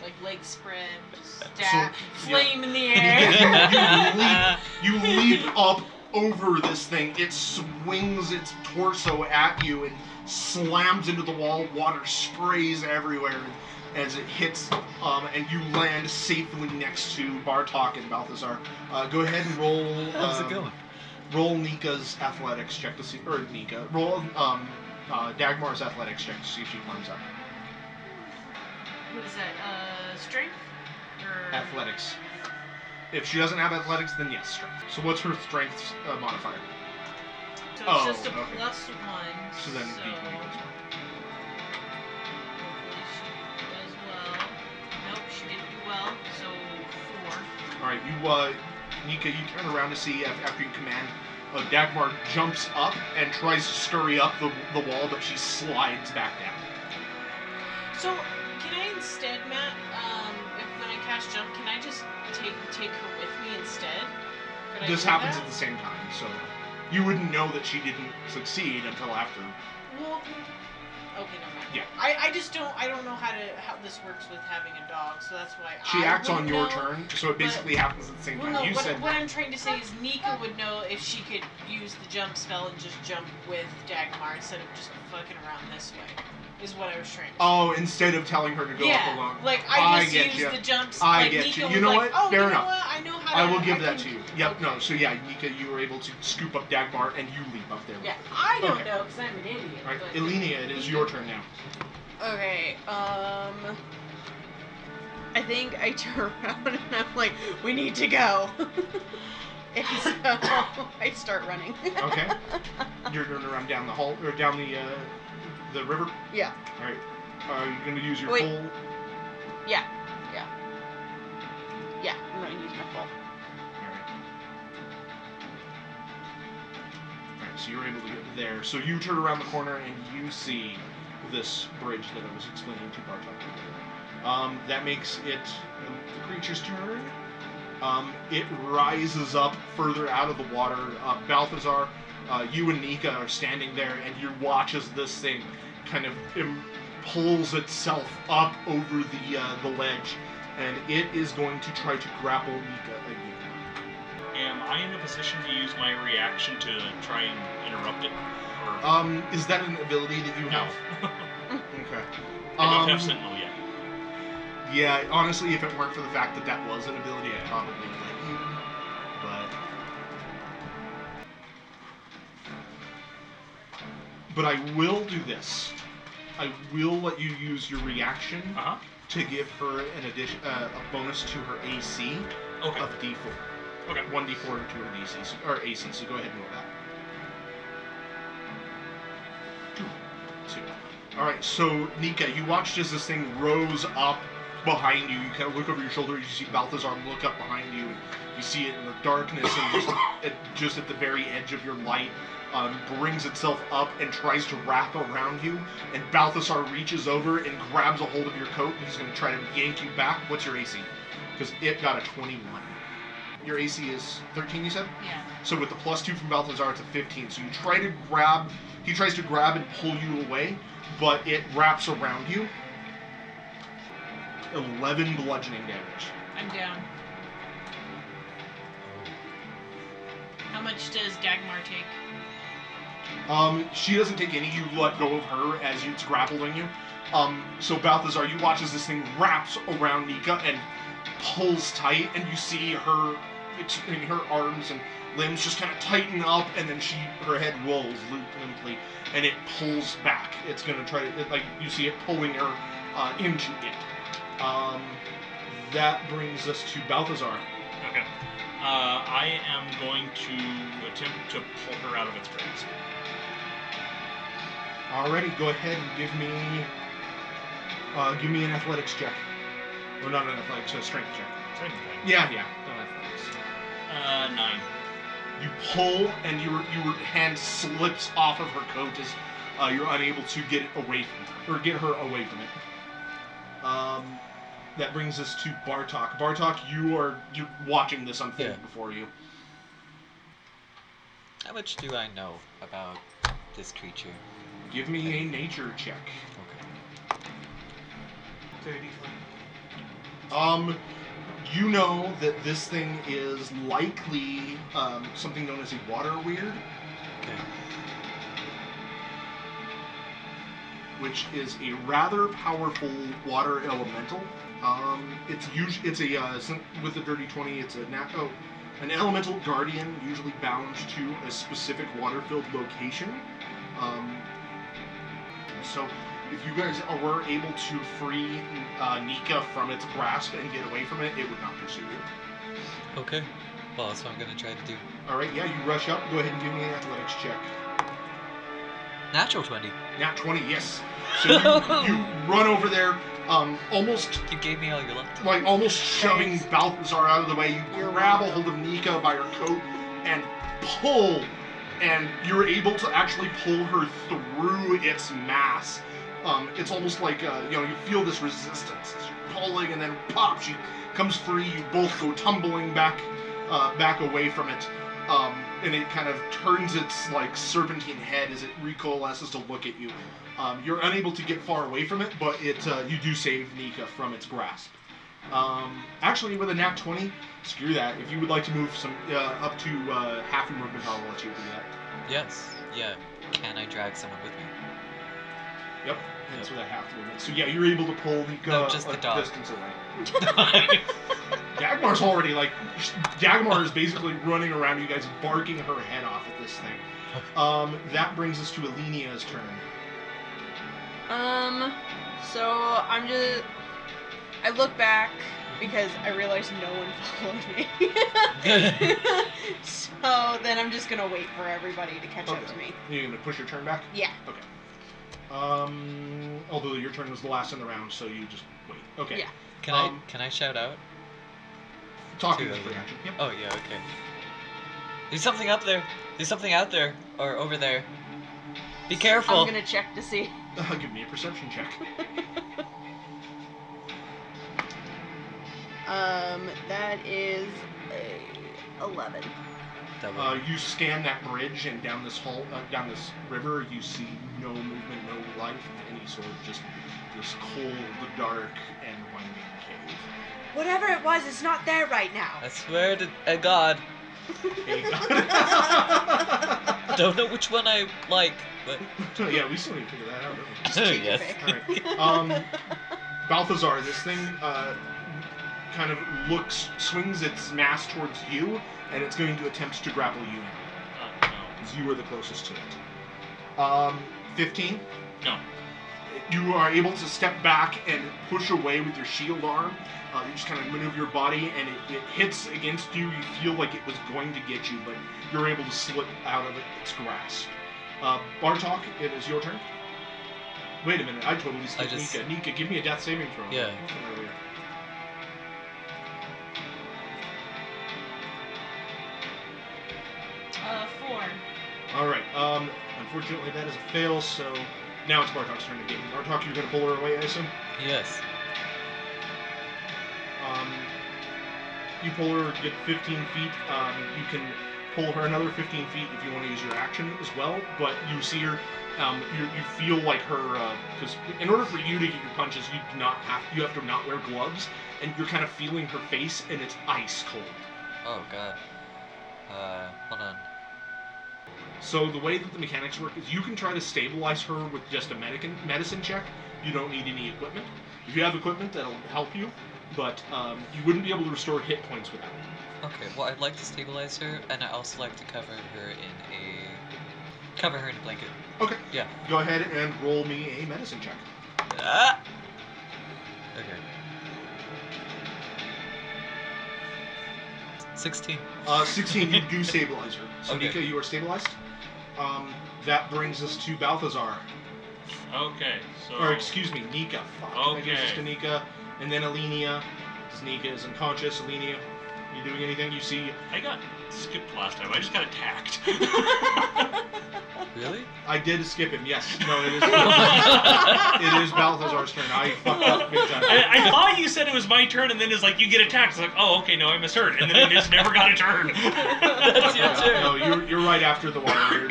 Speaker 3: Like leg spread, stab, flame in the
Speaker 1: You
Speaker 3: air.
Speaker 1: leap, you leap up over this thing. It swings its torso at you and slams into the wall. Water sprays everywhere as it hits, um, and you land safely next to Bartok and Balthazar. Uh, go ahead and roll.
Speaker 4: How's
Speaker 1: um,
Speaker 4: it going?
Speaker 1: Roll Nika's athletics check to see, or Nika. Roll um, uh, Dagmar's athletics check to see if she climbs up.
Speaker 3: what is that? Uh, strength or
Speaker 1: Athletics. If she doesn't have athletics, then yes, strength. So what's her strength uh, modifier?
Speaker 3: So it's
Speaker 1: Oh,
Speaker 3: just a
Speaker 1: okay.
Speaker 3: plus one.
Speaker 1: So then
Speaker 3: so
Speaker 1: D20 goes one.
Speaker 3: hopefully she does well. Nope, she didn't do well. So four.
Speaker 1: All right, you, uh, Nika, you turn around to see if after you command, uh, Dagmar jumps up and tries to scurry up the, the wall, but she slides back down.
Speaker 3: So, can I instead, Matt, um, if when I cast jump, can I just take take her with me instead? Could I
Speaker 1: this
Speaker 3: do
Speaker 1: happens
Speaker 3: that?
Speaker 1: at the same time, so you wouldn't know that she didn't succeed until after.
Speaker 3: Well, okay, never mind.
Speaker 1: Yeah.
Speaker 3: I, I just don't I don't know how to how this works with having a dog, so that's why
Speaker 1: She
Speaker 3: I
Speaker 1: acts on
Speaker 3: wouldn't
Speaker 1: your
Speaker 3: know.
Speaker 1: turn, so it basically happens at the same
Speaker 3: Well,
Speaker 1: time.
Speaker 3: no,
Speaker 1: you
Speaker 3: what,
Speaker 1: said
Speaker 3: what I'm trying to say is Nika would know if she could use the jump spell and just jump with Dagmar instead of just fucking around this way. Is what I was trying to say.
Speaker 1: Oh, instead of telling her to go
Speaker 3: yeah,
Speaker 1: up alone.
Speaker 3: like I
Speaker 1: I
Speaker 3: just
Speaker 1: get
Speaker 3: used
Speaker 1: ya.
Speaker 3: the jumps.
Speaker 1: I
Speaker 3: like,
Speaker 1: get
Speaker 3: Nika
Speaker 1: you.
Speaker 3: was
Speaker 1: You know
Speaker 3: like,
Speaker 1: what?
Speaker 3: Oh,
Speaker 1: Fair
Speaker 3: you
Speaker 1: enough.
Speaker 3: Know what? I know how.
Speaker 1: I
Speaker 3: to-
Speaker 1: will give that to
Speaker 3: can-
Speaker 1: you. Yep, no,
Speaker 3: Okay.
Speaker 1: so yeah, Nika, you were able to scoop up Dagmar and you leap up there. with
Speaker 3: Yeah,
Speaker 1: her.
Speaker 3: I don't
Speaker 1: Okay.
Speaker 3: know because I'm an idiot.
Speaker 1: All right,
Speaker 3: but-
Speaker 1: Elenia, it is your turn now.
Speaker 5: Okay. Um. I think I turn around and I'm like, we need to go. and so I start running.
Speaker 1: Okay. You're going to run down the hall or down the uh, the river.
Speaker 5: Yeah.
Speaker 1: All right. Are you going to use your
Speaker 5: Wait.
Speaker 1: full?
Speaker 5: Yeah, I'm gonna use my full.
Speaker 1: All right. All right. So you're able to get there. So you turn around the corner and you see this bridge that I was explaining to Bartok. Um, that makes it um, the creature's turn. Um, it rises up further out of the water. Uh, Balthazar, uh, you and Nika are standing there, and you watch as this thing kind of Im- pulls itself up over the uh, the ledge, and it is going to try to grapple Nika again.
Speaker 6: Am I in a position to use my reaction to try and interrupt it? Or
Speaker 1: Um, is that an ability that you
Speaker 6: no?
Speaker 1: have? Okay.
Speaker 6: I don't
Speaker 1: Um,
Speaker 6: have Sentinel yet.
Speaker 1: Yeah, honestly, if it weren't for the fact that that was an ability, I probably would let you. But. But I will do this. I will let you use your reaction
Speaker 6: Uh-huh.
Speaker 1: to give her an addition, uh, a bonus to her AC
Speaker 6: Okay.
Speaker 1: of D4.
Speaker 6: Okay.
Speaker 1: One D4 to her DC, so, or AC. So go ahead and roll that. Two. Two. All right. So Nika, you watched as this thing rose up behind you. You kind of look over your shoulder. You see Balthazar look up behind you. You see it in the darkness, and just at, just at the very edge of your light, um, brings itself up and tries to wrap around you. And Balthazar reaches over and grabs a hold of your coat, and he's going to try to yank you back. What's your AC? Because it got a 21. Your AC is 13, you said?
Speaker 3: Yeah.
Speaker 1: So with the plus two from Balthazar, it's a 15. So you try to grab, he tries to grab and pull you away, but it wraps around you. 11 bludgeoning damage.
Speaker 3: I'm down. How much does Dagmar take?
Speaker 1: Um, she doesn't take any. You let go of her as it's grappling you. Um, so Balthazar, you watch as this thing wraps around Nika and pulls tight, and you see her, it's in her arms and limbs just kind of tighten up, and then she, her head rolls limp, limply, and it pulls back. It's gonna try to, it, like, you see it pulling her uh, into it. Um, that brings us to Balthazar.
Speaker 6: Okay. Uh, I am going to attempt to pull her out of its grasp.
Speaker 1: Alrighty, go ahead and give me, uh, give me an athletics check. Or not an athletics, a strength check.
Speaker 2: Same thing.
Speaker 1: Yeah, yeah. Not athletics.
Speaker 2: Uh, nine.
Speaker 1: You pull, and your your hand slips off of her coat as uh, you're unable to get it away from or get her away from it. Um, that brings us to Bartok. Bartok, you are you're watching this unfold
Speaker 4: Yeah.
Speaker 1: before you.
Speaker 4: How much do I know about this creature?
Speaker 1: Give me a nature check.
Speaker 4: Okay.
Speaker 1: Um, you know that this thing is likely um, something known as a water weird,
Speaker 4: Okay.
Speaker 1: which is a rather powerful water elemental. Um, it's usually it's a uh, some- with the dirty twenty. It's a nat- oh, an elemental guardian, usually bound to a specific water-filled location. Um, so, if you guys were able to free uh, Nika from its grasp and get away from it, it would not pursue you.
Speaker 4: Okay. Well, that's what I'm gonna try to do.
Speaker 1: All right, yeah, you rush up. Go ahead and give me an athletics check.
Speaker 4: Natural 20.
Speaker 1: Nat twenty, yes. So you, you run over there, um, almost
Speaker 4: You gave me all your luck.
Speaker 1: like
Speaker 5: oh.
Speaker 1: almost shoving Balthazar out of the way, you grab a hold of Nika by her coat and pull, and you're able to actually pull her through its mass. Um, it's almost like uh, you know you feel this resistance as you're pulling, and then pop, she comes free. You both go tumbling back, uh, back away from it, um, and it kind of turns its like serpentine head as it recoalesces to look at you. Um, you're unable to get far away from it, but it uh, you do save Nika from its grasp. Um, actually, with a nat 20, screw that. If you would like to move some uh, up to uh, half your movement, I'll let you do that.
Speaker 4: Yes. Yeah. Can I drag someone with me?
Speaker 1: Yep, that's what I have to movement. So yeah, you're able to pull the uh,
Speaker 4: No, just the dog.
Speaker 1: distance away.
Speaker 6: Uh,
Speaker 1: Dagmar's already like Dagmar is basically running around you guys, barking her head off at this thing. Um, that brings us to Alenia's turn.
Speaker 5: Um, so I'm just. I look back because I realize no one followed me. so then I'm just gonna wait for everybody to catch up
Speaker 1: Okay.
Speaker 5: to me.
Speaker 1: You're gonna push your turn back.
Speaker 5: Yeah.
Speaker 1: Um, although your turn was the last in the round, so you just wait. Okay.
Speaker 5: Yeah.
Speaker 4: Can
Speaker 1: Um,
Speaker 4: I can I shout out?
Speaker 1: Talking
Speaker 4: To
Speaker 1: is free
Speaker 4: Alenia.
Speaker 1: action. Yep.
Speaker 4: Oh yeah. Okay. There's something up there. There's something out there or over there. Be careful.
Speaker 5: I'm gonna check to see.
Speaker 4: Oh.
Speaker 1: Uh, give me a perception check.
Speaker 5: Um, that is a 11.
Speaker 4: Double.
Speaker 1: Uh,
Speaker 5: Oh.
Speaker 1: you scan that bridge and down this hall, uh, down this river. You see no movement, no life of any sort. Just this cold, dark, and winding
Speaker 5: Whatever it was, it's not there right now.
Speaker 4: I swear to uh, God,
Speaker 1: cave. Hey, God.
Speaker 4: don't know which one I like, but
Speaker 1: yeah, we still need to figure that out. don't
Speaker 5: Just take your
Speaker 4: Yes.
Speaker 5: pick.
Speaker 1: we? All right. Um, Balthazar, this thing uh, kind of looks, swings its mass towards you, and it's going to attempt to grapple you now,
Speaker 2: Uh,
Speaker 1: because you are the closest to it. Um, fifteen.
Speaker 2: no. No.
Speaker 1: you are able to step back and push away with your shield arm. Uh, you just kind of maneuver your body, and it, it hits against you. You feel like it was going to get you, but you're able to slip out of its grasp. Uh, Bartok, it is your turn. Wait a minute, I totally skipped
Speaker 4: just-
Speaker 1: Nika. Nika, give me a death saving throw.
Speaker 4: Yeah.
Speaker 1: From earlier.
Speaker 3: Uh, four.
Speaker 1: All right. Um, unfortunately, that is a fail. So now it's Bartok's turn again. Bartok, you're going to pull her away, I assume.
Speaker 4: yes.
Speaker 1: Um, you pull her, get 15 feet. Um, you can pull her another 15 feet if you want to use your action as well. But you see her, um, you, you feel like her, because in order for you to get your punches, you do not have you have to not wear gloves, and you're kind of feeling her face, and it's ice cold.
Speaker 4: Oh God. Uh, hold on.
Speaker 1: So the way that the mechanics work is you can try to stabilize her with just a medicin medicine check. You don't need any equipment. If you have equipment, that'll help you, but um, you wouldn't be able to restore hit points without it.
Speaker 4: Okay. Well, I'd like to stabilize her, and I also like to cover her in a cover her in a blanket.
Speaker 1: Go ahead and roll me a medicine check.
Speaker 4: Ah! Okay. Sixteen.
Speaker 1: Uh, 16, you do stabilize her. So,
Speaker 4: Okay.
Speaker 1: Nika, you are stabilized. Um, that brings us to Balthazar.
Speaker 2: Okay. So.
Speaker 1: Or, excuse me, Nika. Fuck. That brings us
Speaker 2: Okay.
Speaker 1: to Nika. and then Alenia. As Nika is unconscious, Alenia, you doing anything? You see,
Speaker 6: I got skipped last time. I just got attacked.
Speaker 4: Really? Oh
Speaker 1: I did skip him. Yes, no, it is. it is Balthazar's turn. I fucked up big time.
Speaker 6: I, I thought you said it was my turn, and then it's like you get attacked. It's like, oh, okay, no, I misheard, and then I just never got a turn.
Speaker 4: That's your
Speaker 1: Yeah,
Speaker 4: turn.
Speaker 1: no, you're, you're right after the water.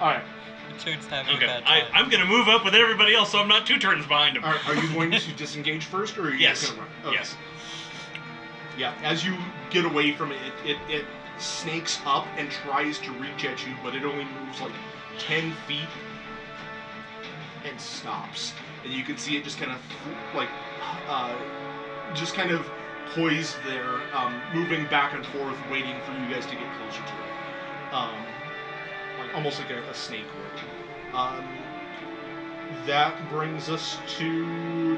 Speaker 1: All right,
Speaker 4: Your turn's time.
Speaker 6: Okay, I, I'm gonna move up with everybody else, so I'm not two turns behind them.
Speaker 1: all right. Are you going to disengage first, or are you
Speaker 6: Yes.
Speaker 1: just gonna run? Okay.
Speaker 6: Yes.
Speaker 1: Yeah, as you get away from it, it, it, it snakes up and tries to reach at you, but it only moves like 10 feet and stops. And you can see it just kind of like, uh, just kind of poised there, um, moving back and forth, waiting for you guys to get closer to it. Um, like, almost like a, a snake would. Um, that brings us to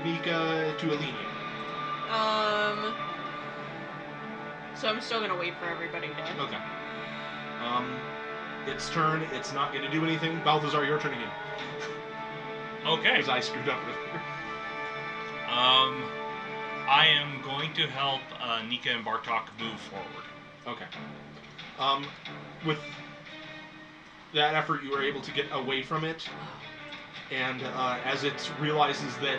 Speaker 1: Nika, to Alenia.
Speaker 5: Um. So I'm still gonna wait for everybody to.
Speaker 1: Okay. Um, its turn. It's not going to do anything. Balthazar, your turn again.
Speaker 6: Okay.
Speaker 1: Because I screwed up with
Speaker 6: Um, I am going to help uh, Nika and Bartok move forward.
Speaker 1: Okay. Um, with that effort, you were able to get away from it, and uh, as it realizes that,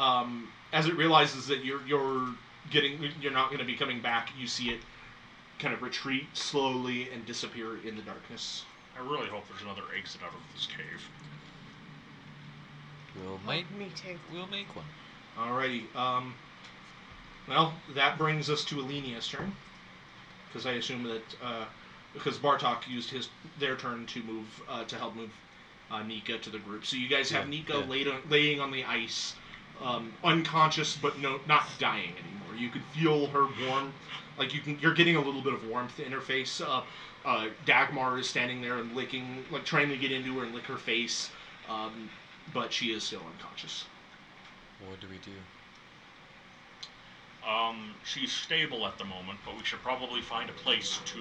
Speaker 1: um, as it realizes that you're you're getting you're not going to be coming back, you see it kind of retreat slowly and disappear in the darkness.
Speaker 6: I really hope there's another exit out of this cave.
Speaker 4: We'll make,
Speaker 5: Me too.
Speaker 4: we'll make one.
Speaker 1: Alrighty. Um, well, that brings us to Alenia's turn, because I assume that uh, because Bartok used his their turn to move uh, to help move uh, Nika to the group. So you guys have
Speaker 4: Yeah,
Speaker 1: Nika
Speaker 4: yeah.
Speaker 1: laid on, laying on the ice, um, unconscious but no not dying anymore. You can feel her warm, like you can you're getting a little bit of warmth in her face. Uh, uh, Dagmar is standing there and licking, like trying to get into her and lick her face, um, but she is still unconscious.
Speaker 4: What do we do?
Speaker 6: Um, she's stable at the moment, but we should probably find a place to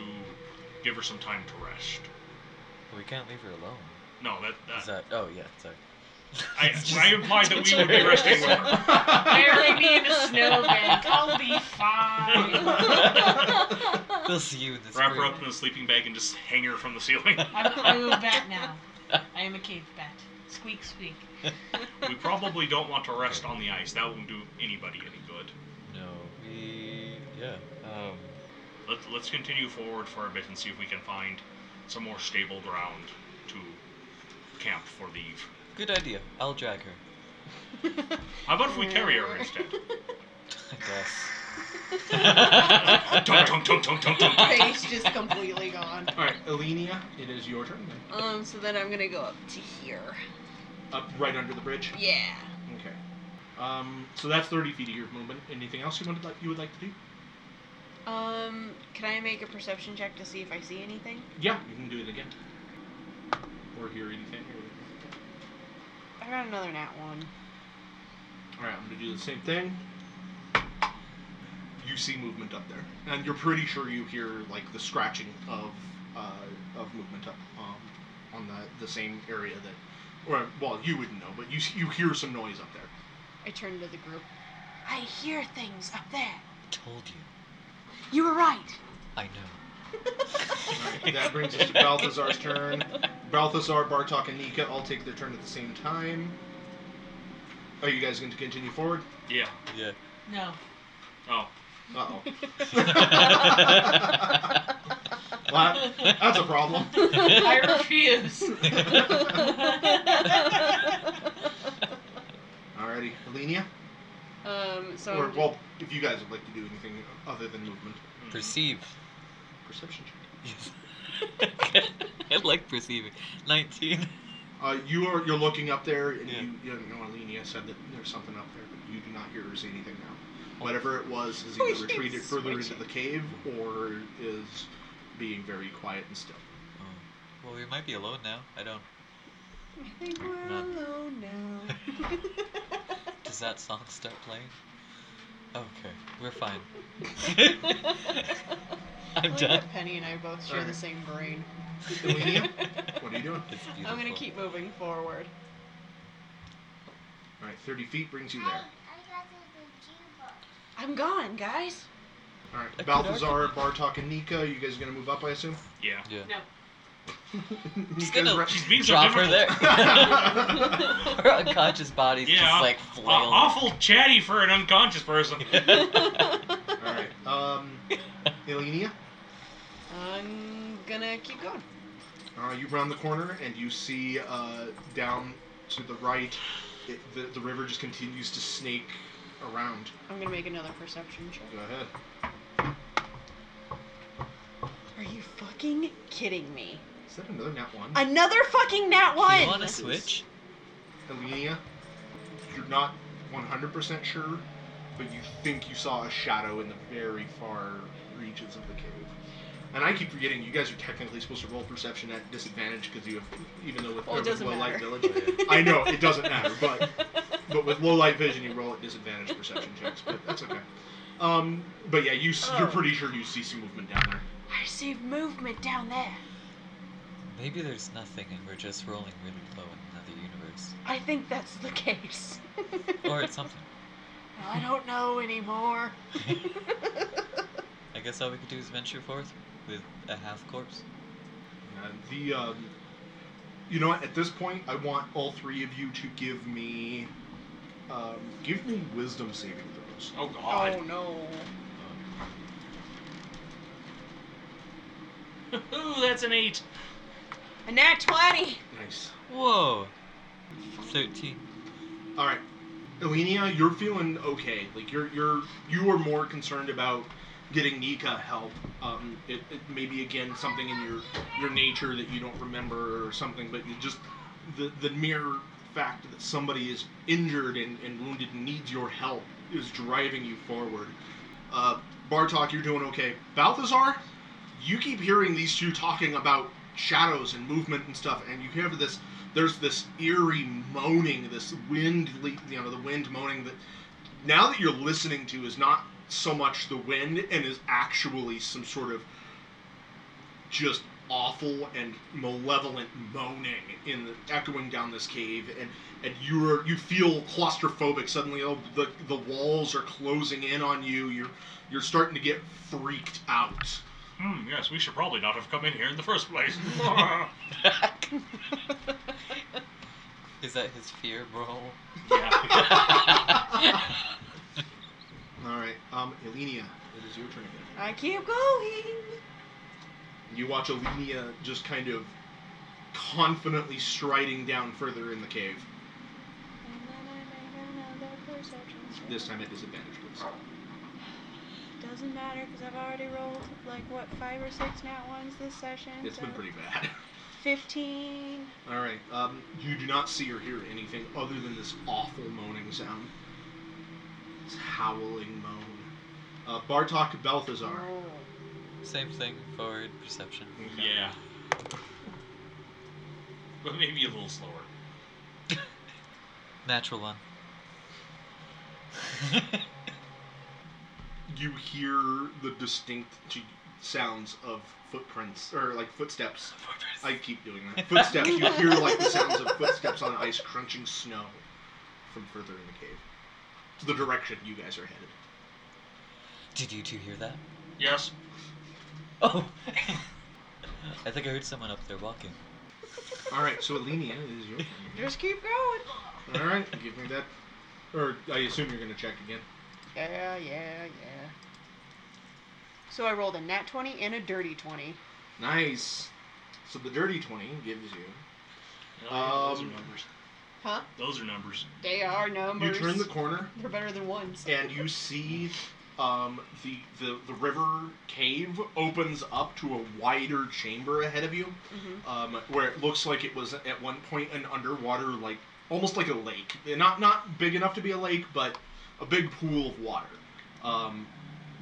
Speaker 6: give her some time to rest.
Speaker 4: We can't leave her alone.
Speaker 6: No, that,
Speaker 4: Is
Speaker 6: that,
Speaker 4: that? Oh yeah, sorry.
Speaker 6: Uh, I, I implied that we would be resting with her.
Speaker 3: Barely be in a snow bank. I'll be fine.
Speaker 4: We'll see you this
Speaker 6: Wrap her
Speaker 4: spring.
Speaker 6: up in a sleeping bag and just hang her from the ceiling.
Speaker 3: I'm, I'm a bat now. I am a cave bat. Squeak, squeak.
Speaker 6: we probably don't want to rest on the ice. That won't do anybody any good.
Speaker 4: No, we. Yeah. Um.
Speaker 6: Let, let's continue forward for a bit and see if we can find some more stable ground to camp for the eve.
Speaker 4: Good idea. I'll drag her.
Speaker 6: How about if we carry her instead?
Speaker 4: I guess.
Speaker 6: Tunk, tunk, tunk, tunk, tunk, tunk, tunk.
Speaker 5: Face just completely gone.
Speaker 1: All right, Alenia, it is your turn. Then.
Speaker 5: Um. So then I'm gonna go up to here.
Speaker 1: Up right under the bridge.
Speaker 5: Yeah.
Speaker 1: Okay. Um, so that's 30 feet of your movement. Anything else you wanted like you would like to do?
Speaker 5: Um. Can I make a perception check to see if I see anything?
Speaker 1: Yeah, you can do it again. Or hear anything. or-
Speaker 5: I got another nat one.
Speaker 1: All right, I'm gonna do the same thing. You see movement up there, and you're pretty sure you hear like the scratching of uh, of movement up um, on the the same area that, or well, you wouldn't know, but you s- you hear some noise up there.
Speaker 5: I turned to the group. I hear things up there.
Speaker 4: Told you.
Speaker 5: You were right.
Speaker 4: I know.
Speaker 1: Alright, that brings us to Balthazar's turn. Balthazar, Bartok, and Nika all take their turn at the same time. Are you guys going to continue forward?
Speaker 6: Yeah.
Speaker 4: Yeah.
Speaker 3: No.
Speaker 6: Oh.
Speaker 1: Uh oh. well, that's a problem.
Speaker 3: I refuse.
Speaker 1: Alrighty, Alenia?
Speaker 5: um. So.
Speaker 1: Or,
Speaker 5: I'm ju-
Speaker 1: well, if you guys would like to do anything other than movement,
Speaker 4: Perceive.
Speaker 1: perception check.
Speaker 4: Yes. I like perceiving. 19.
Speaker 1: Uh, you are you're looking up there, and
Speaker 4: Yeah.
Speaker 1: you, you know Alenia said that there's something up there, but you do not hear or see anything now. Whatever it was has either retreated further into the cave or is being very quiet and still.
Speaker 4: Oh. Well, we might be alone now. I don't.
Speaker 5: I think we're
Speaker 4: Not-
Speaker 5: alone now.
Speaker 4: Does that song start playing? Okay, we're fine.
Speaker 5: I
Speaker 4: I'm
Speaker 5: like
Speaker 4: done.
Speaker 5: that Penny and I both share the
Speaker 1: Alright.
Speaker 5: same brain.
Speaker 1: Alenia, what are you doing?
Speaker 4: It's beautiful.
Speaker 5: I'm gonna keep moving forward.
Speaker 1: All right, 30 feet brings you there.
Speaker 8: I got the cube
Speaker 5: I'm gone, guys.
Speaker 1: All right,
Speaker 4: could
Speaker 1: Balthazar, Bartok, and Nika. You guys gonna move up, I assume.
Speaker 6: Yeah.
Speaker 4: Yeah.
Speaker 3: No.
Speaker 1: Nika's
Speaker 4: gonna-
Speaker 1: re-
Speaker 6: She's being so
Speaker 4: Drop her
Speaker 6: difficult.
Speaker 4: there. Her unconscious body's
Speaker 6: Yeah,
Speaker 4: just like
Speaker 6: Uh,
Speaker 4: flailing.
Speaker 6: awful chatty for an unconscious person.
Speaker 1: All right. Um, Elenia,
Speaker 5: I'm gonna keep going.
Speaker 1: uh, you round the corner and you see uh, down to the right, it, the, the river just continues to snake around.
Speaker 5: I'm gonna make another perception check.
Speaker 1: Go ahead.
Speaker 5: Are you fucking kidding me?
Speaker 1: Is that another nat one?
Speaker 5: Another fucking nat
Speaker 4: Do
Speaker 5: one.
Speaker 4: you want to switch?
Speaker 1: Elenia, you're not 100% sure, but you think you saw a shadow in the very far reaches of the cave. And I keep forgetting you guys are technically supposed to roll perception at disadvantage because you have, even though with,
Speaker 5: Well, it
Speaker 1: with
Speaker 5: doesn't
Speaker 1: low light
Speaker 5: matter.
Speaker 1: village, I know it doesn't matter, but but with low light vision you roll at disadvantage perception checks, but that's okay. Um, but yeah, you s you're
Speaker 5: Oh.
Speaker 1: pretty sure you see some movement down there.
Speaker 3: I see movement down there.
Speaker 4: Maybe there's nothing and we're just rolling really low in another universe.
Speaker 5: I think that's the case.
Speaker 4: Or it's something.
Speaker 5: I don't know anymore.
Speaker 4: I guess all we could do is venture forth with a half corpse.
Speaker 1: And the, um, you know what? At this point, I want all three of you to give me, um, give me wisdom saving throws.
Speaker 6: Oh God.
Speaker 5: no.
Speaker 6: Ooh, that's an eight.
Speaker 5: A nat 20.
Speaker 1: Nice.
Speaker 4: Whoa! 13.
Speaker 1: All right, Elenia, you're feeling okay. Like you're you're you are more concerned about getting Nika help. Um, it, it maybe again something in your your nature that you don't remember or something, but you just the the mere fact that somebody is injured and, and wounded and needs your help is driving you forward. Uh, Bartok, you're doing okay. Balthazar, you keep hearing these two talking about shadows and movement and stuff, and you hear this. There's this eerie moaning, this wind, le- you know, the wind moaning that now that you're listening to is not so much the wind and is actually some sort of just awful and malevolent moaning in the, echoing down this cave and and you're you feel claustrophobic suddenly oh, the the walls are closing in on you you're you're starting to get freaked out
Speaker 6: Hmm. Yes, we should probably not have come in here in the first place.
Speaker 4: Is that his fear roll?
Speaker 6: yeah.
Speaker 1: All right, um, Elenia, it is your turn again.
Speaker 5: I keep going.
Speaker 1: You watch Elenia just kind of confidently striding down further in the cave. This time at disadvantage, please.
Speaker 5: Doesn't matter because I've already rolled like what five or six nat ones this session.
Speaker 1: It's been
Speaker 5: so
Speaker 1: pretty bad.
Speaker 5: Fifteen.
Speaker 1: All right, um, you do not see or hear anything other than this awful moaning sound. This howling moan. Uh, Bartok Balthazar.
Speaker 5: Oh,
Speaker 4: Same thing, forward perception.
Speaker 6: Yeah. But maybe a little slower.
Speaker 4: Natural one.
Speaker 1: you hear the distinct t- sounds of footprints or like footsteps. I keep doing that. Footsteps. you hear like the sounds of footsteps on ice crunching snow from further in the cave. To the direction you guys are headed.
Speaker 4: Did you two hear that?
Speaker 6: Yes.
Speaker 4: Oh! I think I heard someone up there walking.
Speaker 1: All right, so Alenia it is your turn.
Speaker 5: Just keep going.
Speaker 1: All right, give me that. Or I assume you're gonna check again.
Speaker 5: Yeah, yeah, yeah. So I rolled a nat 20 and a dirty 20.
Speaker 1: Nice. So the dirty twenty gives you.
Speaker 6: Yeah, those are
Speaker 1: Um,
Speaker 6: numbers.
Speaker 5: Huh?
Speaker 6: Those are numbers.
Speaker 5: They are
Speaker 1: You
Speaker 5: numbers.
Speaker 1: turn the corner
Speaker 5: They're better than ones.
Speaker 1: and you see um, the, the the river cave opens up to a wider chamber ahead of you,
Speaker 5: Mhm.
Speaker 1: um, where it looks like it was at one point an underwater like almost like a lake, not not big enough to be a lake, but a big pool of water. Um,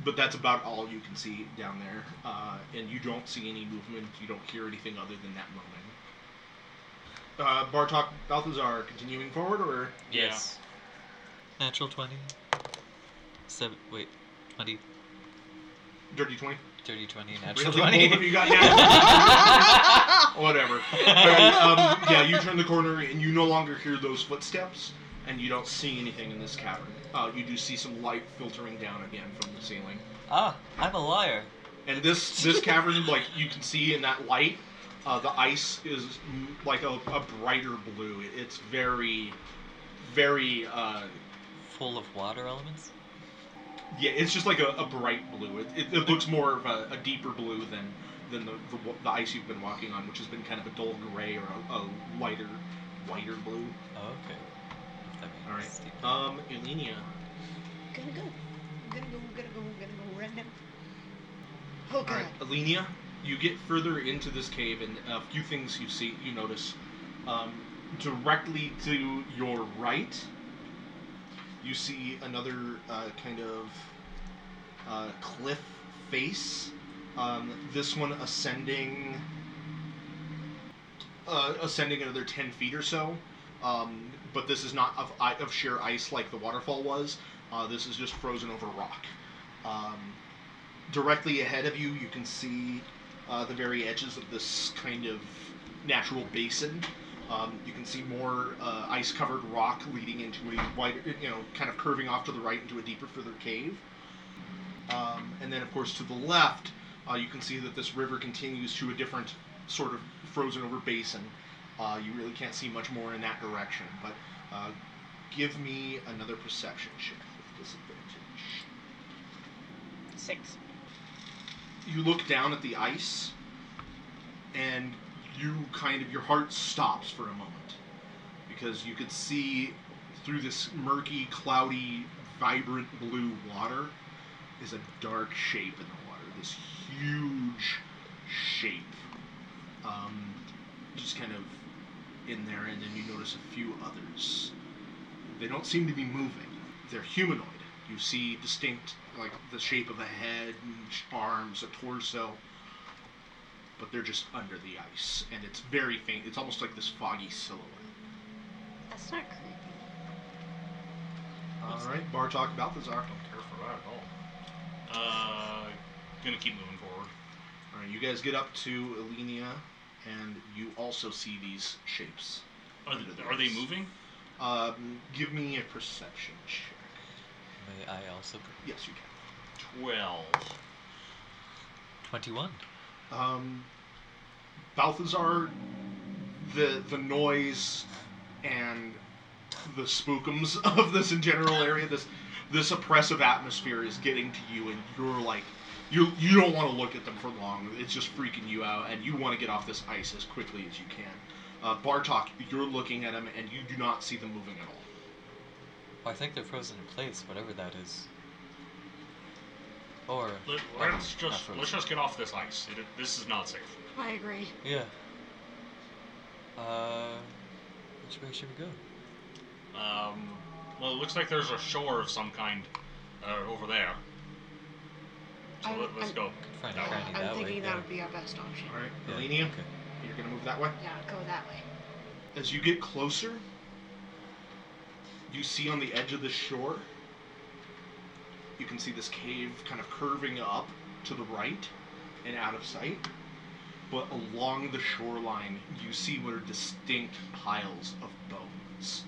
Speaker 1: but that's about all you can see down there, uh, and you don't see any movement. You don't hear anything other than that moaning. Uh, Bartok Balthazar continuing forward, or
Speaker 6: Yeah.
Speaker 4: Natural 20. Seven, wait, 20.
Speaker 1: Dirty Twenty?
Speaker 4: Dirty 20,
Speaker 1: Really?
Speaker 4: natural
Speaker 1: Both of
Speaker 4: 20.
Speaker 1: you got natural. Whatever. But, um, yeah, you turn the corner and you no longer hear those footsteps. and you don't see anything in this cavern. Uh, you do see some light filtering down again from the ceiling.
Speaker 4: Ah, I'm a liar.
Speaker 1: And this this cavern, like you can see in that light, uh, the ice is mm, like a, a brighter blue. It- It's very, very uh,
Speaker 4: Full of water elements?
Speaker 1: yeah. It's just like a, a bright blue. It, it, it looks more of a, a deeper blue than than the, the wa- the ice you've been walking on, which has been kind of a dull gray or a, a lighter, whiter blue.
Speaker 4: Oh, okay. If that makes
Speaker 1: All right.
Speaker 4: sense.
Speaker 1: Um, Elenia.
Speaker 5: Gonna go. Gonna go. Gonna go. Gonna go right now. Oh
Speaker 1: All
Speaker 5: god.
Speaker 1: right, Alenia, you get further into this cave, and a few things you see, you notice. Um, directly to your right, you see another uh, kind of uh, cliff face. Um, this one ascending, uh, ascending another ten feet or so. Um, but this is not of, i- of sheer ice like the waterfall was. Uh, this is just frozen over rock. Um, directly ahead of you, you can see uh, the very edges of this kind of natural basin. Um, you can see more uh, ice-covered rock leading into a wider, you know, kind of curving off to the right into a deeper, further cave. Um, and then, of course, to the left, uh, you can see that this river continues to a different sort of frozen-over basin. Uh, you really can't see much more in that direction. But uh, give me another perception check with disadvantage.
Speaker 5: Six.
Speaker 1: you look down at the ice and you kind of your heart stops for a moment because you could see through this murky cloudy vibrant blue water is a dark shape in the water this huge shape um, just kind of in there and then you notice a few others they don't seem to be moving they're humanoid you see distinct like the shape of a head and sh- arms a torso but they're just under the ice and it's very faint it's almost like this foggy silhouette
Speaker 5: That's not creepy.
Speaker 1: all right bartok balthazar
Speaker 6: I don't care for that at all. Uh, gonna keep moving forward.
Speaker 1: all right you guys get up to elenia and you also see these shapes
Speaker 6: Are they, are they moving?
Speaker 1: um, give me a perception check
Speaker 4: May I also.
Speaker 1: yes you can
Speaker 6: Twelve.
Speaker 4: 21.
Speaker 1: um, balthazar the the noise and the spookums of this in general area, this this oppressive atmosphere is getting to you, and you're like, you you don't want to look at them for long. It's just freaking you out, and you want to get off this ice as quickly as you can. Uh, Bartok, you're looking at them, and you do not see them moving at all.
Speaker 4: Well, Oh, I think they're frozen in place, whatever that is. Or.
Speaker 6: Let,
Speaker 4: or
Speaker 6: us
Speaker 4: not
Speaker 6: just
Speaker 4: frozen.
Speaker 6: let's just get off this ice. It, this is not safe.
Speaker 5: I agree.
Speaker 4: Yeah. Uh. Which way should we go?
Speaker 6: Um, well, it looks like there's a shore of some kind uh, over there. So
Speaker 5: I-
Speaker 6: let, let's
Speaker 5: I'm-
Speaker 6: go.
Speaker 4: Could find a
Speaker 6: That way.
Speaker 4: cranny that
Speaker 5: I'm
Speaker 4: way.
Speaker 5: thinking
Speaker 4: yeah.
Speaker 5: that would be our best option.
Speaker 1: All right,
Speaker 4: Yeah,
Speaker 1: Elenia,
Speaker 4: okay.
Speaker 1: you're gonna move that way.
Speaker 5: Yeah, go that way.
Speaker 1: As you get closer, you see on the edge of the shore, you can see this cave kind of curving up to the right and out of sight. But along the shoreline, you see what are distinct piles of bones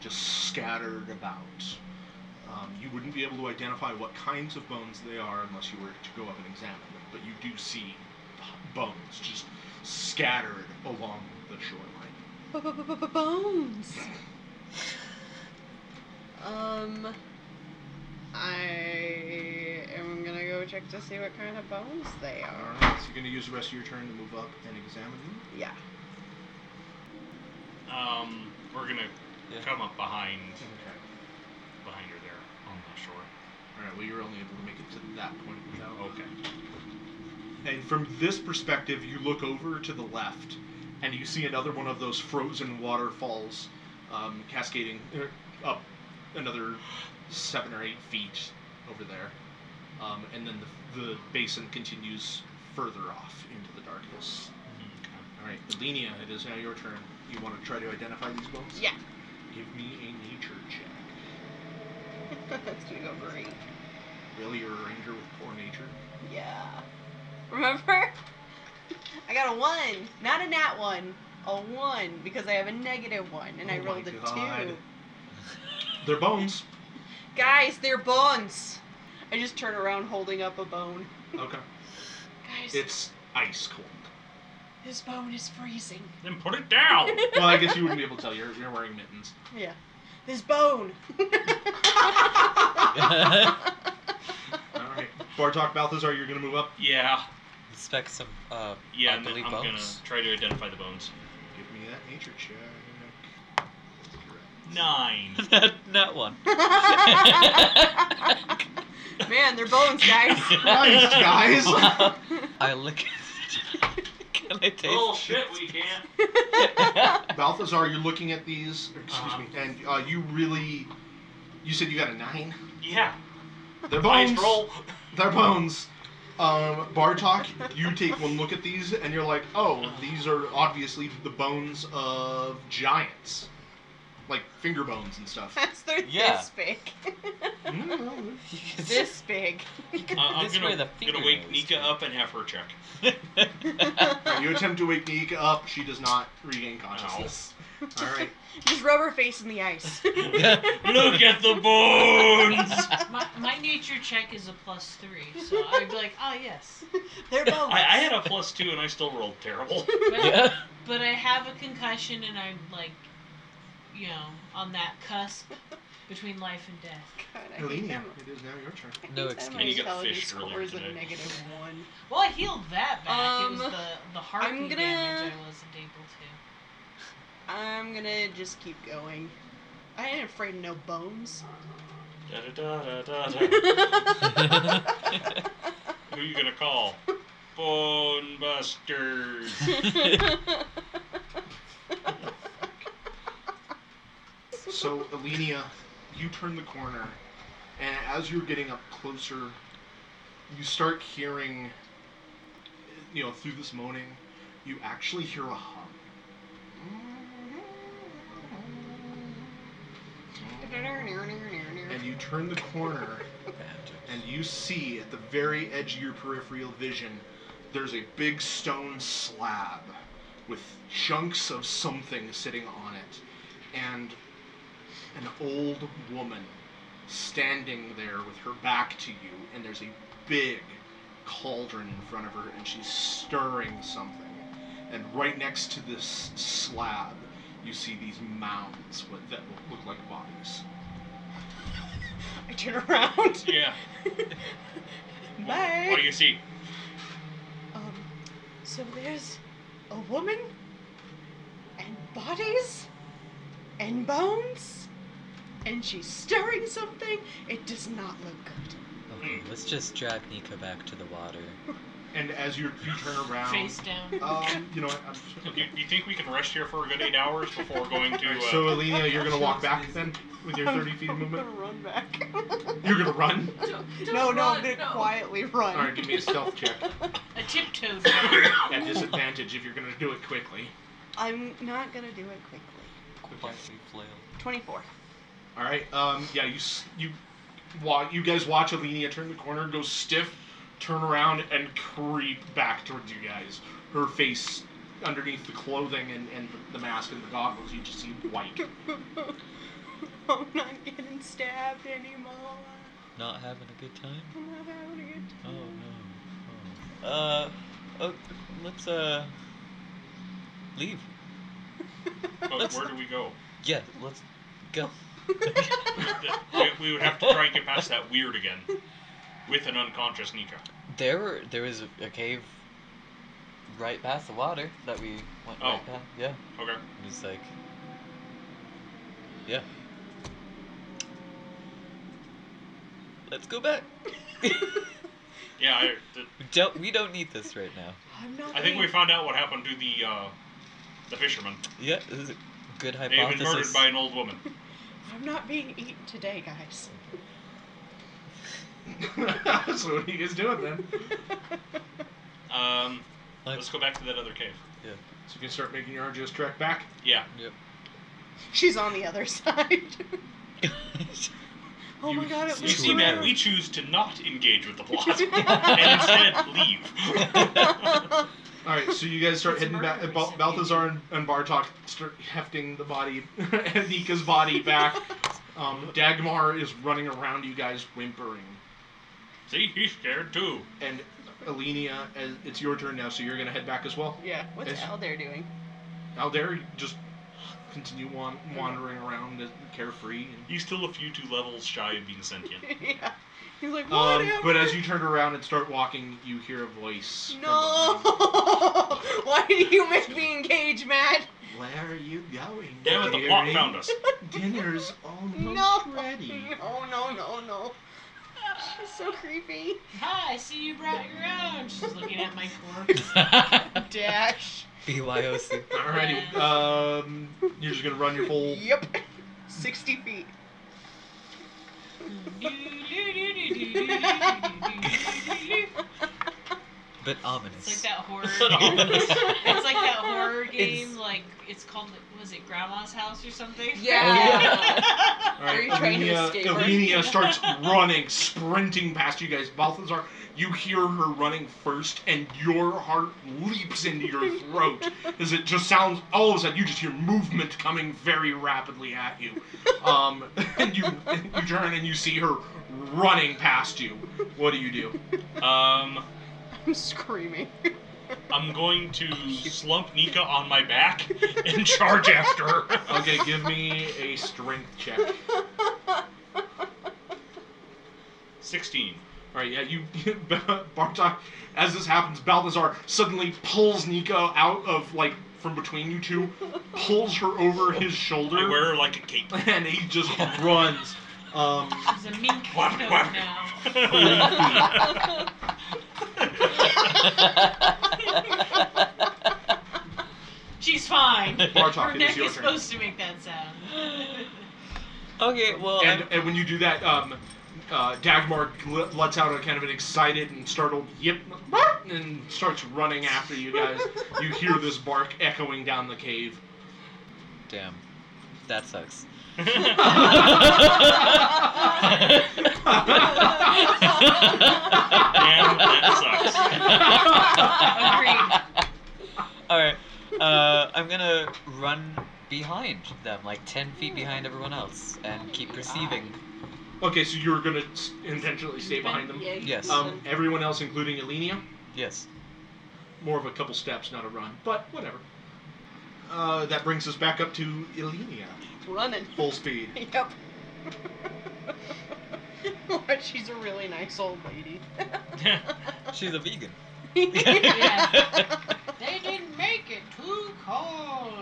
Speaker 1: just scattered about. Um, you wouldn't be able to identify what kinds of bones they are unless you were to go up and examine them, but you do see bones just scattered along the shoreline.
Speaker 5: Bones. Um, I am gonna go check to see what kind of bones they are.
Speaker 1: Alright, so you're gonna use the rest of your turn to move up and examine them.
Speaker 5: Yeah.
Speaker 6: Um, we're gonna
Speaker 4: Yeah.
Speaker 6: come up behind
Speaker 1: Okay.
Speaker 6: behind her there on the shore.
Speaker 1: Alright, well you're only able to make it to that point without
Speaker 6: Okay.
Speaker 1: And from this perspective you look over to the left and you see another one of those frozen waterfalls um, cascading er, up another seven or eight feet over there. Um, and then the, the basin continues further off into the darkness. Alright, Elenia, it is now your turn. You want to try to identify these bones?
Speaker 5: Yeah.
Speaker 1: Give me a nature check.
Speaker 5: That's gonna go great.
Speaker 1: Really, you're a ranger with poor nature?
Speaker 5: Yeah. Remember? I got a one, not a nat one, a one because I have a negative one, and I
Speaker 1: Oh my
Speaker 5: rolled a
Speaker 1: God.
Speaker 5: two.
Speaker 1: They're bones.
Speaker 5: Guys, they're bones. I just turn around holding up a bone.
Speaker 1: Okay.
Speaker 5: Guys,
Speaker 1: It's ice cold.
Speaker 5: this bone is freezing.
Speaker 6: Then put it down.
Speaker 1: Well, I guess you wouldn't be able to tell. You're, you're wearing mittens.
Speaker 5: Yeah. This bone.
Speaker 1: All right. Bartok Balthazar, you're going to move up.
Speaker 6: yeah.
Speaker 4: Inspect some, uh,
Speaker 6: Yeah,
Speaker 4: I
Speaker 6: and then
Speaker 4: believe
Speaker 6: I'm gonna
Speaker 4: bones.
Speaker 6: try to identify the bones.
Speaker 1: Give me that nature check.
Speaker 6: Nine.
Speaker 4: That, that one.
Speaker 5: Man, they're bones, guys.
Speaker 1: Nice, guys.
Speaker 4: Wow. I lick it. Can I taste
Speaker 6: Bullshit, Oh, we can't.
Speaker 1: Balthazar, you're looking at these. Excuse
Speaker 6: Uh-huh.
Speaker 1: me. And uh, you really. You said you got a nine?
Speaker 6: Yeah.
Speaker 1: They're bones.
Speaker 6: Nice roll. Uh,
Speaker 1: They're bones. Um, Bartok, you take one look at these and you're like, oh, these are obviously the bones of giants. Like finger bones and stuff.
Speaker 5: That's their
Speaker 4: Yeah.
Speaker 5: this big.
Speaker 1: Mm,
Speaker 5: this big.
Speaker 6: Uh, I'm
Speaker 4: This
Speaker 6: gonna,
Speaker 4: way the
Speaker 6: gonna wake
Speaker 4: fingernails
Speaker 6: Nika
Speaker 4: turn.
Speaker 6: up and have her check.
Speaker 1: Alright, you attempt to wake Nika up, she does not regain consciousness. Alright.
Speaker 5: Just rub her face in the ice.
Speaker 6: Look at the bones.
Speaker 3: My, my nature check is a plus three, so I'd be like, oh yes.
Speaker 5: they're
Speaker 6: I,
Speaker 5: bones.
Speaker 6: I had a plus two and I still rolled terrible.
Speaker 3: But,
Speaker 4: yeah.
Speaker 3: but I have a concussion, and I'm like, you know, on that cusp between life and death.
Speaker 5: God, I hate
Speaker 1: Alenia,
Speaker 5: them.
Speaker 1: it is now your turn.
Speaker 4: No
Speaker 5: That
Speaker 4: excuse.
Speaker 5: my
Speaker 6: And you got
Speaker 5: intelligence
Speaker 6: fished earlier
Speaker 5: score is a
Speaker 6: today.
Speaker 5: negative one.
Speaker 3: Well, I healed that back. it was
Speaker 5: Um,
Speaker 3: the the harpy
Speaker 5: I'm gonna-
Speaker 3: damage I wasn't able
Speaker 5: I'm gonna just keep going. I ain't afraid of no bones.
Speaker 6: Da, da, da, da, da, da.
Speaker 5: Bonebuster.
Speaker 6: Who you gonna call? Bone Busters.
Speaker 1: So, Alenia, you turn the corner, and as you're getting up closer, you start hearing, you know, through this moaning, you actually hear a hum. And you turn the corner, and you see at the very edge of your peripheral vision, there's a big stone slab with chunks of something sitting on it, and an old woman standing there with her back to you, and there's a big cauldron in front of her, and she's stirring something. And right next to this slab, you see these mounds with- that look like bodies.
Speaker 5: I turn around.
Speaker 6: Yeah.
Speaker 5: Bye.
Speaker 6: What do you see?
Speaker 5: Um, so there's a woman and bodies and bones and she's stirring something. It does not look good.
Speaker 4: Okay, let's just drag Nika back to the water.
Speaker 1: And as you're, you turn
Speaker 3: to.
Speaker 1: around,
Speaker 3: Face down.
Speaker 1: um, you know, what, I'm just,
Speaker 6: You, you think we can rest here for a good eight hours before going to?
Speaker 1: Alright,
Speaker 6: Uh,
Speaker 1: so Alenia, you're gonna walk back then with your 30 feet of
Speaker 5: I'm
Speaker 1: movement.
Speaker 5: gonna run back.
Speaker 1: You're gonna run.
Speaker 5: no, no, I'm gonna quietly run.
Speaker 1: All right, give me a stealth check
Speaker 3: A tiptoed one.
Speaker 1: at disadvantage if you're gonna do it quickly.
Speaker 5: I'm not gonna do it quickly.
Speaker 4: Quietly flail.
Speaker 5: 24.
Speaker 1: All right. Um. Yeah. You s- you wa You guys watch Alenia turn the corner, go stiff, turn around, and creep back towards you guys. Her face underneath the clothing and, and the mask and the goggles, you just see white.
Speaker 5: I'm not getting stabbed anymore.
Speaker 4: Not having a good time?
Speaker 5: I'm not having a good
Speaker 4: Oh no. Oh. Uh, oh, let's uh leave.
Speaker 6: but where do we go?
Speaker 4: Yeah, let's go.
Speaker 6: we, we would have to try and get past that weird again with an unconscious Nika.
Speaker 4: There were there was a- a cave right past the water that we went
Speaker 6: Oh.
Speaker 4: right past. Yeah.
Speaker 6: Okay.
Speaker 4: It was like Yeah. Let's go back.
Speaker 6: Yeah, I, th-
Speaker 4: We don't we don't need this right now.
Speaker 5: I'm not
Speaker 6: I think
Speaker 5: being-
Speaker 6: we found out what happened to the uh, the fisherman.
Speaker 4: Yeah, this is a good
Speaker 6: They've been
Speaker 4: hypothesis.
Speaker 6: murdered by an old woman.
Speaker 5: I'm not being eaten today, guys.
Speaker 1: so what are you guys doing then?
Speaker 6: Um,
Speaker 4: Like-
Speaker 6: let's go back to that other cave.
Speaker 1: So you can start making your arduous trek back.
Speaker 6: Yeah.
Speaker 5: She's on the other side. oh
Speaker 1: You-
Speaker 5: my god, it
Speaker 6: You
Speaker 5: was
Speaker 6: see,
Speaker 5: her.
Speaker 6: Matt, we choose to not engage with the plot and instead leave.
Speaker 1: All right. So you guys start
Speaker 3: It's
Speaker 1: heading back.
Speaker 3: murderous,
Speaker 1: Bal-
Speaker 3: I mean.
Speaker 1: Balthazar and, and Bartok start hefting the body, Nika's body back Um, Dagmar is running around you guys whimpering.
Speaker 6: See, he's scared too.
Speaker 1: And Alenia, as- it's your turn now, so you're going to head back as well.
Speaker 5: Yeah. What's
Speaker 1: It's-
Speaker 5: Aldair doing?
Speaker 1: Out there, you just continue wan- wandering around uh, carefree. And,
Speaker 6: He's still a few two levels shy of being sentient.
Speaker 5: yeah. He's like, what?
Speaker 1: um, but as you turn around and start walking, you hear a voice. from
Speaker 5: No. Why do you make me engage, Matt?
Speaker 1: behind. Where are you going?
Speaker 6: Damn it, the plot
Speaker 1: dearie?
Speaker 6: found us.
Speaker 1: Dinner's almost
Speaker 5: No.
Speaker 1: ready.
Speaker 5: No, no, no, no. She's so creepy.
Speaker 3: Hi, I see you brought your own. She's looking at my corpse.
Speaker 5: Dash.
Speaker 4: BYOC.
Speaker 1: Alrighty, um, you're just gonna run your full.
Speaker 5: Yep. 60 feet.
Speaker 3: it's
Speaker 4: Bit ominous.
Speaker 3: like that horror.
Speaker 6: ominous.
Speaker 3: It's like that horror game.
Speaker 4: It's-
Speaker 3: Like it's called. Was it Grandma's House or something?
Speaker 5: Yeah. Are
Speaker 1: Alright,
Speaker 5: you trying to
Speaker 1: Alenia,
Speaker 5: escape her?
Speaker 1: Alenia starts running, sprinting past you guys. Balthazar, you hear her running first, and your heart leaps into your throat as it just sounds. All of a sudden, you just hear movement coming very rapidly at you. Um, and you you turn and you see her running past you. What do you do?
Speaker 6: Um,
Speaker 5: I'm screaming.
Speaker 6: I'm going to slump Nika on my back and charge after her.
Speaker 1: Okay, give me a strength check.
Speaker 6: 16.
Speaker 1: All right, yeah, you, Bartok. As this happens, Balthazar suddenly pulls Nico out of like from between you two, pulls her over his
Speaker 6: I
Speaker 1: shoulder,
Speaker 6: wear her like a cape.
Speaker 1: and he just runs. Um,
Speaker 3: She's a mink
Speaker 6: Whack,
Speaker 3: coat
Speaker 6: whack.
Speaker 3: now. She's fine.
Speaker 1: Bartok,
Speaker 3: Her
Speaker 1: it is
Speaker 3: neck
Speaker 1: your
Speaker 3: is
Speaker 1: turn.
Speaker 3: supposed to make that sound.
Speaker 4: okay, well, I'm-
Speaker 1: And, and when you do that, um, uh, Dagmar gl- lets out a kind of an excited and startled yip, and starts running after you guys. You hear this bark echoing down the cave.
Speaker 4: damn, that sucks.
Speaker 6: Damn, that
Speaker 4: All right, uh, I'm gonna run behind them, like ten feet behind everyone else, and keep perceiving.
Speaker 1: Ah. Okay, so you're gonna s- intentionally stay behind them.
Speaker 4: Yes.
Speaker 1: Um, everyone else, including Alenia,
Speaker 4: Yes.
Speaker 1: more of a couple steps, not a run, but whatever. Uh, that brings us back up to Ilenia,
Speaker 5: Running.
Speaker 1: full speed.
Speaker 5: Yep. What? She's a really nice old lady.
Speaker 4: She's a vegan.
Speaker 3: Yeah. They didn't make it too cold.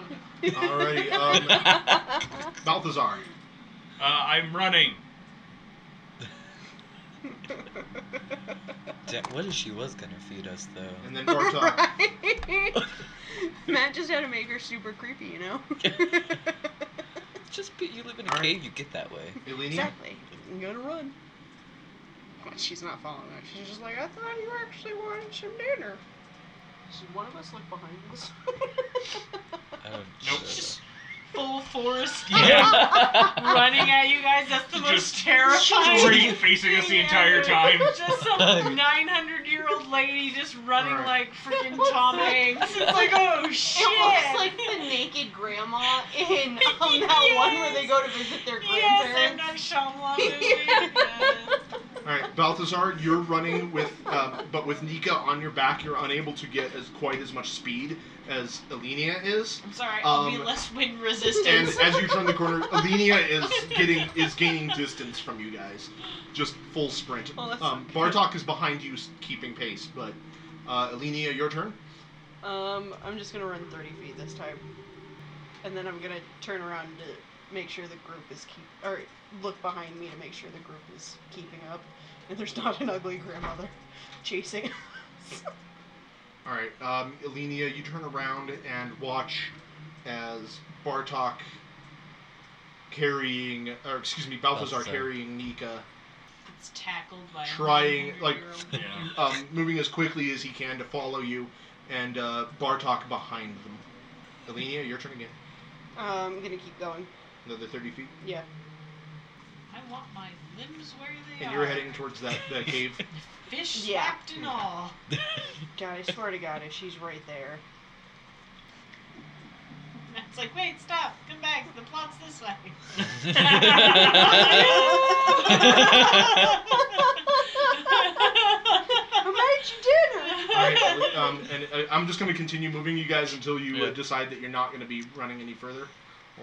Speaker 1: Alrighty, um, Balthazar.
Speaker 6: sucks. Uh, I'm running.
Speaker 4: Da- what if she was gonna feed us though?
Speaker 1: And then Bartok.
Speaker 5: Right? Matt just had to make her super creepy, you know?
Speaker 4: Just be, you live in a
Speaker 1: All right.
Speaker 4: cave, you get that way.
Speaker 1: Ilenia?
Speaker 5: exactly. I'm gonna run. But she's not following us. She's just like, I thought you actually wanted some dinner. Should one of us look behind us?
Speaker 4: I don't
Speaker 6: Nope.
Speaker 4: Shut
Speaker 3: Full forest
Speaker 6: Yeah.
Speaker 4: up.
Speaker 3: running at you guys. That's the most
Speaker 6: Just
Speaker 3: terrifying.
Speaker 6: Straight facing us the entire time.
Speaker 3: Just some 900 year old lady just running
Speaker 1: Right.
Speaker 3: like freaking Tom Hanks. It's like, oh shit.
Speaker 5: It looks like the naked grandma in um, that one where they go to visit their
Speaker 3: Yes, M.
Speaker 5: grandparents.
Speaker 3: Night Shyamalan movie. yes.
Speaker 1: Alright, Balthazar, you're running with, uh, but with Nika on your back, you're unable to get as quite as much speed as Ilenia is.
Speaker 3: I'm sorry, I'll be
Speaker 1: Um,
Speaker 3: less wind
Speaker 1: And
Speaker 3: resistant.
Speaker 1: as you turn the corner, Alenia is getting is gaining distance from you guys, just full sprint.
Speaker 5: Oh, that's
Speaker 1: um, Bartok is behind you, s- keeping pace. But uh, Alenia, your turn.
Speaker 5: Um, I'm just gonna run 30 feet this time, and then I'm gonna turn around to make sure the group is keep or look behind me to make sure the group is keeping up, and there's not an ugly grandmother chasing. us.
Speaker 1: All right, um, Alenia, you turn around and watch as Bartok carrying, or excuse me, Balthazar
Speaker 4: Balthazar.
Speaker 1: carrying Nika,
Speaker 3: it's tackled by a
Speaker 1: Trying,
Speaker 3: 900-year-old
Speaker 1: like-
Speaker 6: Yeah.
Speaker 1: um, moving as quickly as he can to follow you, and uh, Bartok behind them. Alenia, your turn again.
Speaker 5: um, I'm gonna keep going.
Speaker 1: Another thirty feet,
Speaker 5: Yeah.
Speaker 3: I want my limbs where they
Speaker 1: and
Speaker 3: are.
Speaker 1: you're heading towards that, that cave.
Speaker 3: Fish
Speaker 5: Yeah.
Speaker 3: slapped and all.
Speaker 5: God, I swear to God, if she's right there.
Speaker 3: It's like, wait, stop, come back. The plot's this way.
Speaker 5: Who made you dinner?
Speaker 1: Alright, um, and uh, I'm just going to continue moving you guys until you uh,
Speaker 4: Yeah.
Speaker 1: decide that you're not going to be running any further,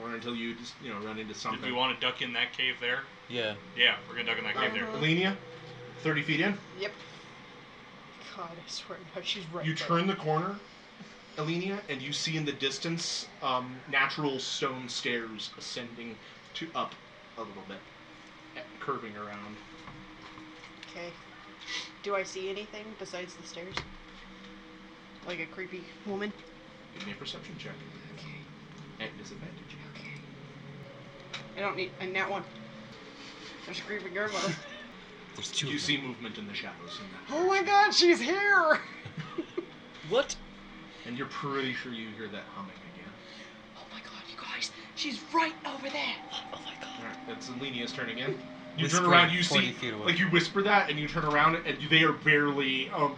Speaker 1: or until you just you know run into
Speaker 6: Did we
Speaker 1: something.
Speaker 6: want to duck in that cave there?
Speaker 4: yeah.
Speaker 6: Yeah, we're gonna duck in that cave there.
Speaker 5: Uh-huh.
Speaker 1: Alenia, 30 feet in,
Speaker 5: Yep. God, I swear to God, she's right.
Speaker 1: you
Speaker 5: there.
Speaker 1: turn the corner, Alenia, and you see in the distance um, natural stone stairs ascending to up a little bit, eh, curving around.
Speaker 5: Okay. Do I see anything besides the stairs? Like a creepy woman?
Speaker 1: Give me a perception check
Speaker 5: Okay.
Speaker 1: at disadvantage.
Speaker 5: Okay. I don't need. And that one. There's a creepy grandmother.
Speaker 4: There's two.
Speaker 1: You
Speaker 4: of
Speaker 1: see movement in the shadows, in that.
Speaker 5: oh my God, she's here!
Speaker 4: them. What?
Speaker 1: and you're pretty sure you hear that humming again.
Speaker 5: Oh my God, you guys, she's right over there.
Speaker 4: Oh my god.
Speaker 1: All right, that's Alenia's turn again. You
Speaker 4: Whispering
Speaker 1: turn around, you
Speaker 4: 40
Speaker 1: see,
Speaker 4: feet away.
Speaker 1: like you whisper that, and you turn around, and they are barely um,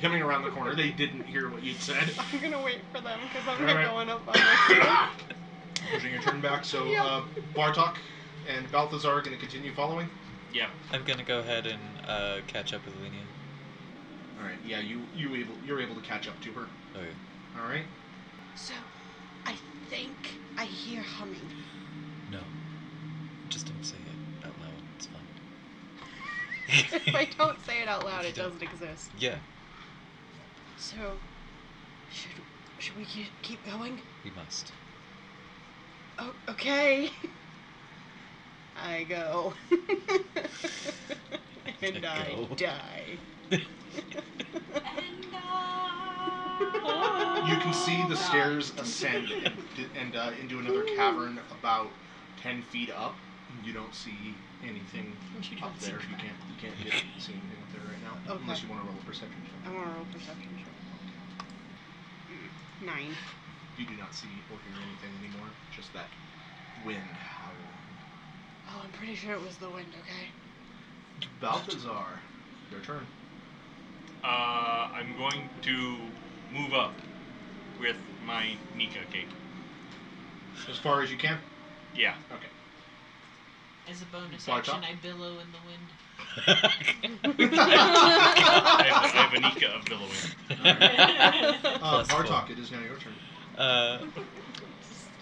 Speaker 1: coming around the corner. They didn't hear what you'd said.
Speaker 5: I'm gonna wait for them because I'm
Speaker 1: All
Speaker 5: not
Speaker 1: right.
Speaker 5: going up on myself.
Speaker 1: Pushing your turn back, so
Speaker 5: Yep.
Speaker 1: uh, Bartok and Balthazar are going to continue following.
Speaker 4: I'm gonna go ahead and uh, catch up with Lenia.
Speaker 1: All right, yeah, you you able you're able to catch up to her.
Speaker 4: Okay.
Speaker 1: All right,
Speaker 5: so, I think I hear humming.
Speaker 4: No. Just don't say it out loud. It's fine.
Speaker 5: if I don't say it out loud,
Speaker 4: If
Speaker 5: it
Speaker 4: you don't-
Speaker 5: doesn't exist.
Speaker 4: Yeah,
Speaker 5: So, should should we ke- keep going?
Speaker 4: we must.
Speaker 5: Oh, okay. I go. and
Speaker 4: I
Speaker 5: I,
Speaker 4: go.
Speaker 5: die.
Speaker 3: And, uh,
Speaker 1: you can see the stairs ascend and, and uh, into another cavern about ten feet up. You don't see anything
Speaker 5: You
Speaker 1: up
Speaker 5: don't see
Speaker 1: there. You can't you can't get, see anything up there right now,
Speaker 5: Okay.
Speaker 1: unless you want to roll a perception check.
Speaker 5: I want to roll perception check. Mm, Nine.
Speaker 1: You do not see or hear anything anymore. Just that wind howling.
Speaker 5: Oh, I'm pretty sure it was the wind. Okay.
Speaker 1: Balthazar, your turn.
Speaker 6: Uh, I'm going to move up with my Nika cake.
Speaker 1: As far as you can.
Speaker 6: Yeah.
Speaker 1: Okay.
Speaker 3: As a bonus
Speaker 1: Bartok?
Speaker 3: action, I billow in the wind.
Speaker 4: Uh,
Speaker 6: I have, I have a Nika of billowing.
Speaker 1: Uh,
Speaker 4: Plus four.
Speaker 1: Bartok, it is now your turn.
Speaker 4: uh,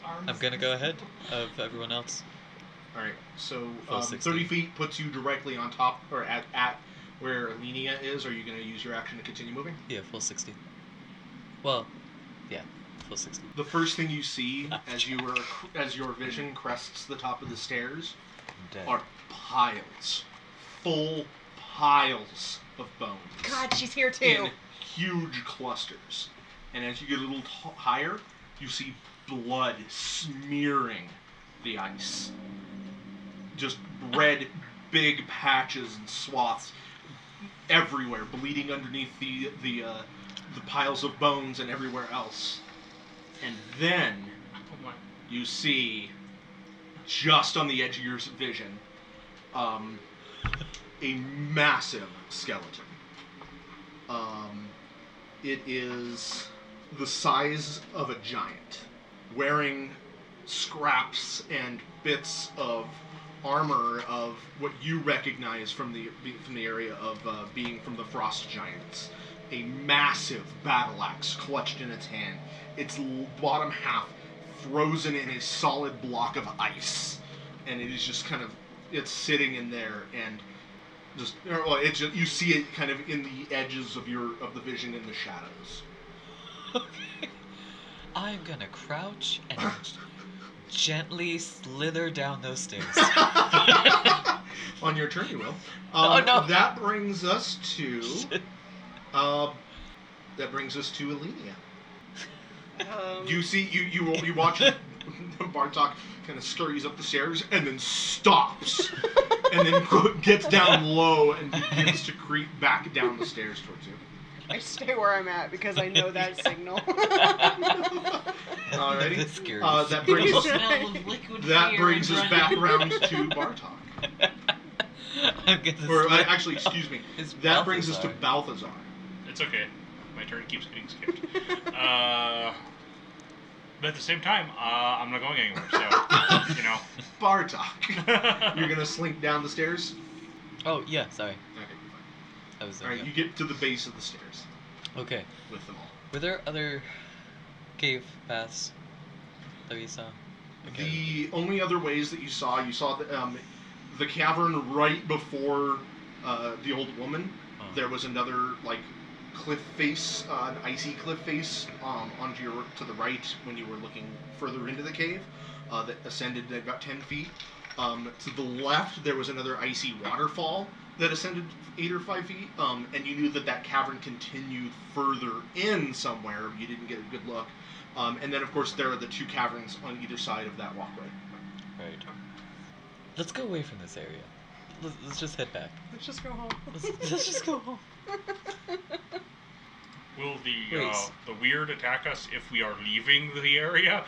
Speaker 3: Arms
Speaker 4: I'm gonna go ahead of everyone else.
Speaker 1: All right. So
Speaker 4: Full
Speaker 1: um,
Speaker 4: 60.
Speaker 1: thirty feet puts you directly on top or at at where Alenia is. Are you going to use your action to continue moving?
Speaker 4: Yeah, full 60. Well, yeah, full 60.
Speaker 1: The first thing you see as you were as your vision crests the top of the stairs
Speaker 4: I'm dead.
Speaker 1: are piles, full piles of bones.
Speaker 5: God, she's here too.
Speaker 1: in huge clusters. And as you get a little t- higher, you see blood smearing the ice. Just red, big patches and swaths everywhere, bleeding underneath the the uh, the piles of bones and everywhere else. And then you see, just on the edge of your vision, um, a massive skeleton. Um, it is the size of a giant, wearing scraps and bits of armor of what you recognize from the be- from the area of uh, being from the frost giants. A massive battle axe clutched in its hand, its l- bottom half frozen in a solid block of ice, and it is just kind of it's sitting in there and just or, well, it's just you see it kind of in the edges of your of the vision in the shadows.
Speaker 4: I'm gonna crouch and gently slither down those stairs.
Speaker 1: On your turn, you will. Um,
Speaker 4: Oh, no.
Speaker 1: That brings us to uh, that brings us to Alenia.
Speaker 5: Um,
Speaker 1: You see, you you you watch Bartok kind of scurries up the stairs and then stops, and then gets down low and begins to creep back down the stairs towards you.
Speaker 5: I stay where I'm at because I know that signal.
Speaker 1: Alrighty.
Speaker 4: This scares
Speaker 1: Uh, that brings
Speaker 3: The
Speaker 1: us
Speaker 3: smell of liquid
Speaker 1: that
Speaker 3: fear
Speaker 1: brings
Speaker 3: and
Speaker 1: us
Speaker 3: running.
Speaker 1: back round to Bartok.
Speaker 4: I'm gonna
Speaker 1: Or uh,
Speaker 4: slither-
Speaker 1: actually, excuse me.
Speaker 4: It's
Speaker 1: That brings us to
Speaker 4: Balthazar.
Speaker 1: Balthazar.
Speaker 6: It's okay. My turn keeps getting skipped. Uh, But at the same time, uh, I'm not going anywhere. So, you know.
Speaker 1: Bartok, you're gonna slink down the stairs.
Speaker 4: Oh yeah, sorry.
Speaker 1: Okay, you're
Speaker 4: I was
Speaker 1: fine. All right, you get to the base of the stairs
Speaker 4: Okay.
Speaker 1: with them all.
Speaker 4: Were there other cave paths that we saw?
Speaker 1: The only other ways that you saw, you saw the, um, the cavern right before uh, the old woman.
Speaker 4: Oh.
Speaker 1: There was another like cliff face, uh, an icy cliff face um, onto your to the right when you were looking further into the cave uh, that ascended to about ten feet. Um, to the left, there was another icy waterfall that ascended eight or five feet, um, and you knew that that cavern continued further in somewhere. but You didn't get a good look. Um, and then, of course, there are the two caverns on either side of that walkway.
Speaker 4: Right. Let's go away from this area. Let's, let's just head back.
Speaker 5: Let's just go home.
Speaker 4: Let's, let's just go home.
Speaker 6: Will the
Speaker 4: Wait,
Speaker 6: uh,
Speaker 4: s-
Speaker 6: the weird attack us if we are leaving the area?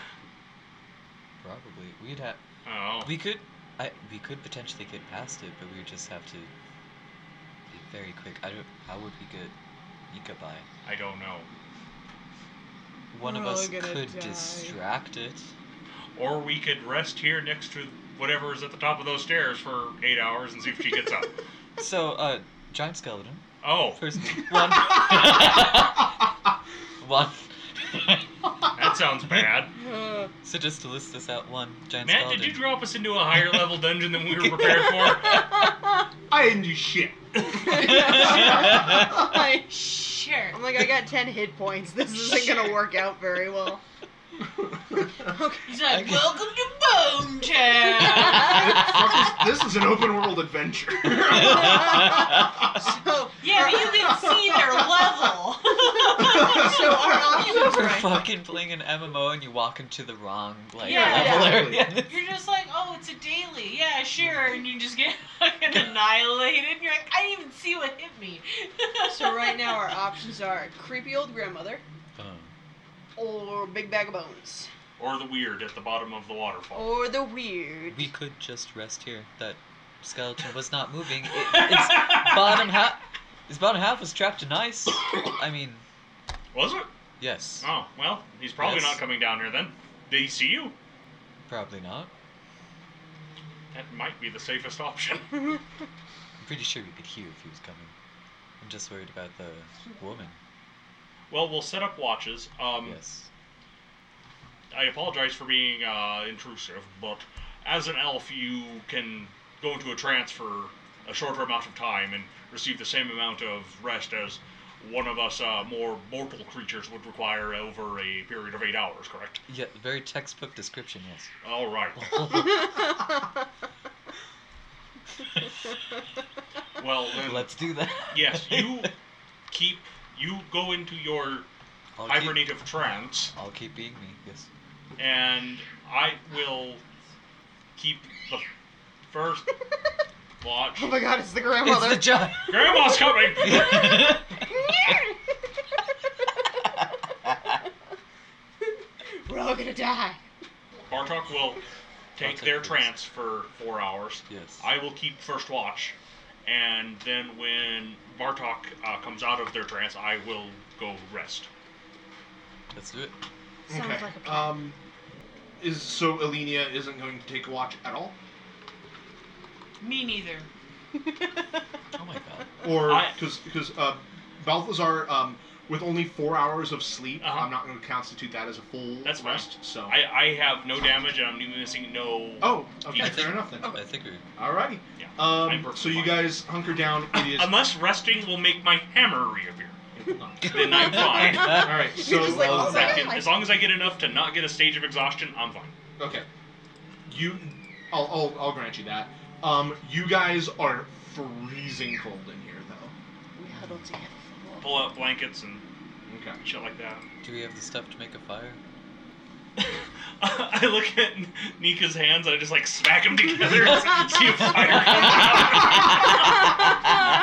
Speaker 4: Probably. We'd have.
Speaker 6: Oh,
Speaker 4: We could. I. We could potentially get past it, but we would just have to be very quick. I don't. How would we get Nika by?
Speaker 6: I don't know.
Speaker 4: One of
Speaker 5: We're all
Speaker 4: us
Speaker 5: gonna
Speaker 4: could
Speaker 5: die.
Speaker 4: distract it.
Speaker 6: Or we could rest here next to whatever is at the top of those stairs for eight hours and see if she gets up.
Speaker 4: So, uh, giant skeleton.
Speaker 6: Oh,
Speaker 4: First one. one.
Speaker 6: that sounds bad.
Speaker 4: So just to list this out, one giant
Speaker 6: Matt,
Speaker 4: skeleton.
Speaker 6: did you drop us into a higher level dungeon than we were prepared for?
Speaker 1: I didn't do shit.
Speaker 5: I,
Speaker 3: Sure.
Speaker 5: I'm like, I got 10 hit points. This isn't gonna work out very well.
Speaker 3: He's
Speaker 4: Okay.
Speaker 3: like, welcome to Bone Town.
Speaker 1: Fuck this, this is an open world adventure.
Speaker 6: Oh
Speaker 5: So,
Speaker 3: yeah, but you can see their level. so are all
Speaker 4: We're
Speaker 5: Right.
Speaker 4: fucking playing an MMO and you walk into the wrong like
Speaker 3: Yeah,
Speaker 4: level
Speaker 1: yeah.
Speaker 4: area.
Speaker 3: You're just like, oh, it's a daily. Yeah, sure. And you just get fucking annihilated. And you're like, I didn't even see what hit me.
Speaker 5: so right now our options are creepy old grandmother
Speaker 6: Um.
Speaker 4: Oh.
Speaker 5: or big bag of bones
Speaker 6: or the weird at the bottom of the waterfall.
Speaker 5: or the weird.
Speaker 4: We could just rest here. That skeleton was not moving. It, its bottom half, its bottom half was trapped in ice. I mean,
Speaker 6: Was it?
Speaker 4: yes,
Speaker 6: Oh, well, he's probably
Speaker 4: Yes.
Speaker 6: not coming down here then. Did he see you?
Speaker 4: probably not.
Speaker 6: That might be the safest option.
Speaker 4: I'm pretty sure we could hear if he was coming. I'm just worried about the woman.
Speaker 6: Well, we'll set up watches. Um,
Speaker 4: yes.
Speaker 6: I apologize for being uh, intrusive, but as an elf, you can go into a trance for a shorter amount of time and receive the same amount of rest as one of us uh, more mortal creatures would require over a period of eight hours, correct?
Speaker 4: Yeah, very textbook description. Yes.
Speaker 6: All right. Well, then,
Speaker 4: Let's do that.
Speaker 6: yes, you keep. You go into your
Speaker 4: I'll keep,
Speaker 6: hibernative trance,
Speaker 4: I'll keep being me. Yes.
Speaker 6: and I will keep the first watch.
Speaker 5: oh my god, it's the
Speaker 4: It's
Speaker 5: grandmother.
Speaker 4: the job.
Speaker 6: Grandma's coming!
Speaker 5: We're all gonna die.
Speaker 6: Bartok will take
Speaker 4: Bartok
Speaker 6: their
Speaker 4: first.
Speaker 6: trance for four hours.
Speaker 4: yes.
Speaker 6: I will keep first watch, and then when Bartok uh, comes out of their trance, I will go rest.
Speaker 4: Let's do it.
Speaker 5: Sounds like a plan.
Speaker 1: Um, is so Alenia isn't going to take a watch at all,
Speaker 3: Me neither.
Speaker 4: Oh my god.
Speaker 1: or
Speaker 6: I-
Speaker 1: because because uh, Balthazar um with only four hours of sleep,
Speaker 6: Uh-huh.
Speaker 1: I'm not going to constitute that as a full
Speaker 6: That's fine.
Speaker 1: rest. So
Speaker 6: I, I have no damage, and I'm missing no.
Speaker 1: oh okay
Speaker 6: I
Speaker 1: fair
Speaker 6: think-
Speaker 1: enough then.
Speaker 4: I think we're
Speaker 1: Alrighty.
Speaker 6: Yeah, I'm
Speaker 1: Um,
Speaker 6: perfectly
Speaker 1: so you
Speaker 6: fine.
Speaker 1: guys hunker down. It is
Speaker 6: Unless resting will make my hammer reappear,
Speaker 1: Hold on.
Speaker 6: then I'm fine.
Speaker 1: all right. So um,
Speaker 5: You're just like,
Speaker 4: well,
Speaker 5: oh
Speaker 6: I
Speaker 5: my
Speaker 6: can-
Speaker 5: god.
Speaker 6: as long as I get enough to not get a stage of exhaustion, I'm fine.
Speaker 1: Okay. You, I'll, I'll, I'll grant you that. Um, you guys are freezing cold in here, though.
Speaker 5: We huddled together for a while.
Speaker 6: Pull out blankets and
Speaker 1: Okay.
Speaker 6: shit like that.
Speaker 4: Do we have the stuff to make a fire?
Speaker 6: I look at Nika's hands and I just like smack them together and see if fire comes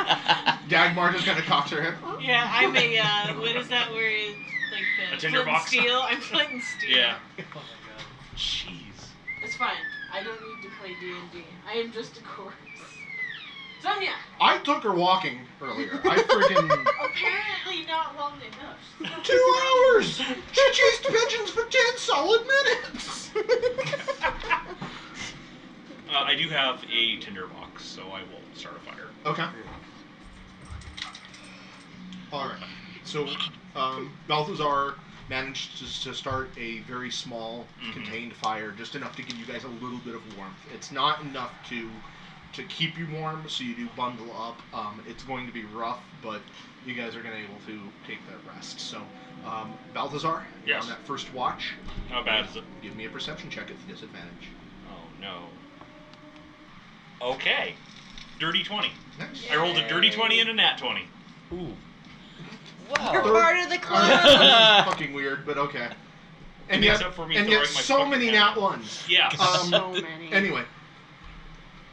Speaker 6: out.
Speaker 1: Dagmar just kind of cocks her head.
Speaker 3: Yeah, I'm a, uh, what is that where it's like the
Speaker 6: A tinderbox?
Speaker 3: flint and steel? I'm flint and steel.
Speaker 6: yeah.
Speaker 4: Oh my god.
Speaker 6: Jeez.
Speaker 3: It's fine. I don't need to play D&D. I am just a corpse. Sonia,
Speaker 1: I took her walking earlier. I freaking
Speaker 8: Apparently not long
Speaker 6: Uh,
Speaker 8: enough.
Speaker 1: two hours. She chased pigeons for ten solid minutes.
Speaker 6: Uh, I do have a tinder box, so I will start a fire.
Speaker 1: okay. All right. So, um, Balthazar managed to, to start a very small,
Speaker 6: Mhm.
Speaker 1: contained fire, just enough to give you guys a little bit of warmth. It's not enough to to keep you warm, so you do bundle up. Um, it's going to be rough, but you guys are going to be able to take that rest. So, um, Balthazar, you're
Speaker 6: Yes.
Speaker 1: on that first watch,
Speaker 6: How bad is it?
Speaker 1: give me a perception check at the disadvantage.
Speaker 6: Oh no. Okay. Dirty 20.
Speaker 1: Nice.
Speaker 6: I rolled a dirty 20 and a nat 20.
Speaker 4: Ooh.
Speaker 5: You're
Speaker 4: Wow.
Speaker 5: part of the
Speaker 1: Uh,
Speaker 5: club.
Speaker 1: this is fucking weird, but okay. And yet,
Speaker 6: Except for me
Speaker 1: and
Speaker 6: throwing
Speaker 1: yet
Speaker 6: my
Speaker 1: so
Speaker 6: fucking
Speaker 1: many
Speaker 6: hat.
Speaker 1: nat ones.
Speaker 6: Yeah.
Speaker 1: Um,
Speaker 5: so many.
Speaker 1: Anyway,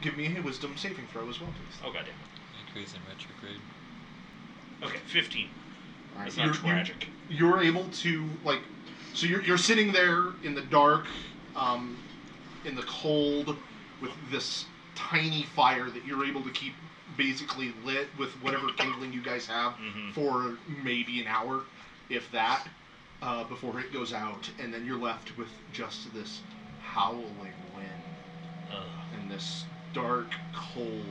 Speaker 1: give me a wisdom saving throw as well, please.
Speaker 6: oh goddamn.
Speaker 4: Increase in retrograde.
Speaker 6: Okay, 15. That's
Speaker 1: You're-
Speaker 6: not
Speaker 1: you-
Speaker 6: tragic.
Speaker 1: you're able to like so you're, you're sitting there in the dark um, in the cold with this tiny fire that you're able to keep basically lit with whatever kindling you guys have
Speaker 6: Mhm.
Speaker 1: for maybe an hour if that uh, before it goes out and then you're left with just this howling wind
Speaker 6: Ugh.
Speaker 1: and this dark cold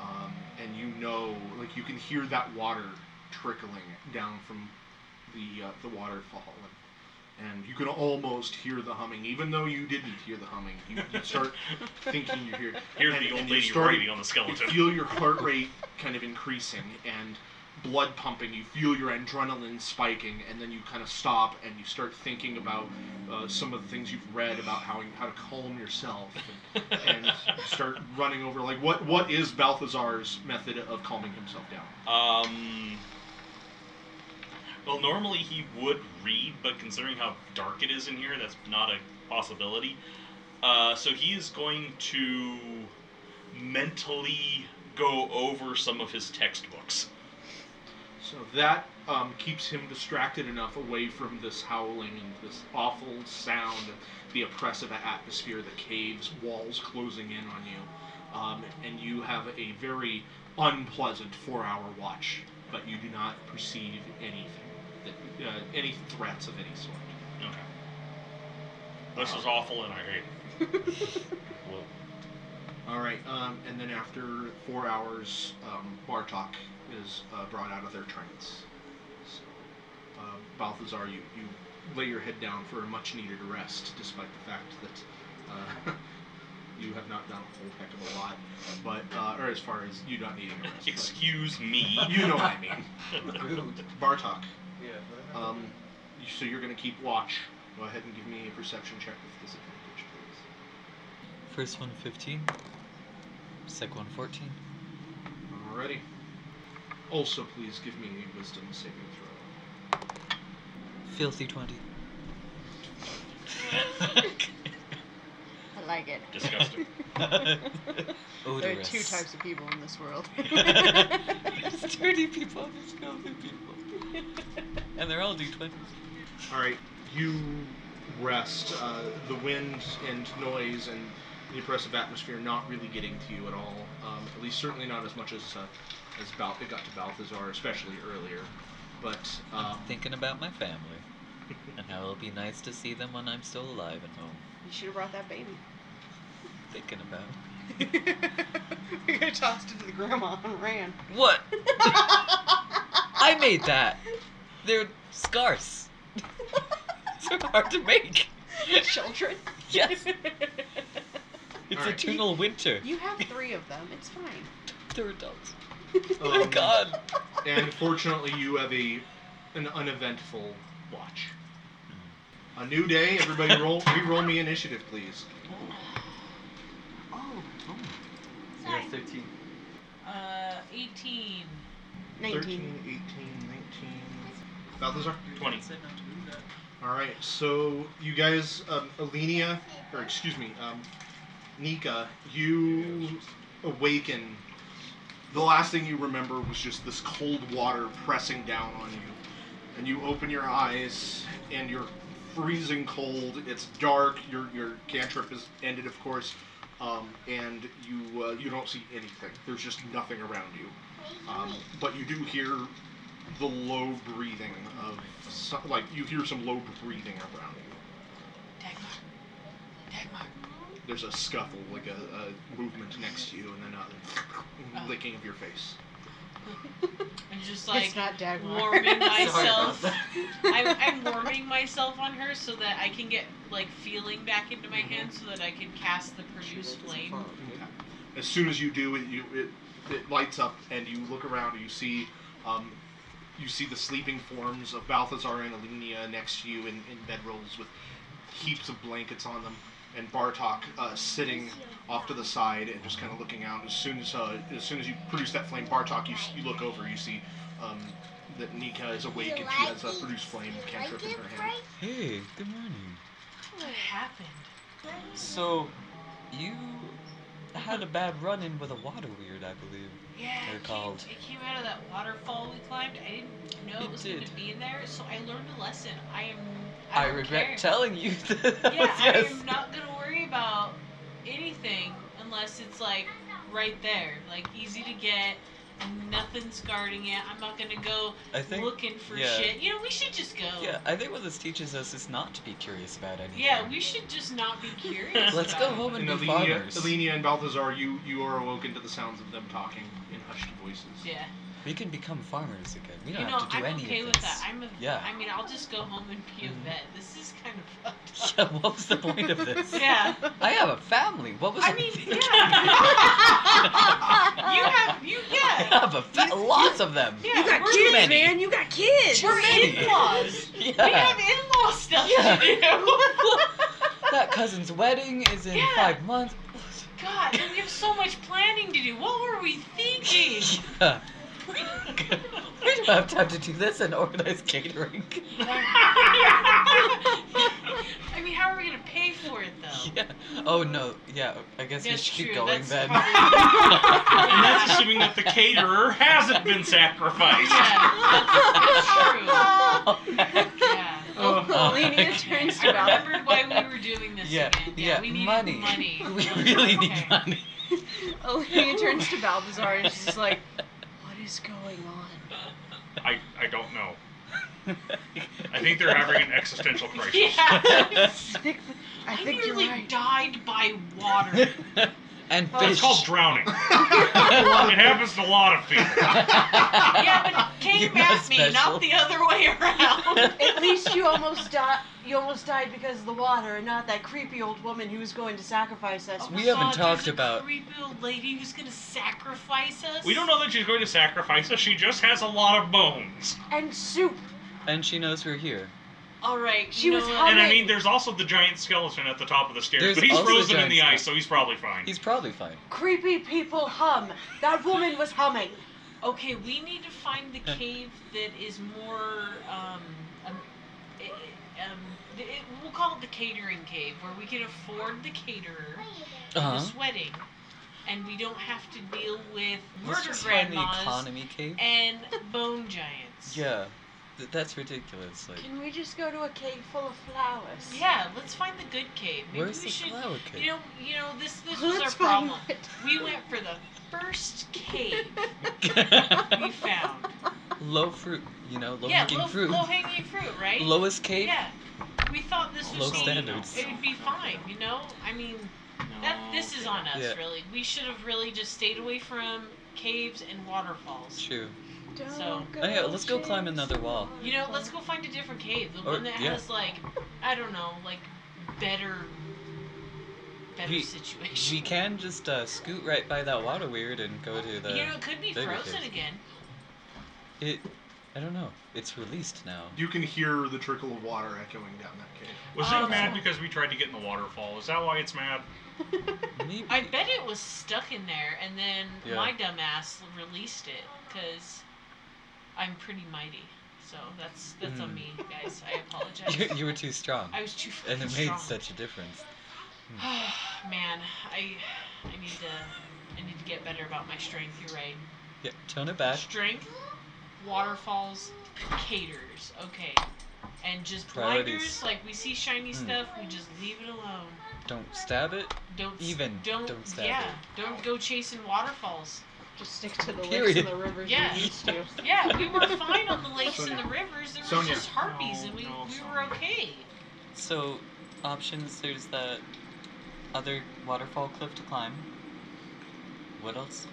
Speaker 1: um, and you know like you can hear that water trickling down from the uh, the waterfall and, and you can almost hear the humming even though you didn't hear the humming you, you start thinking you hear
Speaker 6: Here's
Speaker 1: and-
Speaker 6: the
Speaker 1: and
Speaker 6: old
Speaker 1: you
Speaker 6: lady
Speaker 1: start-
Speaker 6: writing on the
Speaker 1: you
Speaker 6: skeleton.
Speaker 1: feel your heart rate kind of increasing and blood pumping. You feel your adrenaline spiking, and then you kind of stop and you start thinking about uh, some of the things you've read about how how to calm yourself, and, and you start running over like what what is Balthazar's method of calming himself down?
Speaker 6: Um. Well, normally he would read, but considering how dark it is in here, that's not a possibility. Uh, so he is going to mentally go over some of his textbooks.
Speaker 1: So that um, keeps him distracted enough away from this howling and this awful sound, the oppressive atmosphere, the caves, walls closing in on you. Um, and you have a very unpleasant four hour watch, but you do not perceive anything, that, uh, any threats of any sort.
Speaker 6: Okay. This is awful, and I hate it.
Speaker 1: All right, um, and then after four hours, um, Bartok is uh, brought out of their trance. So, uh, Balthazar, you, you lay your head down for a much needed rest, despite the fact that uh, you have not done a whole heck of a lot. But, uh, or as far as you not needing a rest. but
Speaker 6: Excuse me.
Speaker 1: you know what I mean. Bartok,
Speaker 7: Yeah.
Speaker 1: um, you- so you're going to keep watch. Go ahead and give me a perception check with disadvantage, please.
Speaker 4: First one 15. Second one 14.
Speaker 1: Alrighty. Also, please give me a wisdom saving throw.
Speaker 4: Filthy 20.
Speaker 5: I like it.
Speaker 6: Disgusting.
Speaker 5: There are
Speaker 4: Odorous.
Speaker 5: two types of people in this world.
Speaker 4: There's dirty people and there's filthy people. And they're all D20s.
Speaker 1: All right, you rest. Uh, the wind and noise and the oppressive atmosphere not really getting to you at all. Um, at least, certainly not as much as uh, as Bal- it got to Balthazar, especially earlier. But um,
Speaker 4: I'm thinking about my family. And how it'll be nice to see them when I'm still alive and home.
Speaker 5: You should have brought that baby.
Speaker 4: Thinking about.
Speaker 5: we could have tossed it to the grandma and ran.
Speaker 4: What? I made that! They're scarce. They're hard to make.
Speaker 5: Children.
Speaker 4: Yes. It's
Speaker 1: Alright.
Speaker 4: eternal winter.
Speaker 5: You have three of them. It's fine.
Speaker 4: They're adults.
Speaker 1: um,
Speaker 4: They're gone.
Speaker 1: and fortunately, you have a an uneventful watch. A new day. Everybody, roll re-roll me initiative, please.
Speaker 4: Oh,
Speaker 3: Sorry.
Speaker 7: 13.
Speaker 3: uh, 18.
Speaker 5: 19.
Speaker 1: 13, 18, 19. Balthazar.
Speaker 6: 20.
Speaker 1: All right, so you guys, um, Alenia, or excuse me, um, Nika, you awaken. The last thing you remember was just this cold water pressing down on you, and you open your eyes, and you're freezing cold. It's dark. Your your cantrip is ended, of course. um, and you uh, you don't see anything. There's just nothing around you. Um, but you do hear the low breathing of some, like you hear some low breathing around you.
Speaker 5: Dagmar. Dagmar.
Speaker 1: There's a scuffle, like a, a movement next to you, and then a licking of your face.
Speaker 3: I'm just like
Speaker 5: it's not Dagmar.
Speaker 3: warming myself.
Speaker 4: that.
Speaker 3: I'm, I'm warming myself on her so that I can get like feeling back into my hand so that I can cast the produce flame.
Speaker 1: As soon as you do, it you it, it lights up, and you look around, and you see, um, you see the sleeping forms of Balthazar and Alenia next to you in, in bedrolls with heaps of blankets on them, and Bartok uh, sitting off to the side and just kind of looking out. As soon as uh, as soon as you produce that flame, Bartok, you, s- you look over, you see um, that Nika is awake and she has a produce flame cantrip in her hand.
Speaker 4: Hey, good morning.
Speaker 3: What happened?
Speaker 4: So, you had a bad run in with a water weird, I believe.
Speaker 3: Yeah,
Speaker 4: They're
Speaker 3: it came,
Speaker 4: called-
Speaker 3: it came out of that waterfall we climbed. I didn't know it,
Speaker 4: It
Speaker 3: was going
Speaker 4: did.
Speaker 3: to be in there, so I learned a lesson. I am. I,
Speaker 4: I,
Speaker 3: don't
Speaker 4: regret
Speaker 3: care.
Speaker 4: telling you that. that
Speaker 3: Yeah,
Speaker 4: was
Speaker 3: I
Speaker 4: yes.
Speaker 3: am not gonna worry about anything unless it's like right there, like easy to get. Nothing's guarding it. I'm not gonna go
Speaker 4: I think.
Speaker 3: looking for
Speaker 4: yeah.
Speaker 3: shit. You know, we should just go.
Speaker 4: Yeah, I think what this teaches us is not to be curious about anything.
Speaker 3: Yeah, we should just not be curious.
Speaker 4: Let's go
Speaker 3: about
Speaker 4: home and
Speaker 1: And
Speaker 4: be
Speaker 1: Alenia,
Speaker 4: farmers.
Speaker 1: Alenia and Balthazar, you, you are awoken to the sounds of them talking in hushed voices.
Speaker 3: it. Yeah.
Speaker 4: We can become farmers again. We don't
Speaker 3: you know,
Speaker 4: have to do
Speaker 3: I'm
Speaker 4: any
Speaker 3: okay
Speaker 4: of
Speaker 3: with
Speaker 4: this.
Speaker 3: that. I'm a.
Speaker 4: Yeah.
Speaker 3: I mean, I'll just go home and be a
Speaker 4: Mhm.
Speaker 3: vet. This is kind of fucked
Speaker 4: Yeah, what was the point of this?
Speaker 3: up. yeah.
Speaker 4: I have a family. What was
Speaker 3: I
Speaker 4: the-
Speaker 3: mean, yeah. you have you
Speaker 4: I
Speaker 3: yeah.
Speaker 4: have a fa- lots of them.
Speaker 3: Yeah,
Speaker 5: You got
Speaker 3: we're,
Speaker 5: kids,
Speaker 4: many.
Speaker 5: man. You got kids.
Speaker 3: we're
Speaker 4: many.
Speaker 3: in-laws.
Speaker 4: Yeah.
Speaker 3: We have in-law stuff
Speaker 4: Yeah.
Speaker 3: to do.
Speaker 4: that cousin's wedding is in
Speaker 3: Yeah.
Speaker 4: five months.
Speaker 3: God, and we have so much planning to do. What were we thinking?
Speaker 4: Yeah. We don't have time to do this and organize catering.
Speaker 3: I mean, how are we gonna pay for it though?
Speaker 4: Yeah. Oh no. Yeah. I guess we
Speaker 3: That's
Speaker 4: should
Speaker 3: true.
Speaker 4: keep going
Speaker 3: That's
Speaker 4: then.
Speaker 3: probably-
Speaker 6: And that's assuming that the caterer hasn't been sacrificed.
Speaker 3: Yeah,
Speaker 4: Oh,
Speaker 3: that's, that's true. Yeah.
Speaker 1: Uh,
Speaker 5: Alenia turns
Speaker 3: I
Speaker 5: to Ralph.
Speaker 3: remembered why we were doing this
Speaker 4: yeah.
Speaker 3: again. Yeah, we needed
Speaker 4: money.
Speaker 3: money.
Speaker 4: We really
Speaker 3: Okay.
Speaker 4: need money.
Speaker 5: Alenia Oh, turns to Balthazar and she's just like, what is going on?
Speaker 6: I, I don't know. I think they're having an existential crisis.
Speaker 3: Yeah.
Speaker 5: I think, I
Speaker 3: I
Speaker 5: think you're
Speaker 3: nearly
Speaker 5: right.
Speaker 3: died by water.
Speaker 4: and
Speaker 5: Well,
Speaker 4: fish.
Speaker 6: It's called drowning. it happens to a lot of people.
Speaker 3: yeah, but it came
Speaker 4: You're not
Speaker 3: at me,
Speaker 4: special.
Speaker 3: not the other way around.
Speaker 5: At least you almost died. You almost died because of the water, and not that creepy old woman who was going to sacrifice us.
Speaker 3: Oh
Speaker 4: We
Speaker 3: my
Speaker 4: haven't
Speaker 3: God,
Speaker 4: talked
Speaker 3: there's a
Speaker 4: about-
Speaker 3: creepy old lady who's gonna sacrifice us.
Speaker 6: We don't know that she's going to sacrifice us. She just has a lot of bones.
Speaker 5: And soup.
Speaker 4: And she knows we're here.
Speaker 3: All right,
Speaker 5: She
Speaker 3: you
Speaker 5: was
Speaker 3: know
Speaker 5: hot.
Speaker 3: what?
Speaker 6: And I
Speaker 5: Alright.
Speaker 6: mean, there's also the giant skeleton at the top of the stairs,
Speaker 4: There's
Speaker 6: but he's
Speaker 4: also the
Speaker 6: frozen in
Speaker 4: giant
Speaker 6: the ice,
Speaker 4: skeleton.
Speaker 6: so he's probably fine.
Speaker 4: He's probably fine.
Speaker 5: Creepy people hum. That woman was humming.
Speaker 3: Okay, we need to find the cave that is more. Um, um, it, um, it, we'll call it the catering cave, where we can afford the caterer.
Speaker 5: Uh-huh.
Speaker 4: Uh
Speaker 3: the
Speaker 4: huh.
Speaker 3: sweating, and we don't have to deal with
Speaker 4: Let's
Speaker 3: murder
Speaker 4: just find the
Speaker 3: grandmas
Speaker 4: economy cave.
Speaker 3: and bone giants.
Speaker 4: Yeah. Th- that's ridiculous. Like,
Speaker 5: Can we just go to a cave full of flowers?
Speaker 3: Yeah, let's find the good cave. Maybe
Speaker 4: where's
Speaker 3: we
Speaker 4: the
Speaker 3: should,
Speaker 4: flower cave?
Speaker 3: You know, you know, this this was
Speaker 5: Let's
Speaker 3: our
Speaker 5: find
Speaker 3: problem.
Speaker 5: it.
Speaker 3: We went for the first cave we found.
Speaker 4: low fruit. You know, low
Speaker 3: yeah,
Speaker 4: hanging
Speaker 3: low,
Speaker 4: fruit.
Speaker 3: low hanging fruit, right?
Speaker 4: Lowest cave.
Speaker 3: yeah. We thought this
Speaker 4: Low
Speaker 3: was
Speaker 4: standards.
Speaker 3: It would be fine, you know. I mean, that this is on us,
Speaker 4: Yeah.
Speaker 3: really. We should have really just stayed away from caves and waterfalls.
Speaker 4: True.
Speaker 5: Don't
Speaker 3: So-
Speaker 5: go
Speaker 4: Okay, let's go climb
Speaker 5: chasing
Speaker 4: another wall.
Speaker 3: You know, let's go find a different cave. The
Speaker 4: Or-
Speaker 3: one that
Speaker 4: yeah.
Speaker 3: has like, I don't know, like better, better
Speaker 4: We-
Speaker 3: situation.
Speaker 4: We can just uh, scoot right by that water weird and go to the.
Speaker 3: you know, it could be
Speaker 4: bigger
Speaker 3: frozen
Speaker 4: caves.
Speaker 3: again.
Speaker 4: It. I don't know. It's released now.
Speaker 1: You can hear the trickle of water echoing down that cave.
Speaker 6: Was
Speaker 3: Oh.
Speaker 6: it mad because we tried to get in the waterfall? Is that why it's mad?
Speaker 4: Maybe.
Speaker 3: I bet it was stuck in there, and then
Speaker 4: Yeah.
Speaker 3: my dumbass released it because I'm pretty mighty. So that's that's on
Speaker 4: Mm.
Speaker 3: me, guys. I
Speaker 4: you,
Speaker 3: apologize.
Speaker 4: you were too strong,
Speaker 3: I was too
Speaker 4: and
Speaker 3: fucking
Speaker 4: it made
Speaker 3: strong.
Speaker 4: such a difference.
Speaker 3: Man, I I need to I need to get better about my strength. You're right.
Speaker 4: Yeah, tone it back.
Speaker 3: Strength, waterfalls, caters. Okay. And just
Speaker 4: Priorities.
Speaker 3: blinders, like we see shiny
Speaker 4: Hmm.
Speaker 3: stuff, we just leave it alone.
Speaker 4: Don't stab it.
Speaker 3: Don't s-
Speaker 4: Even,
Speaker 3: Don't,
Speaker 4: don't stab
Speaker 3: yeah.
Speaker 4: it.
Speaker 3: Don't go chasing waterfalls.
Speaker 5: Just stick to the lakes
Speaker 4: Period.
Speaker 5: and the rivers
Speaker 3: Yeah.
Speaker 5: we used to.
Speaker 3: Yeah, we were fine on the lakes and
Speaker 1: Sonia.
Speaker 3: the rivers. There was
Speaker 1: Sonia.
Speaker 3: just harpies, and we,
Speaker 6: No, no,
Speaker 3: we
Speaker 6: Sonia.
Speaker 3: were okay.
Speaker 4: So, options there's the other waterfall cliff to climb. What else?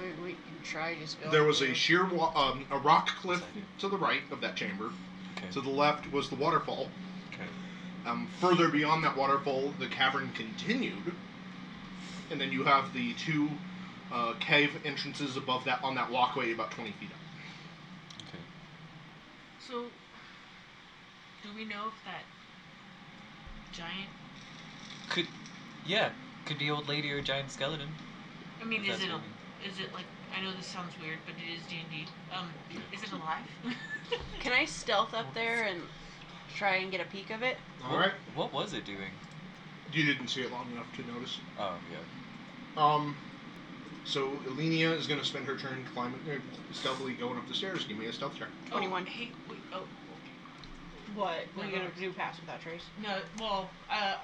Speaker 5: We, we can try just going.
Speaker 1: There was a
Speaker 5: through.
Speaker 1: sheer wa- um, a rock cliff to the right of that chamber.
Speaker 4: Okay.
Speaker 1: To the left was the waterfall.
Speaker 4: okay.
Speaker 1: Um, further beyond that waterfall, the cavern continued, and then you have the two uh, cave entrances above that on that walkway about 20 feet up.
Speaker 4: Okay.
Speaker 3: So, do we know if that giant?
Speaker 4: Could, yeah, could be old lady or giant skeleton.
Speaker 3: I mean,
Speaker 4: if
Speaker 3: is
Speaker 4: that's
Speaker 3: it
Speaker 4: what
Speaker 3: a,
Speaker 4: we-
Speaker 3: is it like? I know this sounds weird, but it is D and D. Um, is it alive?
Speaker 5: Can I stealth up there and try and get a peek of it?
Speaker 1: All right,
Speaker 4: What was it doing?
Speaker 1: you didn't see it long enough to notice.
Speaker 4: Oh yeah.
Speaker 1: Um, so Elenia is going to spend her turn climbing er, stealthily going up the stairs. Give me a stealth check.
Speaker 3: Oh,
Speaker 5: 21.
Speaker 3: hey, wait, oh
Speaker 5: What?
Speaker 3: What
Speaker 5: What
Speaker 3: are
Speaker 5: are
Speaker 3: you
Speaker 5: you
Speaker 3: gonna
Speaker 5: gonna do? Pass without trace?
Speaker 3: no, well, uh,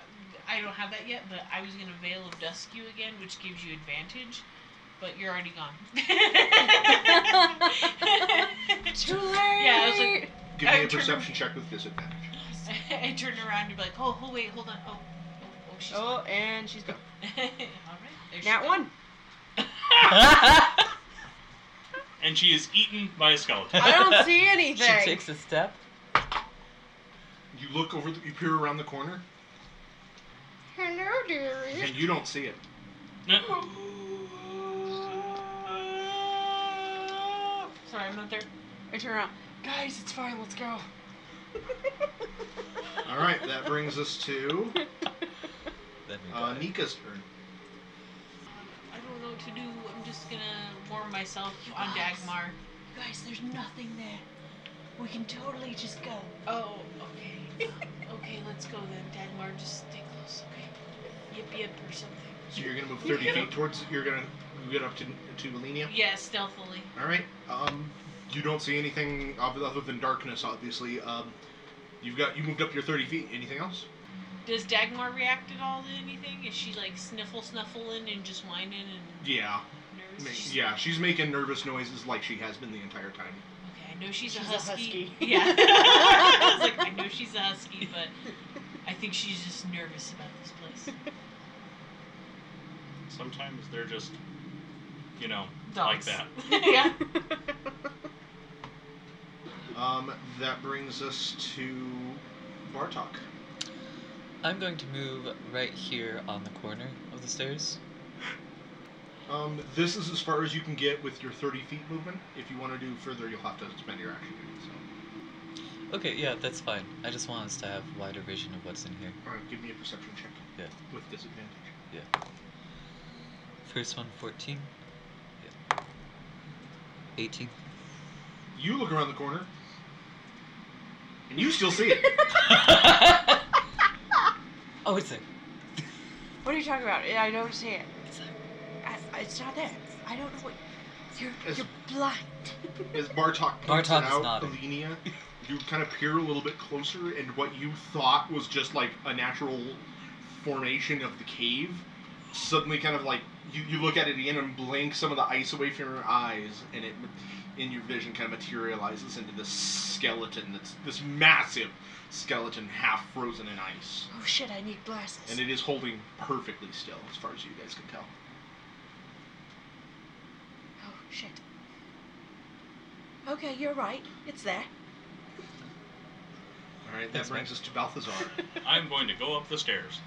Speaker 3: I don't have that yet, but I was gonna Veil of Dusk you again, which gives you advantage, but you're already gone.
Speaker 5: Too late.
Speaker 3: Yeah, I was like-
Speaker 1: Give me a
Speaker 3: Alright, turn.
Speaker 1: perception check with disadvantage.
Speaker 3: I turned around and be like, oh, oh wait, hold on, oh, oh, oh she's
Speaker 5: Oh, and she's gone.
Speaker 3: All right.
Speaker 5: Nat one.
Speaker 6: And she is eaten by a skeleton.
Speaker 5: I don't see anything.
Speaker 4: She takes a step.
Speaker 1: You look over, the, you peer around the corner,
Speaker 7: Hello, dearie.
Speaker 1: and you don't see it.
Speaker 3: Sorry, I'm not there.
Speaker 5: I turn around. Guys, it's fine. Let's go.
Speaker 1: All right, that brings us to
Speaker 4: Then we
Speaker 1: uh,
Speaker 4: got it.
Speaker 1: Nika's turn.
Speaker 3: I don't know what to do. I'm just gonna warm myself on Dagmar.
Speaker 5: Guys, there's nothing there. We can totally just go.
Speaker 3: Oh, okay. okay, let's go then, Dagmar. Just stay close, okay? Yip yip or something.
Speaker 1: So you're gonna move 30 feet towards. You're gonna get up to to Alenia.
Speaker 3: Yeah, stealthily.
Speaker 1: All right. Um, you don't see anything ob- other than darkness, obviously. Um, you've got you moved up your 30 feet. Anything else?
Speaker 3: Does Dagmar react at all to anything? Is she like sniffle snuffling and just whining and
Speaker 1: Yeah. Ma-
Speaker 3: nervous? She's-
Speaker 1: Yeah. She's making nervous noises like she has been the entire time.
Speaker 3: Okay, I know she's,
Speaker 5: She's
Speaker 3: a
Speaker 5: a
Speaker 3: husky.
Speaker 5: husky.
Speaker 3: Yeah. I was like, I know she's a husky, but I think she's just nervous about this place.
Speaker 6: Sometimes they're just, you know,
Speaker 3: Dogs.
Speaker 6: like
Speaker 3: that. yeah.
Speaker 1: Um, that brings us to Bartok.
Speaker 4: I'm going to move right here on the corner of the stairs.
Speaker 1: Um, this is as far as you can get with your 30 feet movement. If you want to do further, you'll have to spend your action. to do So,
Speaker 4: Okay, yeah, that's fine. I just want us to have wider vision of what's in here.
Speaker 1: all right, give me a perception check.
Speaker 4: Yeah.
Speaker 1: With disadvantage.
Speaker 4: First one, 14. Yeah. 18.
Speaker 1: You look around the corner, and you still see it.
Speaker 4: oh, it's there.
Speaker 5: What are you talking about? Yeah, I don't see it.
Speaker 4: It's
Speaker 5: I, I- it's not there. I don't know what. You're,
Speaker 1: It's-
Speaker 5: you're blind.
Speaker 1: As Bartok points
Speaker 4: Bartok
Speaker 1: it
Speaker 4: is
Speaker 1: out,
Speaker 4: nodding.
Speaker 1: Alenia, you kind of peer a little bit closer, and what you thought was just like a natural formation of the cave suddenly kind of like you, you look at it again and blink some of the ice away from your eyes and it in your vision kind of materializes into this skeleton that's this massive skeleton half frozen in ice
Speaker 5: Oh shit! I need glasses.
Speaker 1: and it is holding perfectly still as far as you guys can tell
Speaker 5: Oh shit. Okay, you're right. It's there.
Speaker 1: all right that
Speaker 4: That's
Speaker 1: brings us to balthazar
Speaker 6: I'm going to go up the stairs.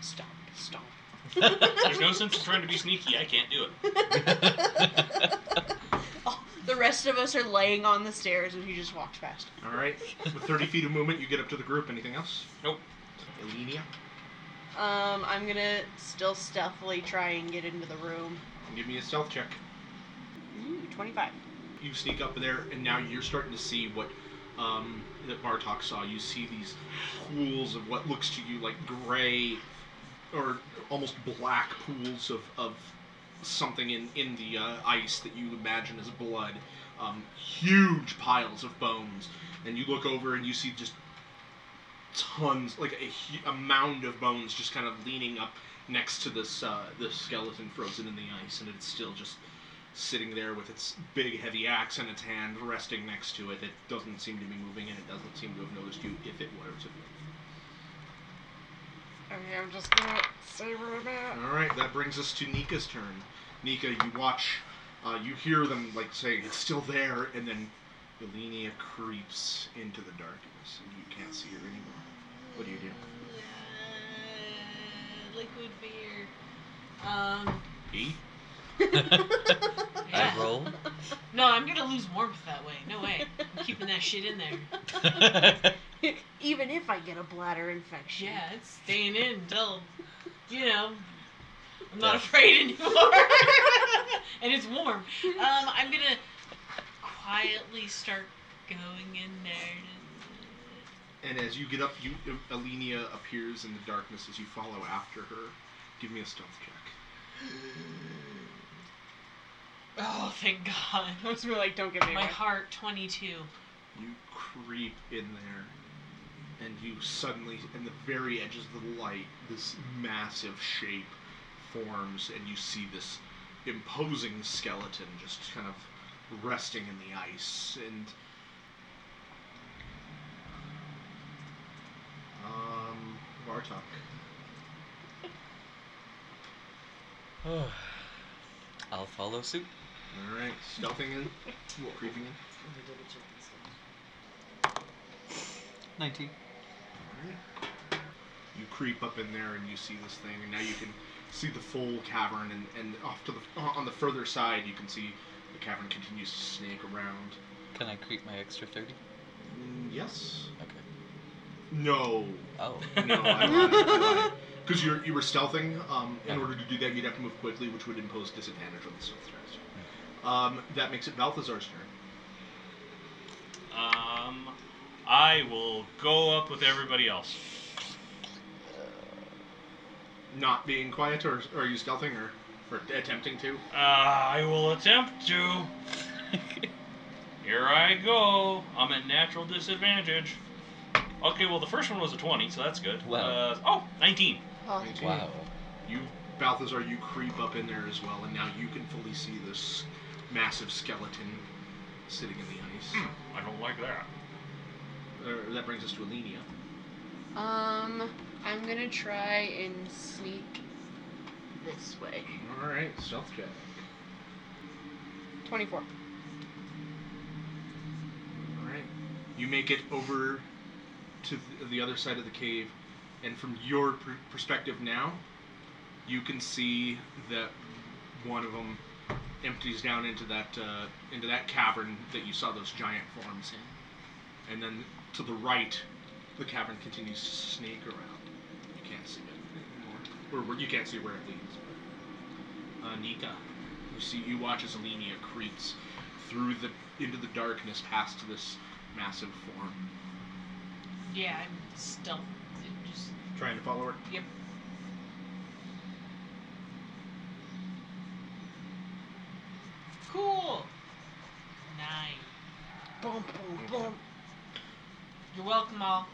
Speaker 5: Stop. Stop.
Speaker 6: There's no sense in trying to be sneaky. I can't do it.
Speaker 5: Oh, the rest of us are laying on the stairs, and he just walked past.
Speaker 1: all right with 30 feet of movement you get up to the group anything else
Speaker 6: Nope.
Speaker 1: Elenia?
Speaker 5: Um, I'm gonna still stealthily try and get into the room.
Speaker 1: Give me a stealth check.
Speaker 5: Ooh, 25.
Speaker 1: You sneak up there, and now you're starting to see what um, that Bartok saw. You see these pools of what looks to you like gray or almost black pools of, of something in, in the uh, ice that you imagine as blood. Um, huge piles of bones. And you look over and you see just tons, like a, hu- a mound of bones, just kind of leaning up next to this uh, this skeleton frozen in the ice, and it's still just sitting there with its big heavy axe in its hand, resting next to it. It doesn't seem to be moving, and it doesn't seem to have noticed you if it were to.
Speaker 5: Okay, I'm just gonna savor a bit.
Speaker 1: All right, that brings us to Nika's turn. Nika, you watch, uh, you hear them like saying it's still there, and then Elenia creeps into the darkness, and you can't see her anymore. What do you do?
Speaker 3: Uh, liquid fear. Um.
Speaker 1: Eight.
Speaker 4: I
Speaker 3: yeah.
Speaker 4: roll.
Speaker 3: No, I'm gonna lose warmth that way. No way. I'm keeping that shit in there.
Speaker 5: Even if I get a bladder infection.
Speaker 3: Yeah, it's staying in until, you know, I'm not
Speaker 4: Yeah.
Speaker 3: afraid anymore. and it's warm. Um, I'm gonna quietly start going in there.
Speaker 1: And as you get up, you Elenia appears in the darkness as you follow after her. Give me a stealth check.
Speaker 3: Oh, thank God.
Speaker 5: I was really like, don't give me
Speaker 3: My
Speaker 5: one.
Speaker 3: heart, 22.
Speaker 1: You creep in there, and you suddenly, in the very edges of the light, this massive shape forms, and you see this imposing skeleton just kind of resting in the ice. And um, Bartok,
Speaker 4: I'll follow suit.
Speaker 1: all right, stealthing in, creeping in.
Speaker 4: 19.
Speaker 1: You creep up in there and you see this thing, and now you can see the full cavern, and, and off to the uh, on the further side you can see the cavern continues to snake around.
Speaker 4: Can I creep my extra 30?
Speaker 1: Mm, yes.
Speaker 4: Okay.
Speaker 1: No.
Speaker 4: Oh.
Speaker 1: No. I lied. Because you you were stealthing. Um, in order to do that, you'd have to move quickly, which would impose disadvantage on the stealth test. Um, that makes it Balthazar's turn.
Speaker 6: Um, I will go up with everybody else.
Speaker 1: Not being quiet, or, or are you stealthing, or, or attempting to?
Speaker 6: Uh, I will attempt to. Here I go. I'm at natural disadvantage. Okay, well, the first one was a 20, so that's good.
Speaker 4: Wow.
Speaker 6: Uh, oh, 19.
Speaker 5: Oh,
Speaker 4: Wow.
Speaker 1: You, Balthazar, you creep up in there as well, and now you can fully see this massive skeleton sitting in the ice.
Speaker 6: I don't like that.
Speaker 1: Uh, Hmm. that brings us to Alenia.
Speaker 5: Um, I'm gonna try and sneak this way.
Speaker 1: All right, stealth check.
Speaker 5: 24.
Speaker 1: All right, you make it over to th- the other side of the cave, and from your per- perspective now, you can see that one of them empties down into that uh, into that cavern that you saw those giant forms in, and then to the right, the cavern continues to snake around. You can't see it anymore, or where- you can't see where it leads. but- Uh, Nika, you see, you watch as Alenia creeps through the into the darkness past this massive form,
Speaker 3: Yeah, I'm stealth. Just,
Speaker 1: trying to follow her.
Speaker 3: yep. Cool. Nine.
Speaker 5: Boom, boom, boom.
Speaker 3: You're welcome, all.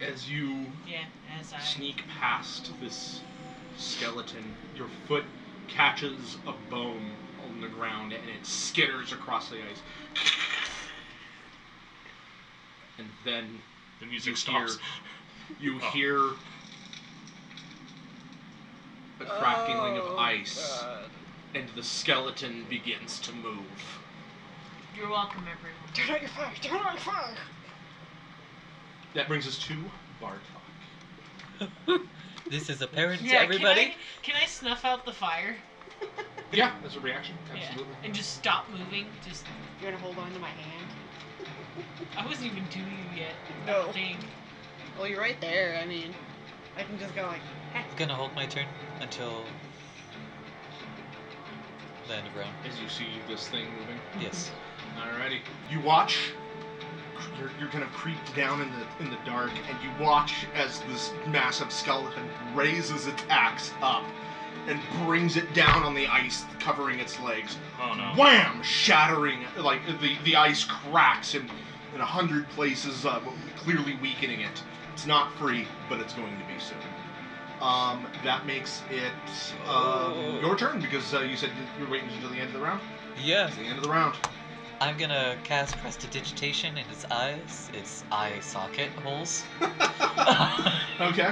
Speaker 1: As you
Speaker 3: Yeah, as I.
Speaker 1: sneak past this skeleton, your foot catches a bone on the ground and it skitters across the ice. And then
Speaker 6: The music
Speaker 1: You hear-
Speaker 6: stops.
Speaker 1: you
Speaker 6: Oh.
Speaker 1: hear a crackling of ice, and the skeleton begins to move.
Speaker 3: You're welcome, everyone.
Speaker 5: Turn out your fire, turn out your fire!
Speaker 1: That brings us to Bartok.
Speaker 4: This is apparent
Speaker 3: Yeah,
Speaker 4: to everybody.
Speaker 3: Can I, can I snuff out the fire?
Speaker 1: Yeah, that's a reaction.
Speaker 3: Yeah. And just stop moving. Just
Speaker 5: You're gonna hold on to my hand?
Speaker 3: I wasn't even doing it yet. I
Speaker 5: No.
Speaker 3: don't think.
Speaker 5: Well, you're right there, I mean. I can just go like,
Speaker 4: I'm gonna hold my turn until the end of round.
Speaker 1: As you see this thing moving.
Speaker 4: Yes.
Speaker 1: Alrighty. You watch. You're, you're kind of creeped down in the in the dark, and you watch as this massive skeleton raises its axe up and brings it down on the ice, covering its legs.
Speaker 6: Oh, no.
Speaker 1: Wham! Shattering, like the the ice cracks and in a hundred places, uh, but clearly weakening it. It's not free, but it's going to be soon. Um, that makes it um, your turn because uh, you said you're waiting until the end of the round.
Speaker 4: Yeah.
Speaker 1: It's the end of the round.
Speaker 4: I'm gonna cast prestidigitation in its eyes, its eye socket holes. I
Speaker 1: Okay.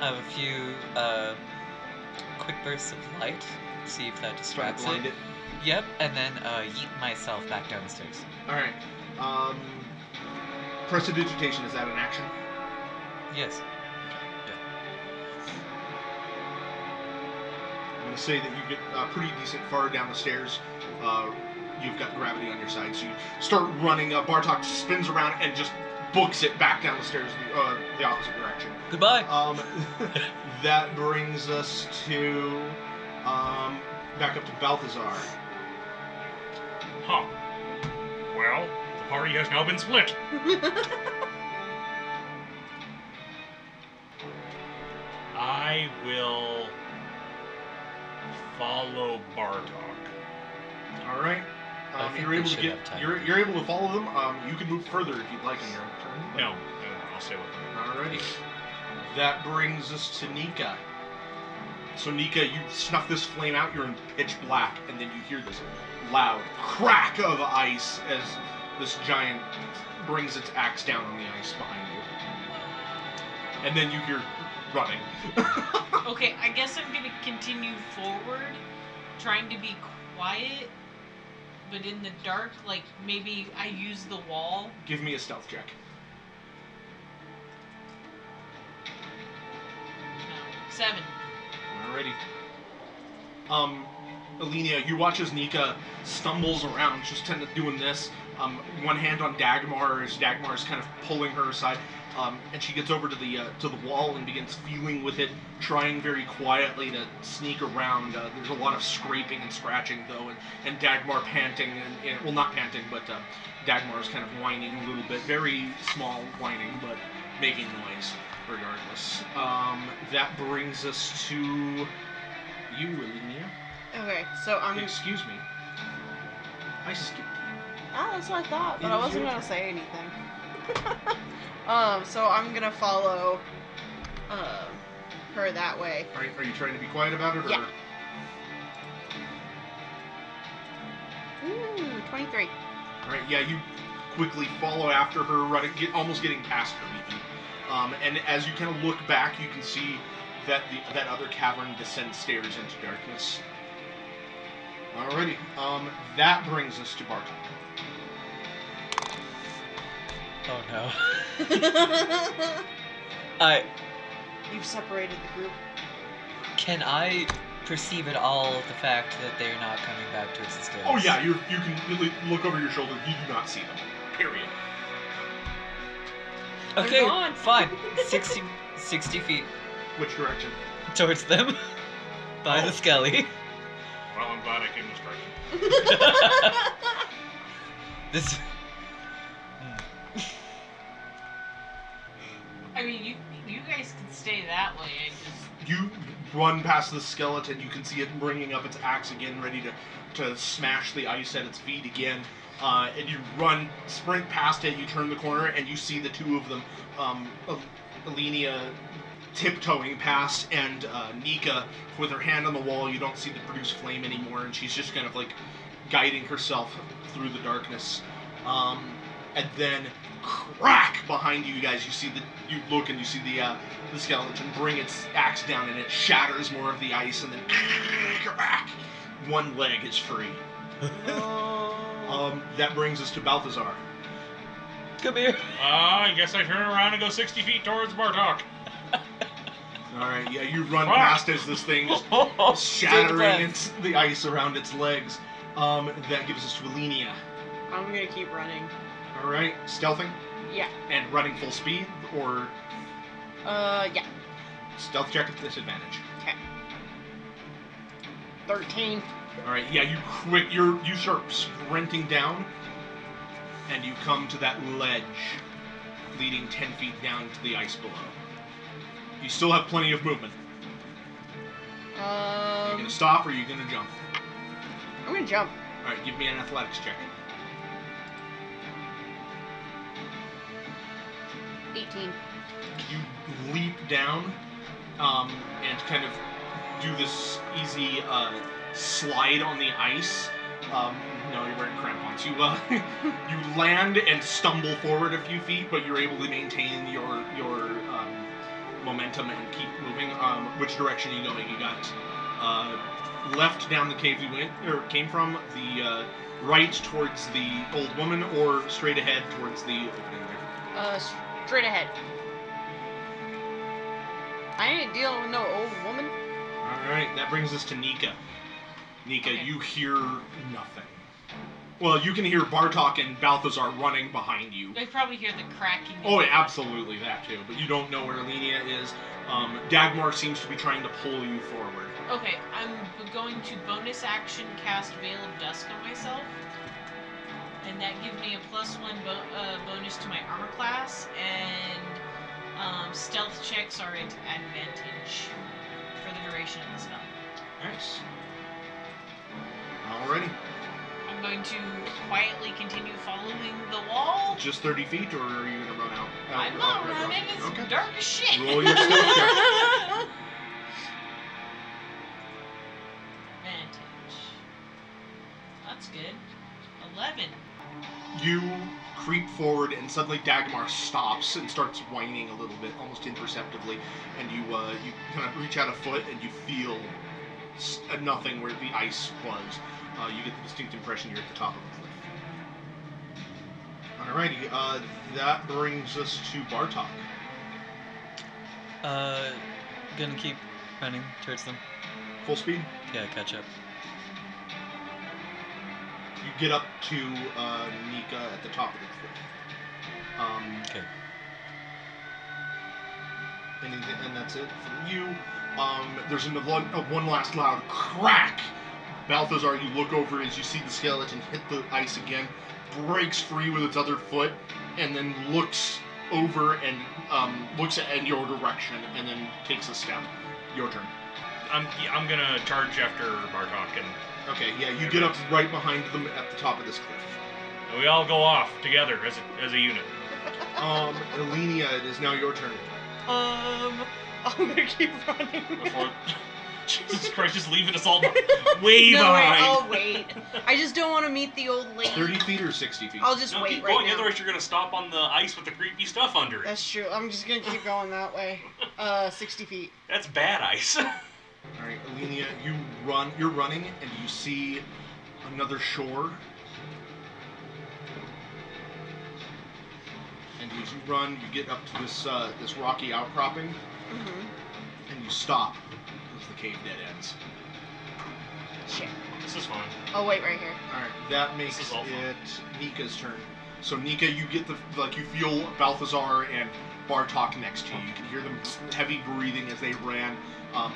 Speaker 4: have a few uh, quick bursts of light. See if that
Speaker 1: Try to
Speaker 4: distracts
Speaker 1: blind
Speaker 4: it.
Speaker 1: it.
Speaker 4: Yep, and then uh, yeet myself back down the stairs.
Speaker 1: All right. Um, prestidigitation is that an action?
Speaker 4: Yes.
Speaker 1: I'm gonna say that you get uh, pretty decent far down the stairs. Uh, you've got gravity on your side, so you start running. Uh, Bartok spins around and just books it back down the stairs, the, uh, the opposite direction.
Speaker 4: Goodbye.
Speaker 1: Um, that brings us to um, back up to Balthazar.
Speaker 6: Huh. Well, the party has now been split. I will follow Bartok.
Speaker 1: All right.
Speaker 4: I
Speaker 1: Um,
Speaker 4: think
Speaker 1: you're
Speaker 4: we
Speaker 1: able to
Speaker 4: should
Speaker 1: get
Speaker 4: have time.
Speaker 1: you're, you're able to follow them. Um, you can move further if you'd like in your own turn. but-
Speaker 6: No, no, I'll stay with him.
Speaker 1: Alrighty. That brings us to Nika. So Nika, you snuff this flame out, you're in pitch black, and then you hear this loud crack of ice as this giant brings its axe down on the ice behind you. And then you hear running.
Speaker 3: Okay, I guess I'm gonna continue forward, trying to be quiet, but in the dark, like maybe I use the wall.
Speaker 1: Give me a stealth check.
Speaker 3: No. Seven.
Speaker 1: Alrighty. Um, Alenia, you watch as Nika stumbles around, she's kind of doing this. Um, one hand on Dagmar as Dagmar is kind of pulling her aside, um, and she gets over to the uh, to the wall and begins feeling with it, trying very quietly to sneak around. Uh, there's a lot of scraping and scratching though, and, and Dagmar panting and, and well, not panting, but uh, Dagmar is kind of whining a little bit, very small whining, but making noise regardless. Um, that brings us to you, Alenia.
Speaker 5: Okay, so I'm.
Speaker 1: Excuse me. I skipped.
Speaker 5: Ah, that's what I thought, but
Speaker 1: It
Speaker 5: I
Speaker 1: is
Speaker 5: wasn't
Speaker 1: your
Speaker 5: gonna say anything. um, so I'm gonna follow, um, her that way.
Speaker 1: Are, are you trying to be quiet about it? Or?
Speaker 5: Yeah. Ooh, 23.
Speaker 1: All right, yeah, you quickly follow after her, running, get, almost getting past her even. Um, and as you kind of look back, you can see that the, that other cavern descends stairs into darkness. Alrighty, um, that brings us to Bartok.
Speaker 4: Oh no.
Speaker 5: You've
Speaker 4: I
Speaker 5: separated the group.
Speaker 4: can I perceive at all the fact that they're not coming back towards the stairs.
Speaker 1: Oh yeah, you you can you li- look over your shoulder. You do not see them. Period.
Speaker 4: Okay.
Speaker 3: They're gone.
Speaker 4: Fine. 60, 60 feet
Speaker 1: Which direction?
Speaker 4: towards them by
Speaker 1: Oh.
Speaker 4: the skelly.
Speaker 6: Well, I'm glad I came this direction.
Speaker 4: This.
Speaker 3: I mean, you you guys can stay that way. I just
Speaker 1: You run past the skeleton. You can see it bringing up its axe again, ready to, to smash the ice at its feet again. Uh, and you run, sprint past it. You turn the corner, and you see the two of them, um, of Alenia tiptoeing past, and uh, Nika with her hand on the wall. You don't see the produced flame anymore, and she's just kind of like guiding herself through the darkness. Um, and then crack behind you guys. You see the you look and you see the uh, the skeleton bring its axe down and it shatters more of the ice and then crack. One leg is free. Um, that brings us to Balthazar.
Speaker 4: Come here.
Speaker 6: Ah, I guess I turn around and go 60 feet towards Bartok.
Speaker 1: All right, yeah, you run
Speaker 6: Fuck.
Speaker 1: past as this thing is
Speaker 4: Oh,
Speaker 1: shattering its, the ice around its legs. Um, that gives us to Alenia.
Speaker 5: I'm gonna keep running.
Speaker 1: All right, stealthing
Speaker 5: Yeah.
Speaker 1: and running full speed or
Speaker 5: Uh, yeah.
Speaker 1: stealth check at disadvantage.
Speaker 5: 13.
Speaker 1: All right, yeah, you quick, you're you start sprinting down, and you come to that ledge, leading ten feet down to the ice below. You still have plenty of movement. Are you
Speaker 5: Um,
Speaker 1: gonna stop or are you gonna jump?
Speaker 5: I'm gonna jump.
Speaker 1: All right, give me an athletics check.
Speaker 5: 18.
Speaker 1: you leap down um, and kind of do this easy uh, slide on the ice. Um, no, you're wearing crampons. You uh, you land and stumble forward a few feet, but you're able to maintain your your um, momentum and keep moving. Um, which direction are you going? You got uh, left down the cave you went or came from, the uh, right towards the old woman, or straight ahead towards the opening there.
Speaker 5: Uh, straight ahead. I ain't dealing with no old woman.
Speaker 1: All right, that brings us to Nika. Nika,
Speaker 3: Okay.
Speaker 1: you hear nothing. Well, you can hear Bartok and Balthazar running behind you.
Speaker 3: They probably hear the cracking.
Speaker 1: Oh, yeah, absolutely that too. But you don't know where Lenia is. Um, Dagmar seems to be trying to pull you forward.
Speaker 3: Okay, I'm going to bonus action cast Veil of Dusk on myself. And that gives me a plus one bo- uh, bonus to my armor class, and um, stealth checks are at advantage for the duration of the spell.
Speaker 1: Nice. Alrighty.
Speaker 3: I'm going to quietly continue following the wall.
Speaker 1: Just 30 feet, or are you gonna run out? out-
Speaker 3: I'm not
Speaker 1: out- out-
Speaker 3: running, it's
Speaker 1: Okay.
Speaker 3: dark as shit.
Speaker 1: Roll your stealth check.
Speaker 3: Advantage. That's good. 11.
Speaker 1: You creep forward, and suddenly Dagmar stops and starts whining a little bit, almost imperceptibly. And you uh, you kind of reach out a foot, and you feel s- uh, nothing where the ice was. Uh, you get the distinct impression you're at the top of a cliff. Alrighty, uh, that brings us to Bartok.
Speaker 4: Uh, gonna keep running towards them.
Speaker 1: Full speed.
Speaker 4: Yeah, catch up.
Speaker 1: You get up to uh, Nika at the top of the cliff. Um,
Speaker 4: Okay.
Speaker 1: Anything, and that's it from you. Um, there's an, a one last loud crack. Balthazar, you look over as you see the skeleton hit the ice again, breaks free with its other foot, and then looks over and um, looks at in your direction, and then takes a step. Your turn.
Speaker 6: I'm I'm gonna charge after Bartok, and
Speaker 1: Okay, yeah, you get up right behind them at the top of this cliff.
Speaker 6: we all go off together as a, as a unit.
Speaker 1: Um, Elenia, it is now your turn.
Speaker 5: um, I'm gonna keep running.
Speaker 6: Before Jesus Christ, just leaving us all way
Speaker 5: no, wait,
Speaker 6: behind.
Speaker 5: I'll wait. I just don't want to meet the old lady.
Speaker 1: 30 feet or 60 feet?
Speaker 5: I'll just
Speaker 6: no,
Speaker 5: wait
Speaker 6: keep
Speaker 5: right
Speaker 6: going.
Speaker 5: now.
Speaker 6: Otherwise, you're gonna stop on the ice with the creepy stuff under it.
Speaker 5: That's true. I'm just gonna keep going that way. Uh, 60 feet.
Speaker 6: That's bad ice.
Speaker 1: All right, Alenia, you run. You're running, and you see another shore. And as you run, you get up to this uh, this rocky outcropping,
Speaker 5: Mm-hmm.
Speaker 1: and you stop as the cave dead ends.
Speaker 5: Shit.
Speaker 6: this is fun.
Speaker 5: I'll wait right here.
Speaker 1: All right, that makes
Speaker 6: This is awful.
Speaker 1: it Nika's turn. So Nika, you get the like you feel Balthazar and Bartok next to you. You can hear them heavy breathing as they ran. Um,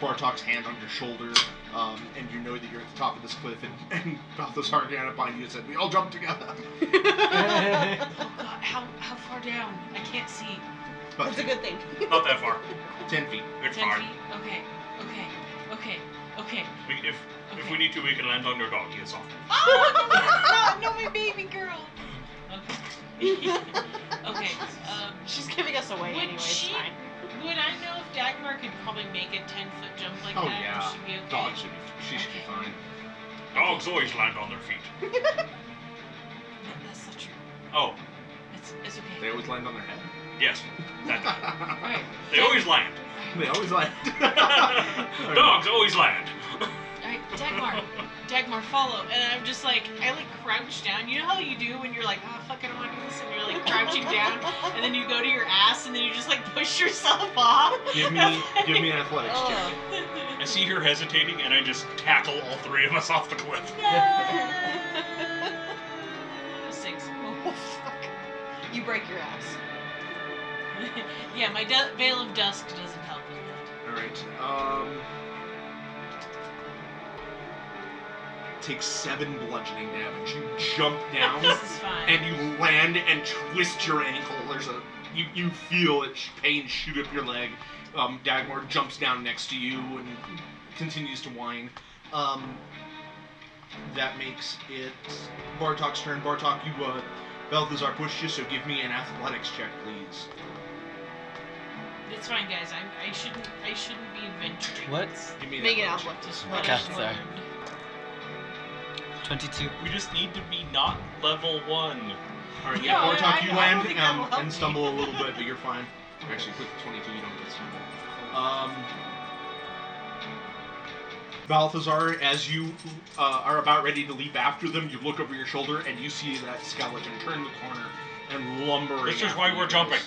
Speaker 1: Bartok's hand on your shoulder, um, and you know that you're at the top of this cliff. And, and Balthazar ran up behind you and said, "We all jump together."
Speaker 3: Oh god, how, how far down? I can't see.
Speaker 1: But
Speaker 5: That's a good thing.
Speaker 6: Not that far.
Speaker 1: ten feet.
Speaker 6: It's
Speaker 3: 10
Speaker 6: far.
Speaker 3: feet? Okay, okay, okay, okay.
Speaker 6: We, if if
Speaker 3: Okay.
Speaker 6: we need to, we can land on your dog. Yes, off.
Speaker 3: Oh, no, my baby girl. Okay. okay. Um,
Speaker 5: She's giving us away
Speaker 3: Would
Speaker 5: anyway.
Speaker 3: she-
Speaker 5: It's fine.
Speaker 3: would I know if Dagmar could probably make a ten foot jump like
Speaker 1: Oh,
Speaker 3: that? or
Speaker 1: yeah.
Speaker 3: She'd be okay.
Speaker 1: Dog should be. She should be fine.
Speaker 6: Dogs always land on their feet.
Speaker 3: No, that's not true.
Speaker 6: Oh,
Speaker 3: It's, it's okay.
Speaker 1: They always land on their head.
Speaker 6: yes. That,
Speaker 3: All right.
Speaker 6: they always land.
Speaker 1: they always land.
Speaker 6: Dogs always land.
Speaker 3: All right, Dagmar, Dagmar, follow. And I'm just like, I like crouch down. You know how you do when you're like, oh, fuck, I don't want to do this, and you're like crouching down, and then you go to your ass, and then you just like push yourself off.
Speaker 1: give me, give me an
Speaker 5: Oh.
Speaker 1: athletics check.
Speaker 5: Ugh.
Speaker 6: I see her hesitating, and I just tackle all three of us off the cliff.
Speaker 3: No. Six.
Speaker 5: Oh, fuck. You break your ass.
Speaker 3: yeah, my du- veil of dusk doesn't help with that.
Speaker 1: All right. Um, takes seven bludgeoning damage. You jump down
Speaker 3: This is fine.
Speaker 1: and you land and twist your ankle. There's a you, you feel it sh- pain shoot up your leg. Um, Dagmar jumps down next to you and continues to whine. Um, that makes it Bartok's turn. Bartok, you uh, Balthazar pushed you, so give me an athletics check, please.
Speaker 3: It's fine, guys. I, I shouldn't. I shouldn't be adventuring.
Speaker 4: What's
Speaker 1: Give me an
Speaker 5: Make it
Speaker 1: athletics
Speaker 5: outlook.
Speaker 3: Just
Speaker 4: Okay,
Speaker 3: what I
Speaker 4: sorry.
Speaker 3: learned.
Speaker 4: 22?
Speaker 6: We just need to be not level one.
Speaker 1: check. All right, yeah,
Speaker 8: No,
Speaker 1: Or talk you
Speaker 8: I- I don't
Speaker 1: land
Speaker 8: think that'll
Speaker 1: um,
Speaker 8: help me.
Speaker 1: and stumble a little bit, but you're fine. Actually, quick 22, you don't get stumbled. Um, Balthazar, as you uh, are about ready to leap after them, you look over your shoulder and you see that skeleton turn the corner and lumbering.
Speaker 6: This is
Speaker 1: after
Speaker 6: why
Speaker 1: you
Speaker 6: we're
Speaker 1: guys.
Speaker 6: jumping.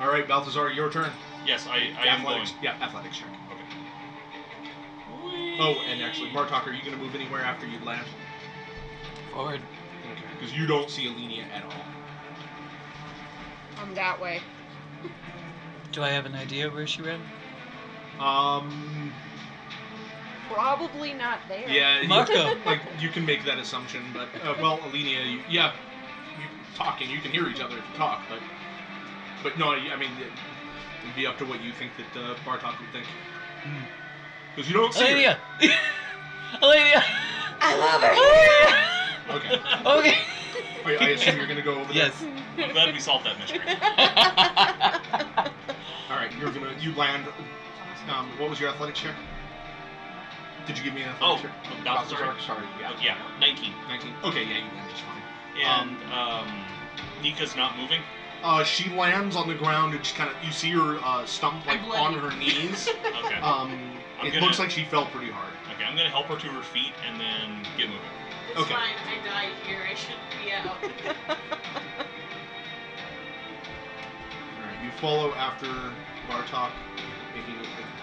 Speaker 1: All right, Balthazar, your turn.
Speaker 6: Yes, I, I am going.
Speaker 1: athletics, yeah, athletics check. Oh, and actually, Martok, are you going to move anywhere after you land?
Speaker 4: Forward.
Speaker 1: Okay. Because you don't see Alenia at all.
Speaker 5: I'm that way.
Speaker 4: Do I have an idea where she ran?
Speaker 1: Um.
Speaker 5: Probably not there.
Speaker 1: Yeah. you-
Speaker 4: Marco.
Speaker 1: like you can make that assumption, but uh, well, Alenia, you, yeah, you talking, you can hear each other if you talk, but but no, I I mean, it, would be up to what you think that uh, Bartok would think.
Speaker 4: Hmm.
Speaker 1: Because you
Speaker 6: Oh,
Speaker 1: don't see. her.
Speaker 4: Alania! Alania!
Speaker 5: I love her.
Speaker 1: Okay.
Speaker 4: okay.
Speaker 1: Wait, I assume you're gonna go over there.
Speaker 4: Yes.
Speaker 6: I'm glad we solved that mystery.
Speaker 1: All right, you're gonna you land. Um, what was your athletic check? Did you give me an
Speaker 6: Oh,
Speaker 1: athletic check?
Speaker 6: no, Balthazar.
Speaker 1: Sorry. Yeah.
Speaker 6: Oh, yeah, 19.
Speaker 1: 19. Okay, yeah, you land just fine.
Speaker 6: And um, Nika's not moving.
Speaker 1: Uh, she lands on the ground and she kind of you see her uh, stump like
Speaker 3: I'm
Speaker 1: on
Speaker 3: bloody.
Speaker 1: her knees.
Speaker 6: Okay.
Speaker 1: Um,
Speaker 6: I'm
Speaker 1: it
Speaker 6: gonna-
Speaker 1: looks like she fell pretty hard.
Speaker 6: Okay, I'm gonna help her to her feet and then get moving.
Speaker 8: It's
Speaker 1: Okay.
Speaker 8: fine. I died here. I shouldn't be out.
Speaker 1: All right, you follow after Bartok, making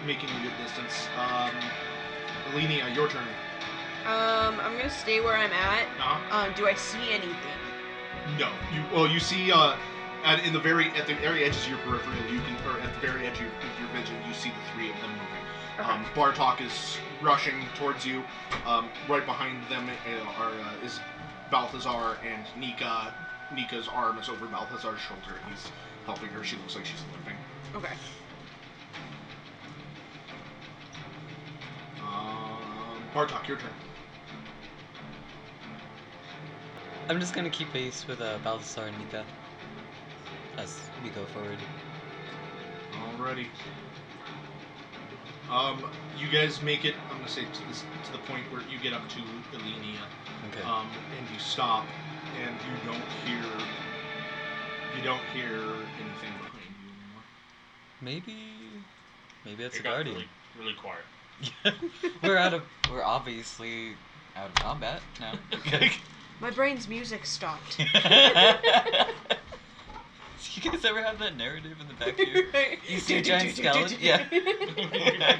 Speaker 1: making a good distance. Um, Alenia, your turn.
Speaker 5: Um, I'm gonna stay where I'm at.
Speaker 1: Uh-huh.
Speaker 5: Um, do I see anything?
Speaker 1: No, you well you see uh, at, in the very at the very edges of your peripheral, you can or at the very edge of your, of your vision, you see the three of them moving. Um, Bartok is rushing towards you. Um, right behind them uh, are uh, is Balthazar and Nika. Nika's arm is over Balthazar's shoulder. He's helping her. She looks like she's limping.
Speaker 5: Okay.
Speaker 1: Um, Bartok, your turn.
Speaker 4: I'm just gonna keep pace with uh, Balthasar and Nika as we go forward.
Speaker 1: Alrighty. Um, you guys make it. I'm gonna say to this to the point where you get up to Elenia.
Speaker 4: Okay.
Speaker 1: um, and you stop, and you don't hear you don't hear anything behind you anymore.
Speaker 4: maybe. Maybe it's
Speaker 6: It
Speaker 4: a
Speaker 6: got
Speaker 4: guardian.
Speaker 6: really, really quiet.
Speaker 4: we're out of. We're obviously out of combat now.
Speaker 5: My brain's music stopped.
Speaker 4: you guys ever have that narrative in the back of your You see a giant skeleton?
Speaker 6: Got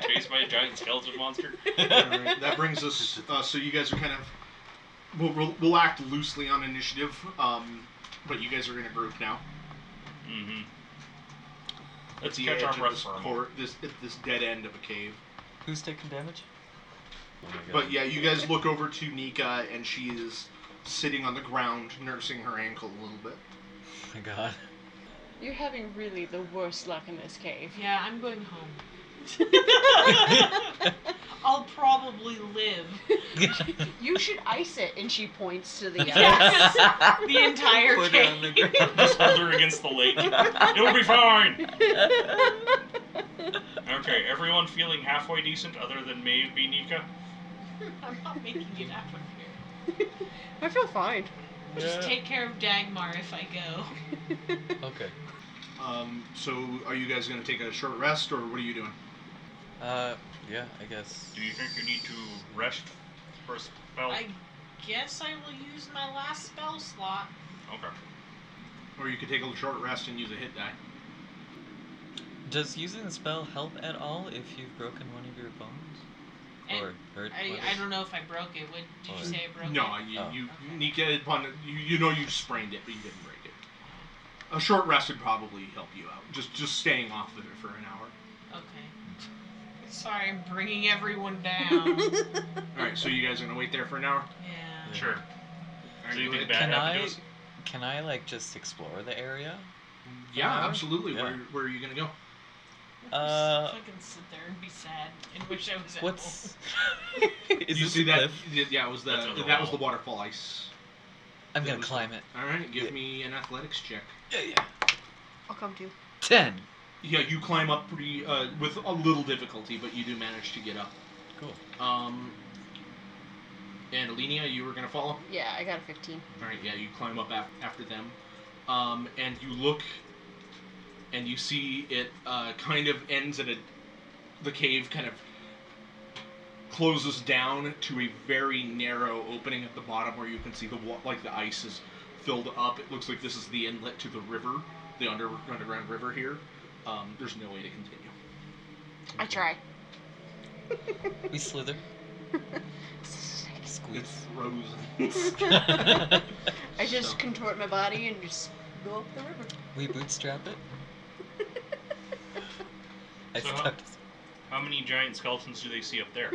Speaker 6: Chased by a giant skeleton monster.
Speaker 1: All right, that brings us. Uh, so you guys are kind of we'll, we'll, we'll act loosely on initiative, um, but you guys are in a group now.
Speaker 6: Mm-hmm.
Speaker 1: At
Speaker 6: Let's
Speaker 1: the
Speaker 6: catch
Speaker 1: edge
Speaker 6: our
Speaker 1: of
Speaker 6: breath
Speaker 1: this,
Speaker 6: for a moment.
Speaker 1: cor- this at this dead end of a cave.
Speaker 4: Who's taking damage? Oh my god.
Speaker 1: But yeah, you guys look over to Nika, and she is sitting on the ground nursing her ankle a little bit.
Speaker 4: Oh my god.
Speaker 5: You're having really the worst luck in this cave.
Speaker 3: Yeah, I'm going home. I'll probably live
Speaker 5: You should ice it, and she points to the ice.
Speaker 3: Yes. the entire
Speaker 4: Put it on
Speaker 3: cave.
Speaker 4: the ground.
Speaker 6: Just hold her against the lake. It'll be fine. Okay, everyone feeling halfway decent, other than maybe Nika.
Speaker 8: I'm not making it out of here.
Speaker 5: I feel fine.
Speaker 3: Just take care of Dagmar if I go.
Speaker 4: Okay.
Speaker 1: Um, so are you guys going to take a short rest, or what are you doing?
Speaker 4: Uh, yeah, I guess.
Speaker 6: Do you think you need to rest for a spell?
Speaker 3: I guess I will use my last spell slot.
Speaker 6: Okay.
Speaker 1: Or you could take a short rest and use a hit die.
Speaker 4: Does using the spell help at all if you've broken one of your bones?
Speaker 3: And
Speaker 4: or hurt?
Speaker 3: I,
Speaker 4: one?
Speaker 3: I don't know if I broke it. What did
Speaker 4: Or-
Speaker 3: you say I broke
Speaker 1: No,
Speaker 3: it?
Speaker 1: you,
Speaker 4: Oh.
Speaker 1: you
Speaker 3: Okay.
Speaker 1: Nika upon you, you know you sprained it, but you didn't break it. A short rest would probably help you out. Just just staying off of it for an hour.
Speaker 3: Okay. Sorry, I'm bringing everyone down. yeah.
Speaker 1: All right, so you guys are gonna wait there for an hour.
Speaker 4: Yeah.
Speaker 6: Sure.
Speaker 1: All right,
Speaker 6: So you
Speaker 1: go ahead.
Speaker 6: think bad
Speaker 4: Can
Speaker 6: happen
Speaker 4: I-
Speaker 6: to us?
Speaker 4: Can I like just explore the area?
Speaker 1: yeah,
Speaker 4: Uh,
Speaker 1: absolutely.
Speaker 4: yeah.
Speaker 1: Where, where are you gonna go?
Speaker 4: Uh,
Speaker 3: Fucking sit there and be sad and wish I was at
Speaker 4: What's?
Speaker 3: home.
Speaker 4: Is
Speaker 1: you
Speaker 4: this
Speaker 1: see
Speaker 4: a
Speaker 1: that?
Speaker 4: cliff?
Speaker 1: Yeah, it was the
Speaker 6: That's on the
Speaker 1: that was
Speaker 6: wall.
Speaker 1: the waterfall ice.
Speaker 4: I'm gonna
Speaker 1: That was-
Speaker 4: climb it.
Speaker 1: All right, give me an athletics check.
Speaker 4: Yeah, yeah.
Speaker 5: I'll come to. you.
Speaker 4: Ten.
Speaker 1: Yeah, you climb up pretty uh, with a little difficulty, but you do manage to get up.
Speaker 4: Cool.
Speaker 1: Um, and Alenia, you were gonna follow.
Speaker 5: Yeah, I got a 15.
Speaker 1: All right, yeah, you climb up af- after them, um, and you look, and you see it uh, kind of ends at a, the cave kind of closes down to a very narrow opening at the bottom where you can see the wa- like the ice is filled up. It looks like this is the inlet to the river, the under- underground river here. Um, there's no way to continue.
Speaker 5: I try.
Speaker 4: We slither.
Speaker 1: It's
Speaker 4: Squeeze.
Speaker 1: frozen.
Speaker 5: I just
Speaker 1: So.
Speaker 5: contort my body and just go up the river.
Speaker 4: we bootstrap it. I
Speaker 2: So-
Speaker 4: stuck.
Speaker 2: How many giant skeletons do they see up there?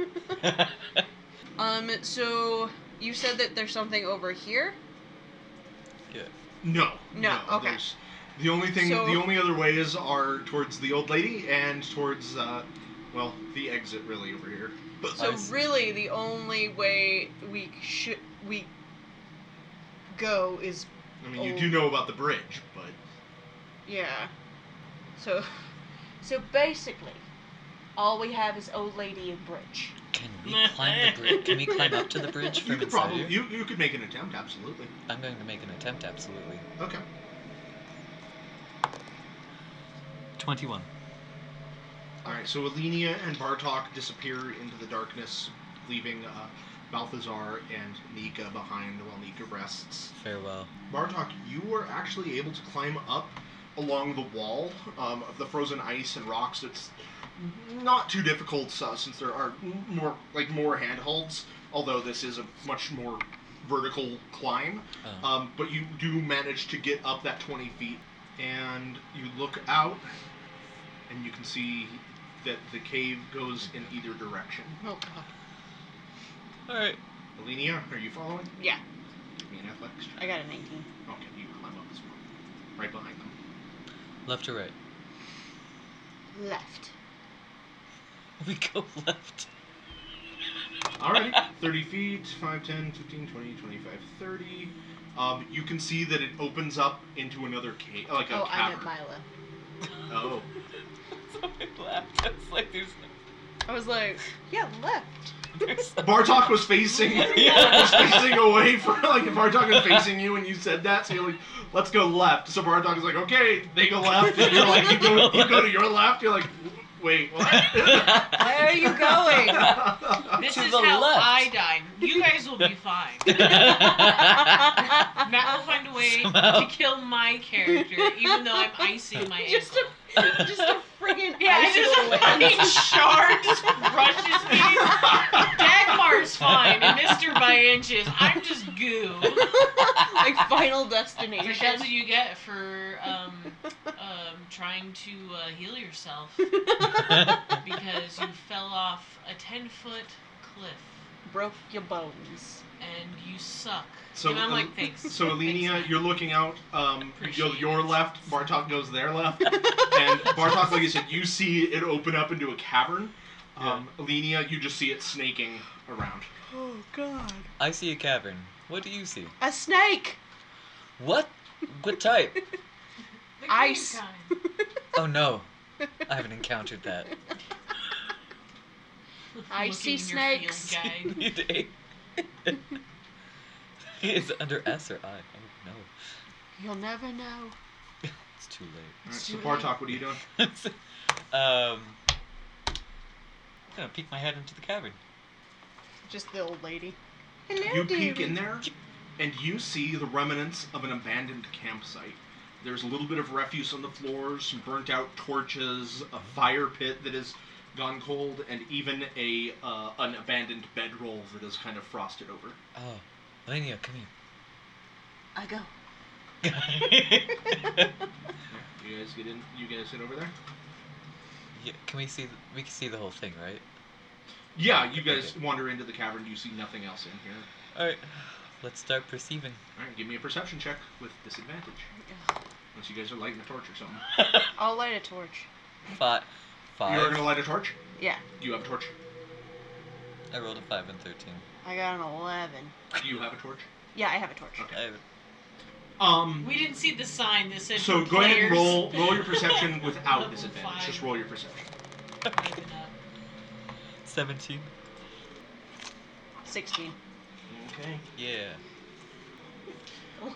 Speaker 5: Um, so you said that there's something over here?
Speaker 1: No.
Speaker 5: No, okay.
Speaker 1: there's- The only thing,
Speaker 5: So-
Speaker 1: the only other ways are towards the old lady and towards, uh, well, the exit really over here.
Speaker 5: So
Speaker 4: I see.
Speaker 5: really, the only way we should we go is
Speaker 1: I mean, you
Speaker 5: Oh.
Speaker 1: do know about the bridge, but
Speaker 5: yeah. So, so basically, all we have is old lady and bridge.
Speaker 4: Can we climb the bridge? Can we climb up to the bridge from
Speaker 1: you could
Speaker 4: inside
Speaker 1: probably,
Speaker 4: here?
Speaker 1: you, you could make an attempt, absolutely.
Speaker 4: I'm going to make an attempt. Absolutely.
Speaker 1: Okay.
Speaker 4: Twenty-one.
Speaker 1: All right. So Alenia and Bartok disappear into the darkness, leaving uh, Balthazar and Nika behind while Nika rests.
Speaker 4: Farewell.
Speaker 1: Bartok, you were actually able to climb up along the wall um, of the frozen ice and rocks. It's not too difficult uh, since there are m- more like more handholds, although this is a much more vertical climb.
Speaker 4: Oh.
Speaker 1: Um, but you do manage to get up that 20 feet, and you look out, and you can see that the cave goes in either direction.
Speaker 5: Oh god.
Speaker 4: All right.
Speaker 1: Alenia, are you following?
Speaker 5: Yeah,
Speaker 1: Give Me an athletics check.
Speaker 5: I got a 19.
Speaker 1: Okay, you climb up as well, right behind them.
Speaker 4: Left or right?
Speaker 5: Left.
Speaker 4: We go left.
Speaker 1: Alright, 30 feet, 5, 10, 15, 20, 25, 30. Um, you can see that it opens up into another cave, like a
Speaker 5: oh, I
Speaker 1: cavern.
Speaker 5: meant Mila.
Speaker 1: oh,
Speaker 4: so I laughed. I was like, "There's,
Speaker 5: I was like, yeah, left.
Speaker 4: there's."
Speaker 1: Bartok was facing, was facing away from, like Bartok was facing you, and you said that, so you're like, "Let's go left." So Bartok is like, "Okay," they go left, and you're like, "You go, you go to your left." You're like, "Wait, what?"
Speaker 5: Where are you going?
Speaker 3: This
Speaker 4: To
Speaker 3: is
Speaker 4: the
Speaker 3: how
Speaker 4: left.
Speaker 3: I died. You guys will be fine. Matt will find a way to
Speaker 4: Somehow.
Speaker 3: kill my character, even though I'm icing my
Speaker 5: just
Speaker 3: ankle.
Speaker 5: a just a friggin'
Speaker 3: Yeah, I just
Speaker 5: icicle
Speaker 3: a fucking shark just crushes me. Dagmar's fine, and Mr. by inches. I'm just goo.
Speaker 5: like Final
Speaker 3: It's like, that's
Speaker 5: Destination.
Speaker 3: what you get for um, um, trying to uh, heal yourself because you fell off a 10 foot cliff
Speaker 5: Broke your bones.
Speaker 3: and you suck.
Speaker 1: So,
Speaker 3: and
Speaker 1: um,
Speaker 3: I'm like, thanks.
Speaker 1: So Alenia,
Speaker 3: Thanks.
Speaker 1: you're looking out. Um,
Speaker 3: Appreciate
Speaker 1: you're, you're
Speaker 3: it.
Speaker 1: left. Bartok goes their left, and Bartok, like you said, you see it open up into a cavern. Um, Alenia, you just see it snaking around.
Speaker 5: Oh god.
Speaker 4: I see a cavern. What do you see?
Speaker 5: A snake.
Speaker 4: What? What type?
Speaker 3: The green
Speaker 5: ice.
Speaker 3: kind.
Speaker 4: Oh no, I haven't encountered that.
Speaker 5: I
Speaker 3: Look
Speaker 5: see
Speaker 3: in your field
Speaker 5: snakes.
Speaker 3: guide.
Speaker 4: You did. Is it under S or I? Oh no,
Speaker 5: You'll never know.
Speaker 4: it's too
Speaker 1: All right, so
Speaker 5: Sure.
Speaker 1: Bartok, what are you doing?
Speaker 4: late. um, I'm gonna peek my head into the cavern.
Speaker 5: Just the old lady. Hello,
Speaker 1: You peek
Speaker 5: dearie.
Speaker 1: in there, and you see the remnants of an abandoned campsite. There's a little bit of refuse on the floors, some burnt out torches, a fire pit that has gone cold, and even a uh, an abandoned bedroll that is kind of frosted over.
Speaker 4: Oh, Lania, come
Speaker 5: I go.
Speaker 4: here.
Speaker 1: You guys get in. You guys sit over there.
Speaker 4: yeah, can we see? The, we can see the whole thing, right?
Speaker 1: Yeah, you guys wander into the cavern. You see nothing else in here.
Speaker 4: All right, let's start perceiving.
Speaker 1: All right, give me a perception check with disadvantage. Unless you guys are lighting a torch or something.
Speaker 5: I'll light a torch.
Speaker 4: Five. Five.
Speaker 1: You're gonna light a torch.
Speaker 5: Yeah.
Speaker 1: Do you have a torch?
Speaker 4: I rolled a five and thirteen.
Speaker 5: I got an eleven.
Speaker 1: Do you have a torch?
Speaker 5: Yeah, I have a torch.
Speaker 1: Okay.
Speaker 4: I have
Speaker 1: Um,
Speaker 3: We didn't see the sign that said.
Speaker 1: so
Speaker 3: for
Speaker 1: go ahead and
Speaker 3: players.
Speaker 1: roll roll your perception without
Speaker 3: Level
Speaker 1: disadvantage.
Speaker 3: five.
Speaker 1: Just roll your perception.
Speaker 3: Maybe not.
Speaker 4: 17.
Speaker 5: 16.
Speaker 1: Okay.
Speaker 4: Yeah.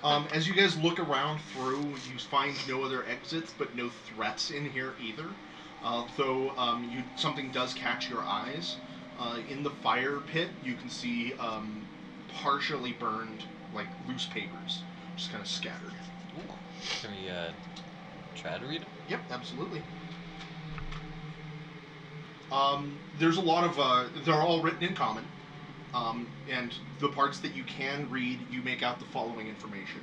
Speaker 1: Um, as you guys look around through, you find no other exits, but no threats in here either. Uh, though um, you, something does catch your eyes. Uh, in the fire pit, you can see um, partially burned, like loose papers, just kind of scattered.
Speaker 4: Can we uh, try to read it?
Speaker 1: Yep, absolutely. Um, there's a lot of uh, they're all written in common, um, and the parts that you can read, you make out the following information.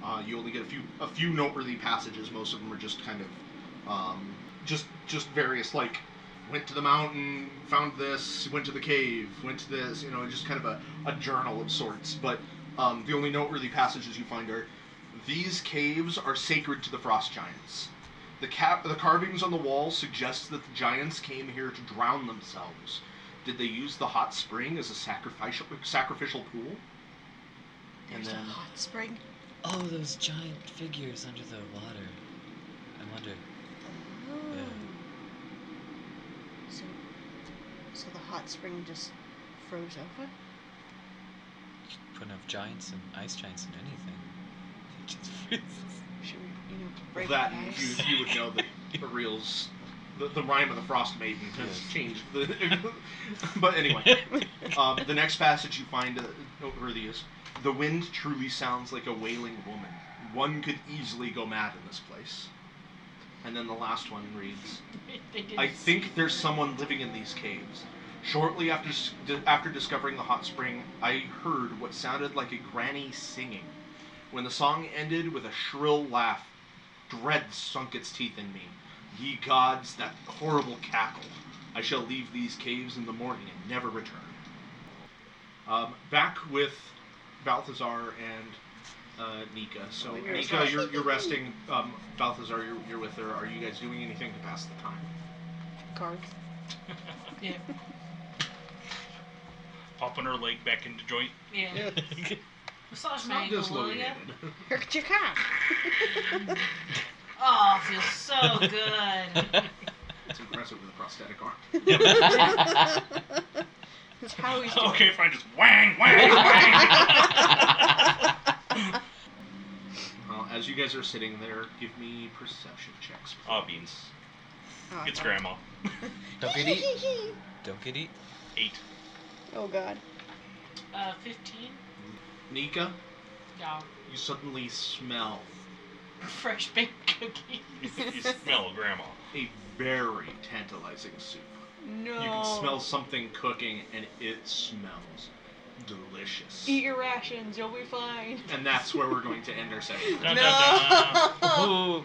Speaker 1: Uh, you only get a few a few noteworthy passages. Most of them are just kind of um, just just various like went to the mountain, found this, went to the cave, went to this. You know, just kind of a, a journal of sorts. But um, the only noteworthy passages you find are these caves are sacred to the frost giants. The, cap- the carvings on the wall suggest that the giants came here to drown themselves. Did they use the hot spring as a sacrificial sacrificial pool? And
Speaker 5: There's a
Speaker 1: then
Speaker 5: hot spring.
Speaker 4: Oh, those giant figures under the water. I wonder.
Speaker 5: So, so the hot spring just froze over?
Speaker 4: Couldn't have giants and ice giants and anything. It just freezes.
Speaker 5: Should we, you know,
Speaker 1: well,
Speaker 5: break
Speaker 1: that
Speaker 5: the
Speaker 1: and
Speaker 5: ice?
Speaker 1: you, you would know that the reals the, the rhyme of the frost maiden has
Speaker 4: Yes.
Speaker 1: changed. The, but anyway, um, the next passage you find uh, noteworthy is the wind truly sounds like a wailing woman. One could easily go mad in this place. And then the last one reads.
Speaker 3: They didn't
Speaker 1: I
Speaker 3: see
Speaker 1: think there's someone living in these caves. Shortly after s- di- after discovering the hot spring, I heard what sounded like a granny singing. When the song ended with a shrill laugh, dread sunk its teeth in me. Ye gods, that horrible cackle! I shall leave these caves in the morning and never return. Um, back with Balthazar and uh, Nika. So
Speaker 5: Nika is
Speaker 1: Nika,
Speaker 5: up.
Speaker 1: you're, you're resting. Um, Balthazar, you're, you're with her. Are you guys doing anything to pass the time?
Speaker 5: Cards.
Speaker 3: Yeah.
Speaker 6: Popping her leg back into joint.
Speaker 3: Yeah. Massage
Speaker 1: It's
Speaker 3: my
Speaker 1: not
Speaker 3: ankle, will ya?
Speaker 1: dislocated.
Speaker 5: Hurt your car.
Speaker 3: Oh, it feels so good.
Speaker 1: It's impressive with a prosthetic arm.
Speaker 5: That's how he's doing.
Speaker 6: Okay, fine. Just wang, wang, wang.
Speaker 1: Uh, as you guys are sitting there, give me perception checks.
Speaker 6: Aw, Ah, beans.
Speaker 5: Oh,
Speaker 6: It's grandma.
Speaker 4: Don't get eat. Don't get eat.
Speaker 6: Eight.
Speaker 5: oh god.
Speaker 3: Uh, 15?
Speaker 1: Nika,
Speaker 3: Yeah.
Speaker 1: you suddenly smell
Speaker 3: Fresh baked cookies.
Speaker 6: You smell grandma.
Speaker 1: a very tantalizing soup.
Speaker 5: No.
Speaker 1: You can smell something cooking, and it smells delicious.
Speaker 5: Eat your rations, you'll be fine.
Speaker 1: And that's where we're going to end our session.
Speaker 6: Dun, dun, dun.
Speaker 4: Ooh.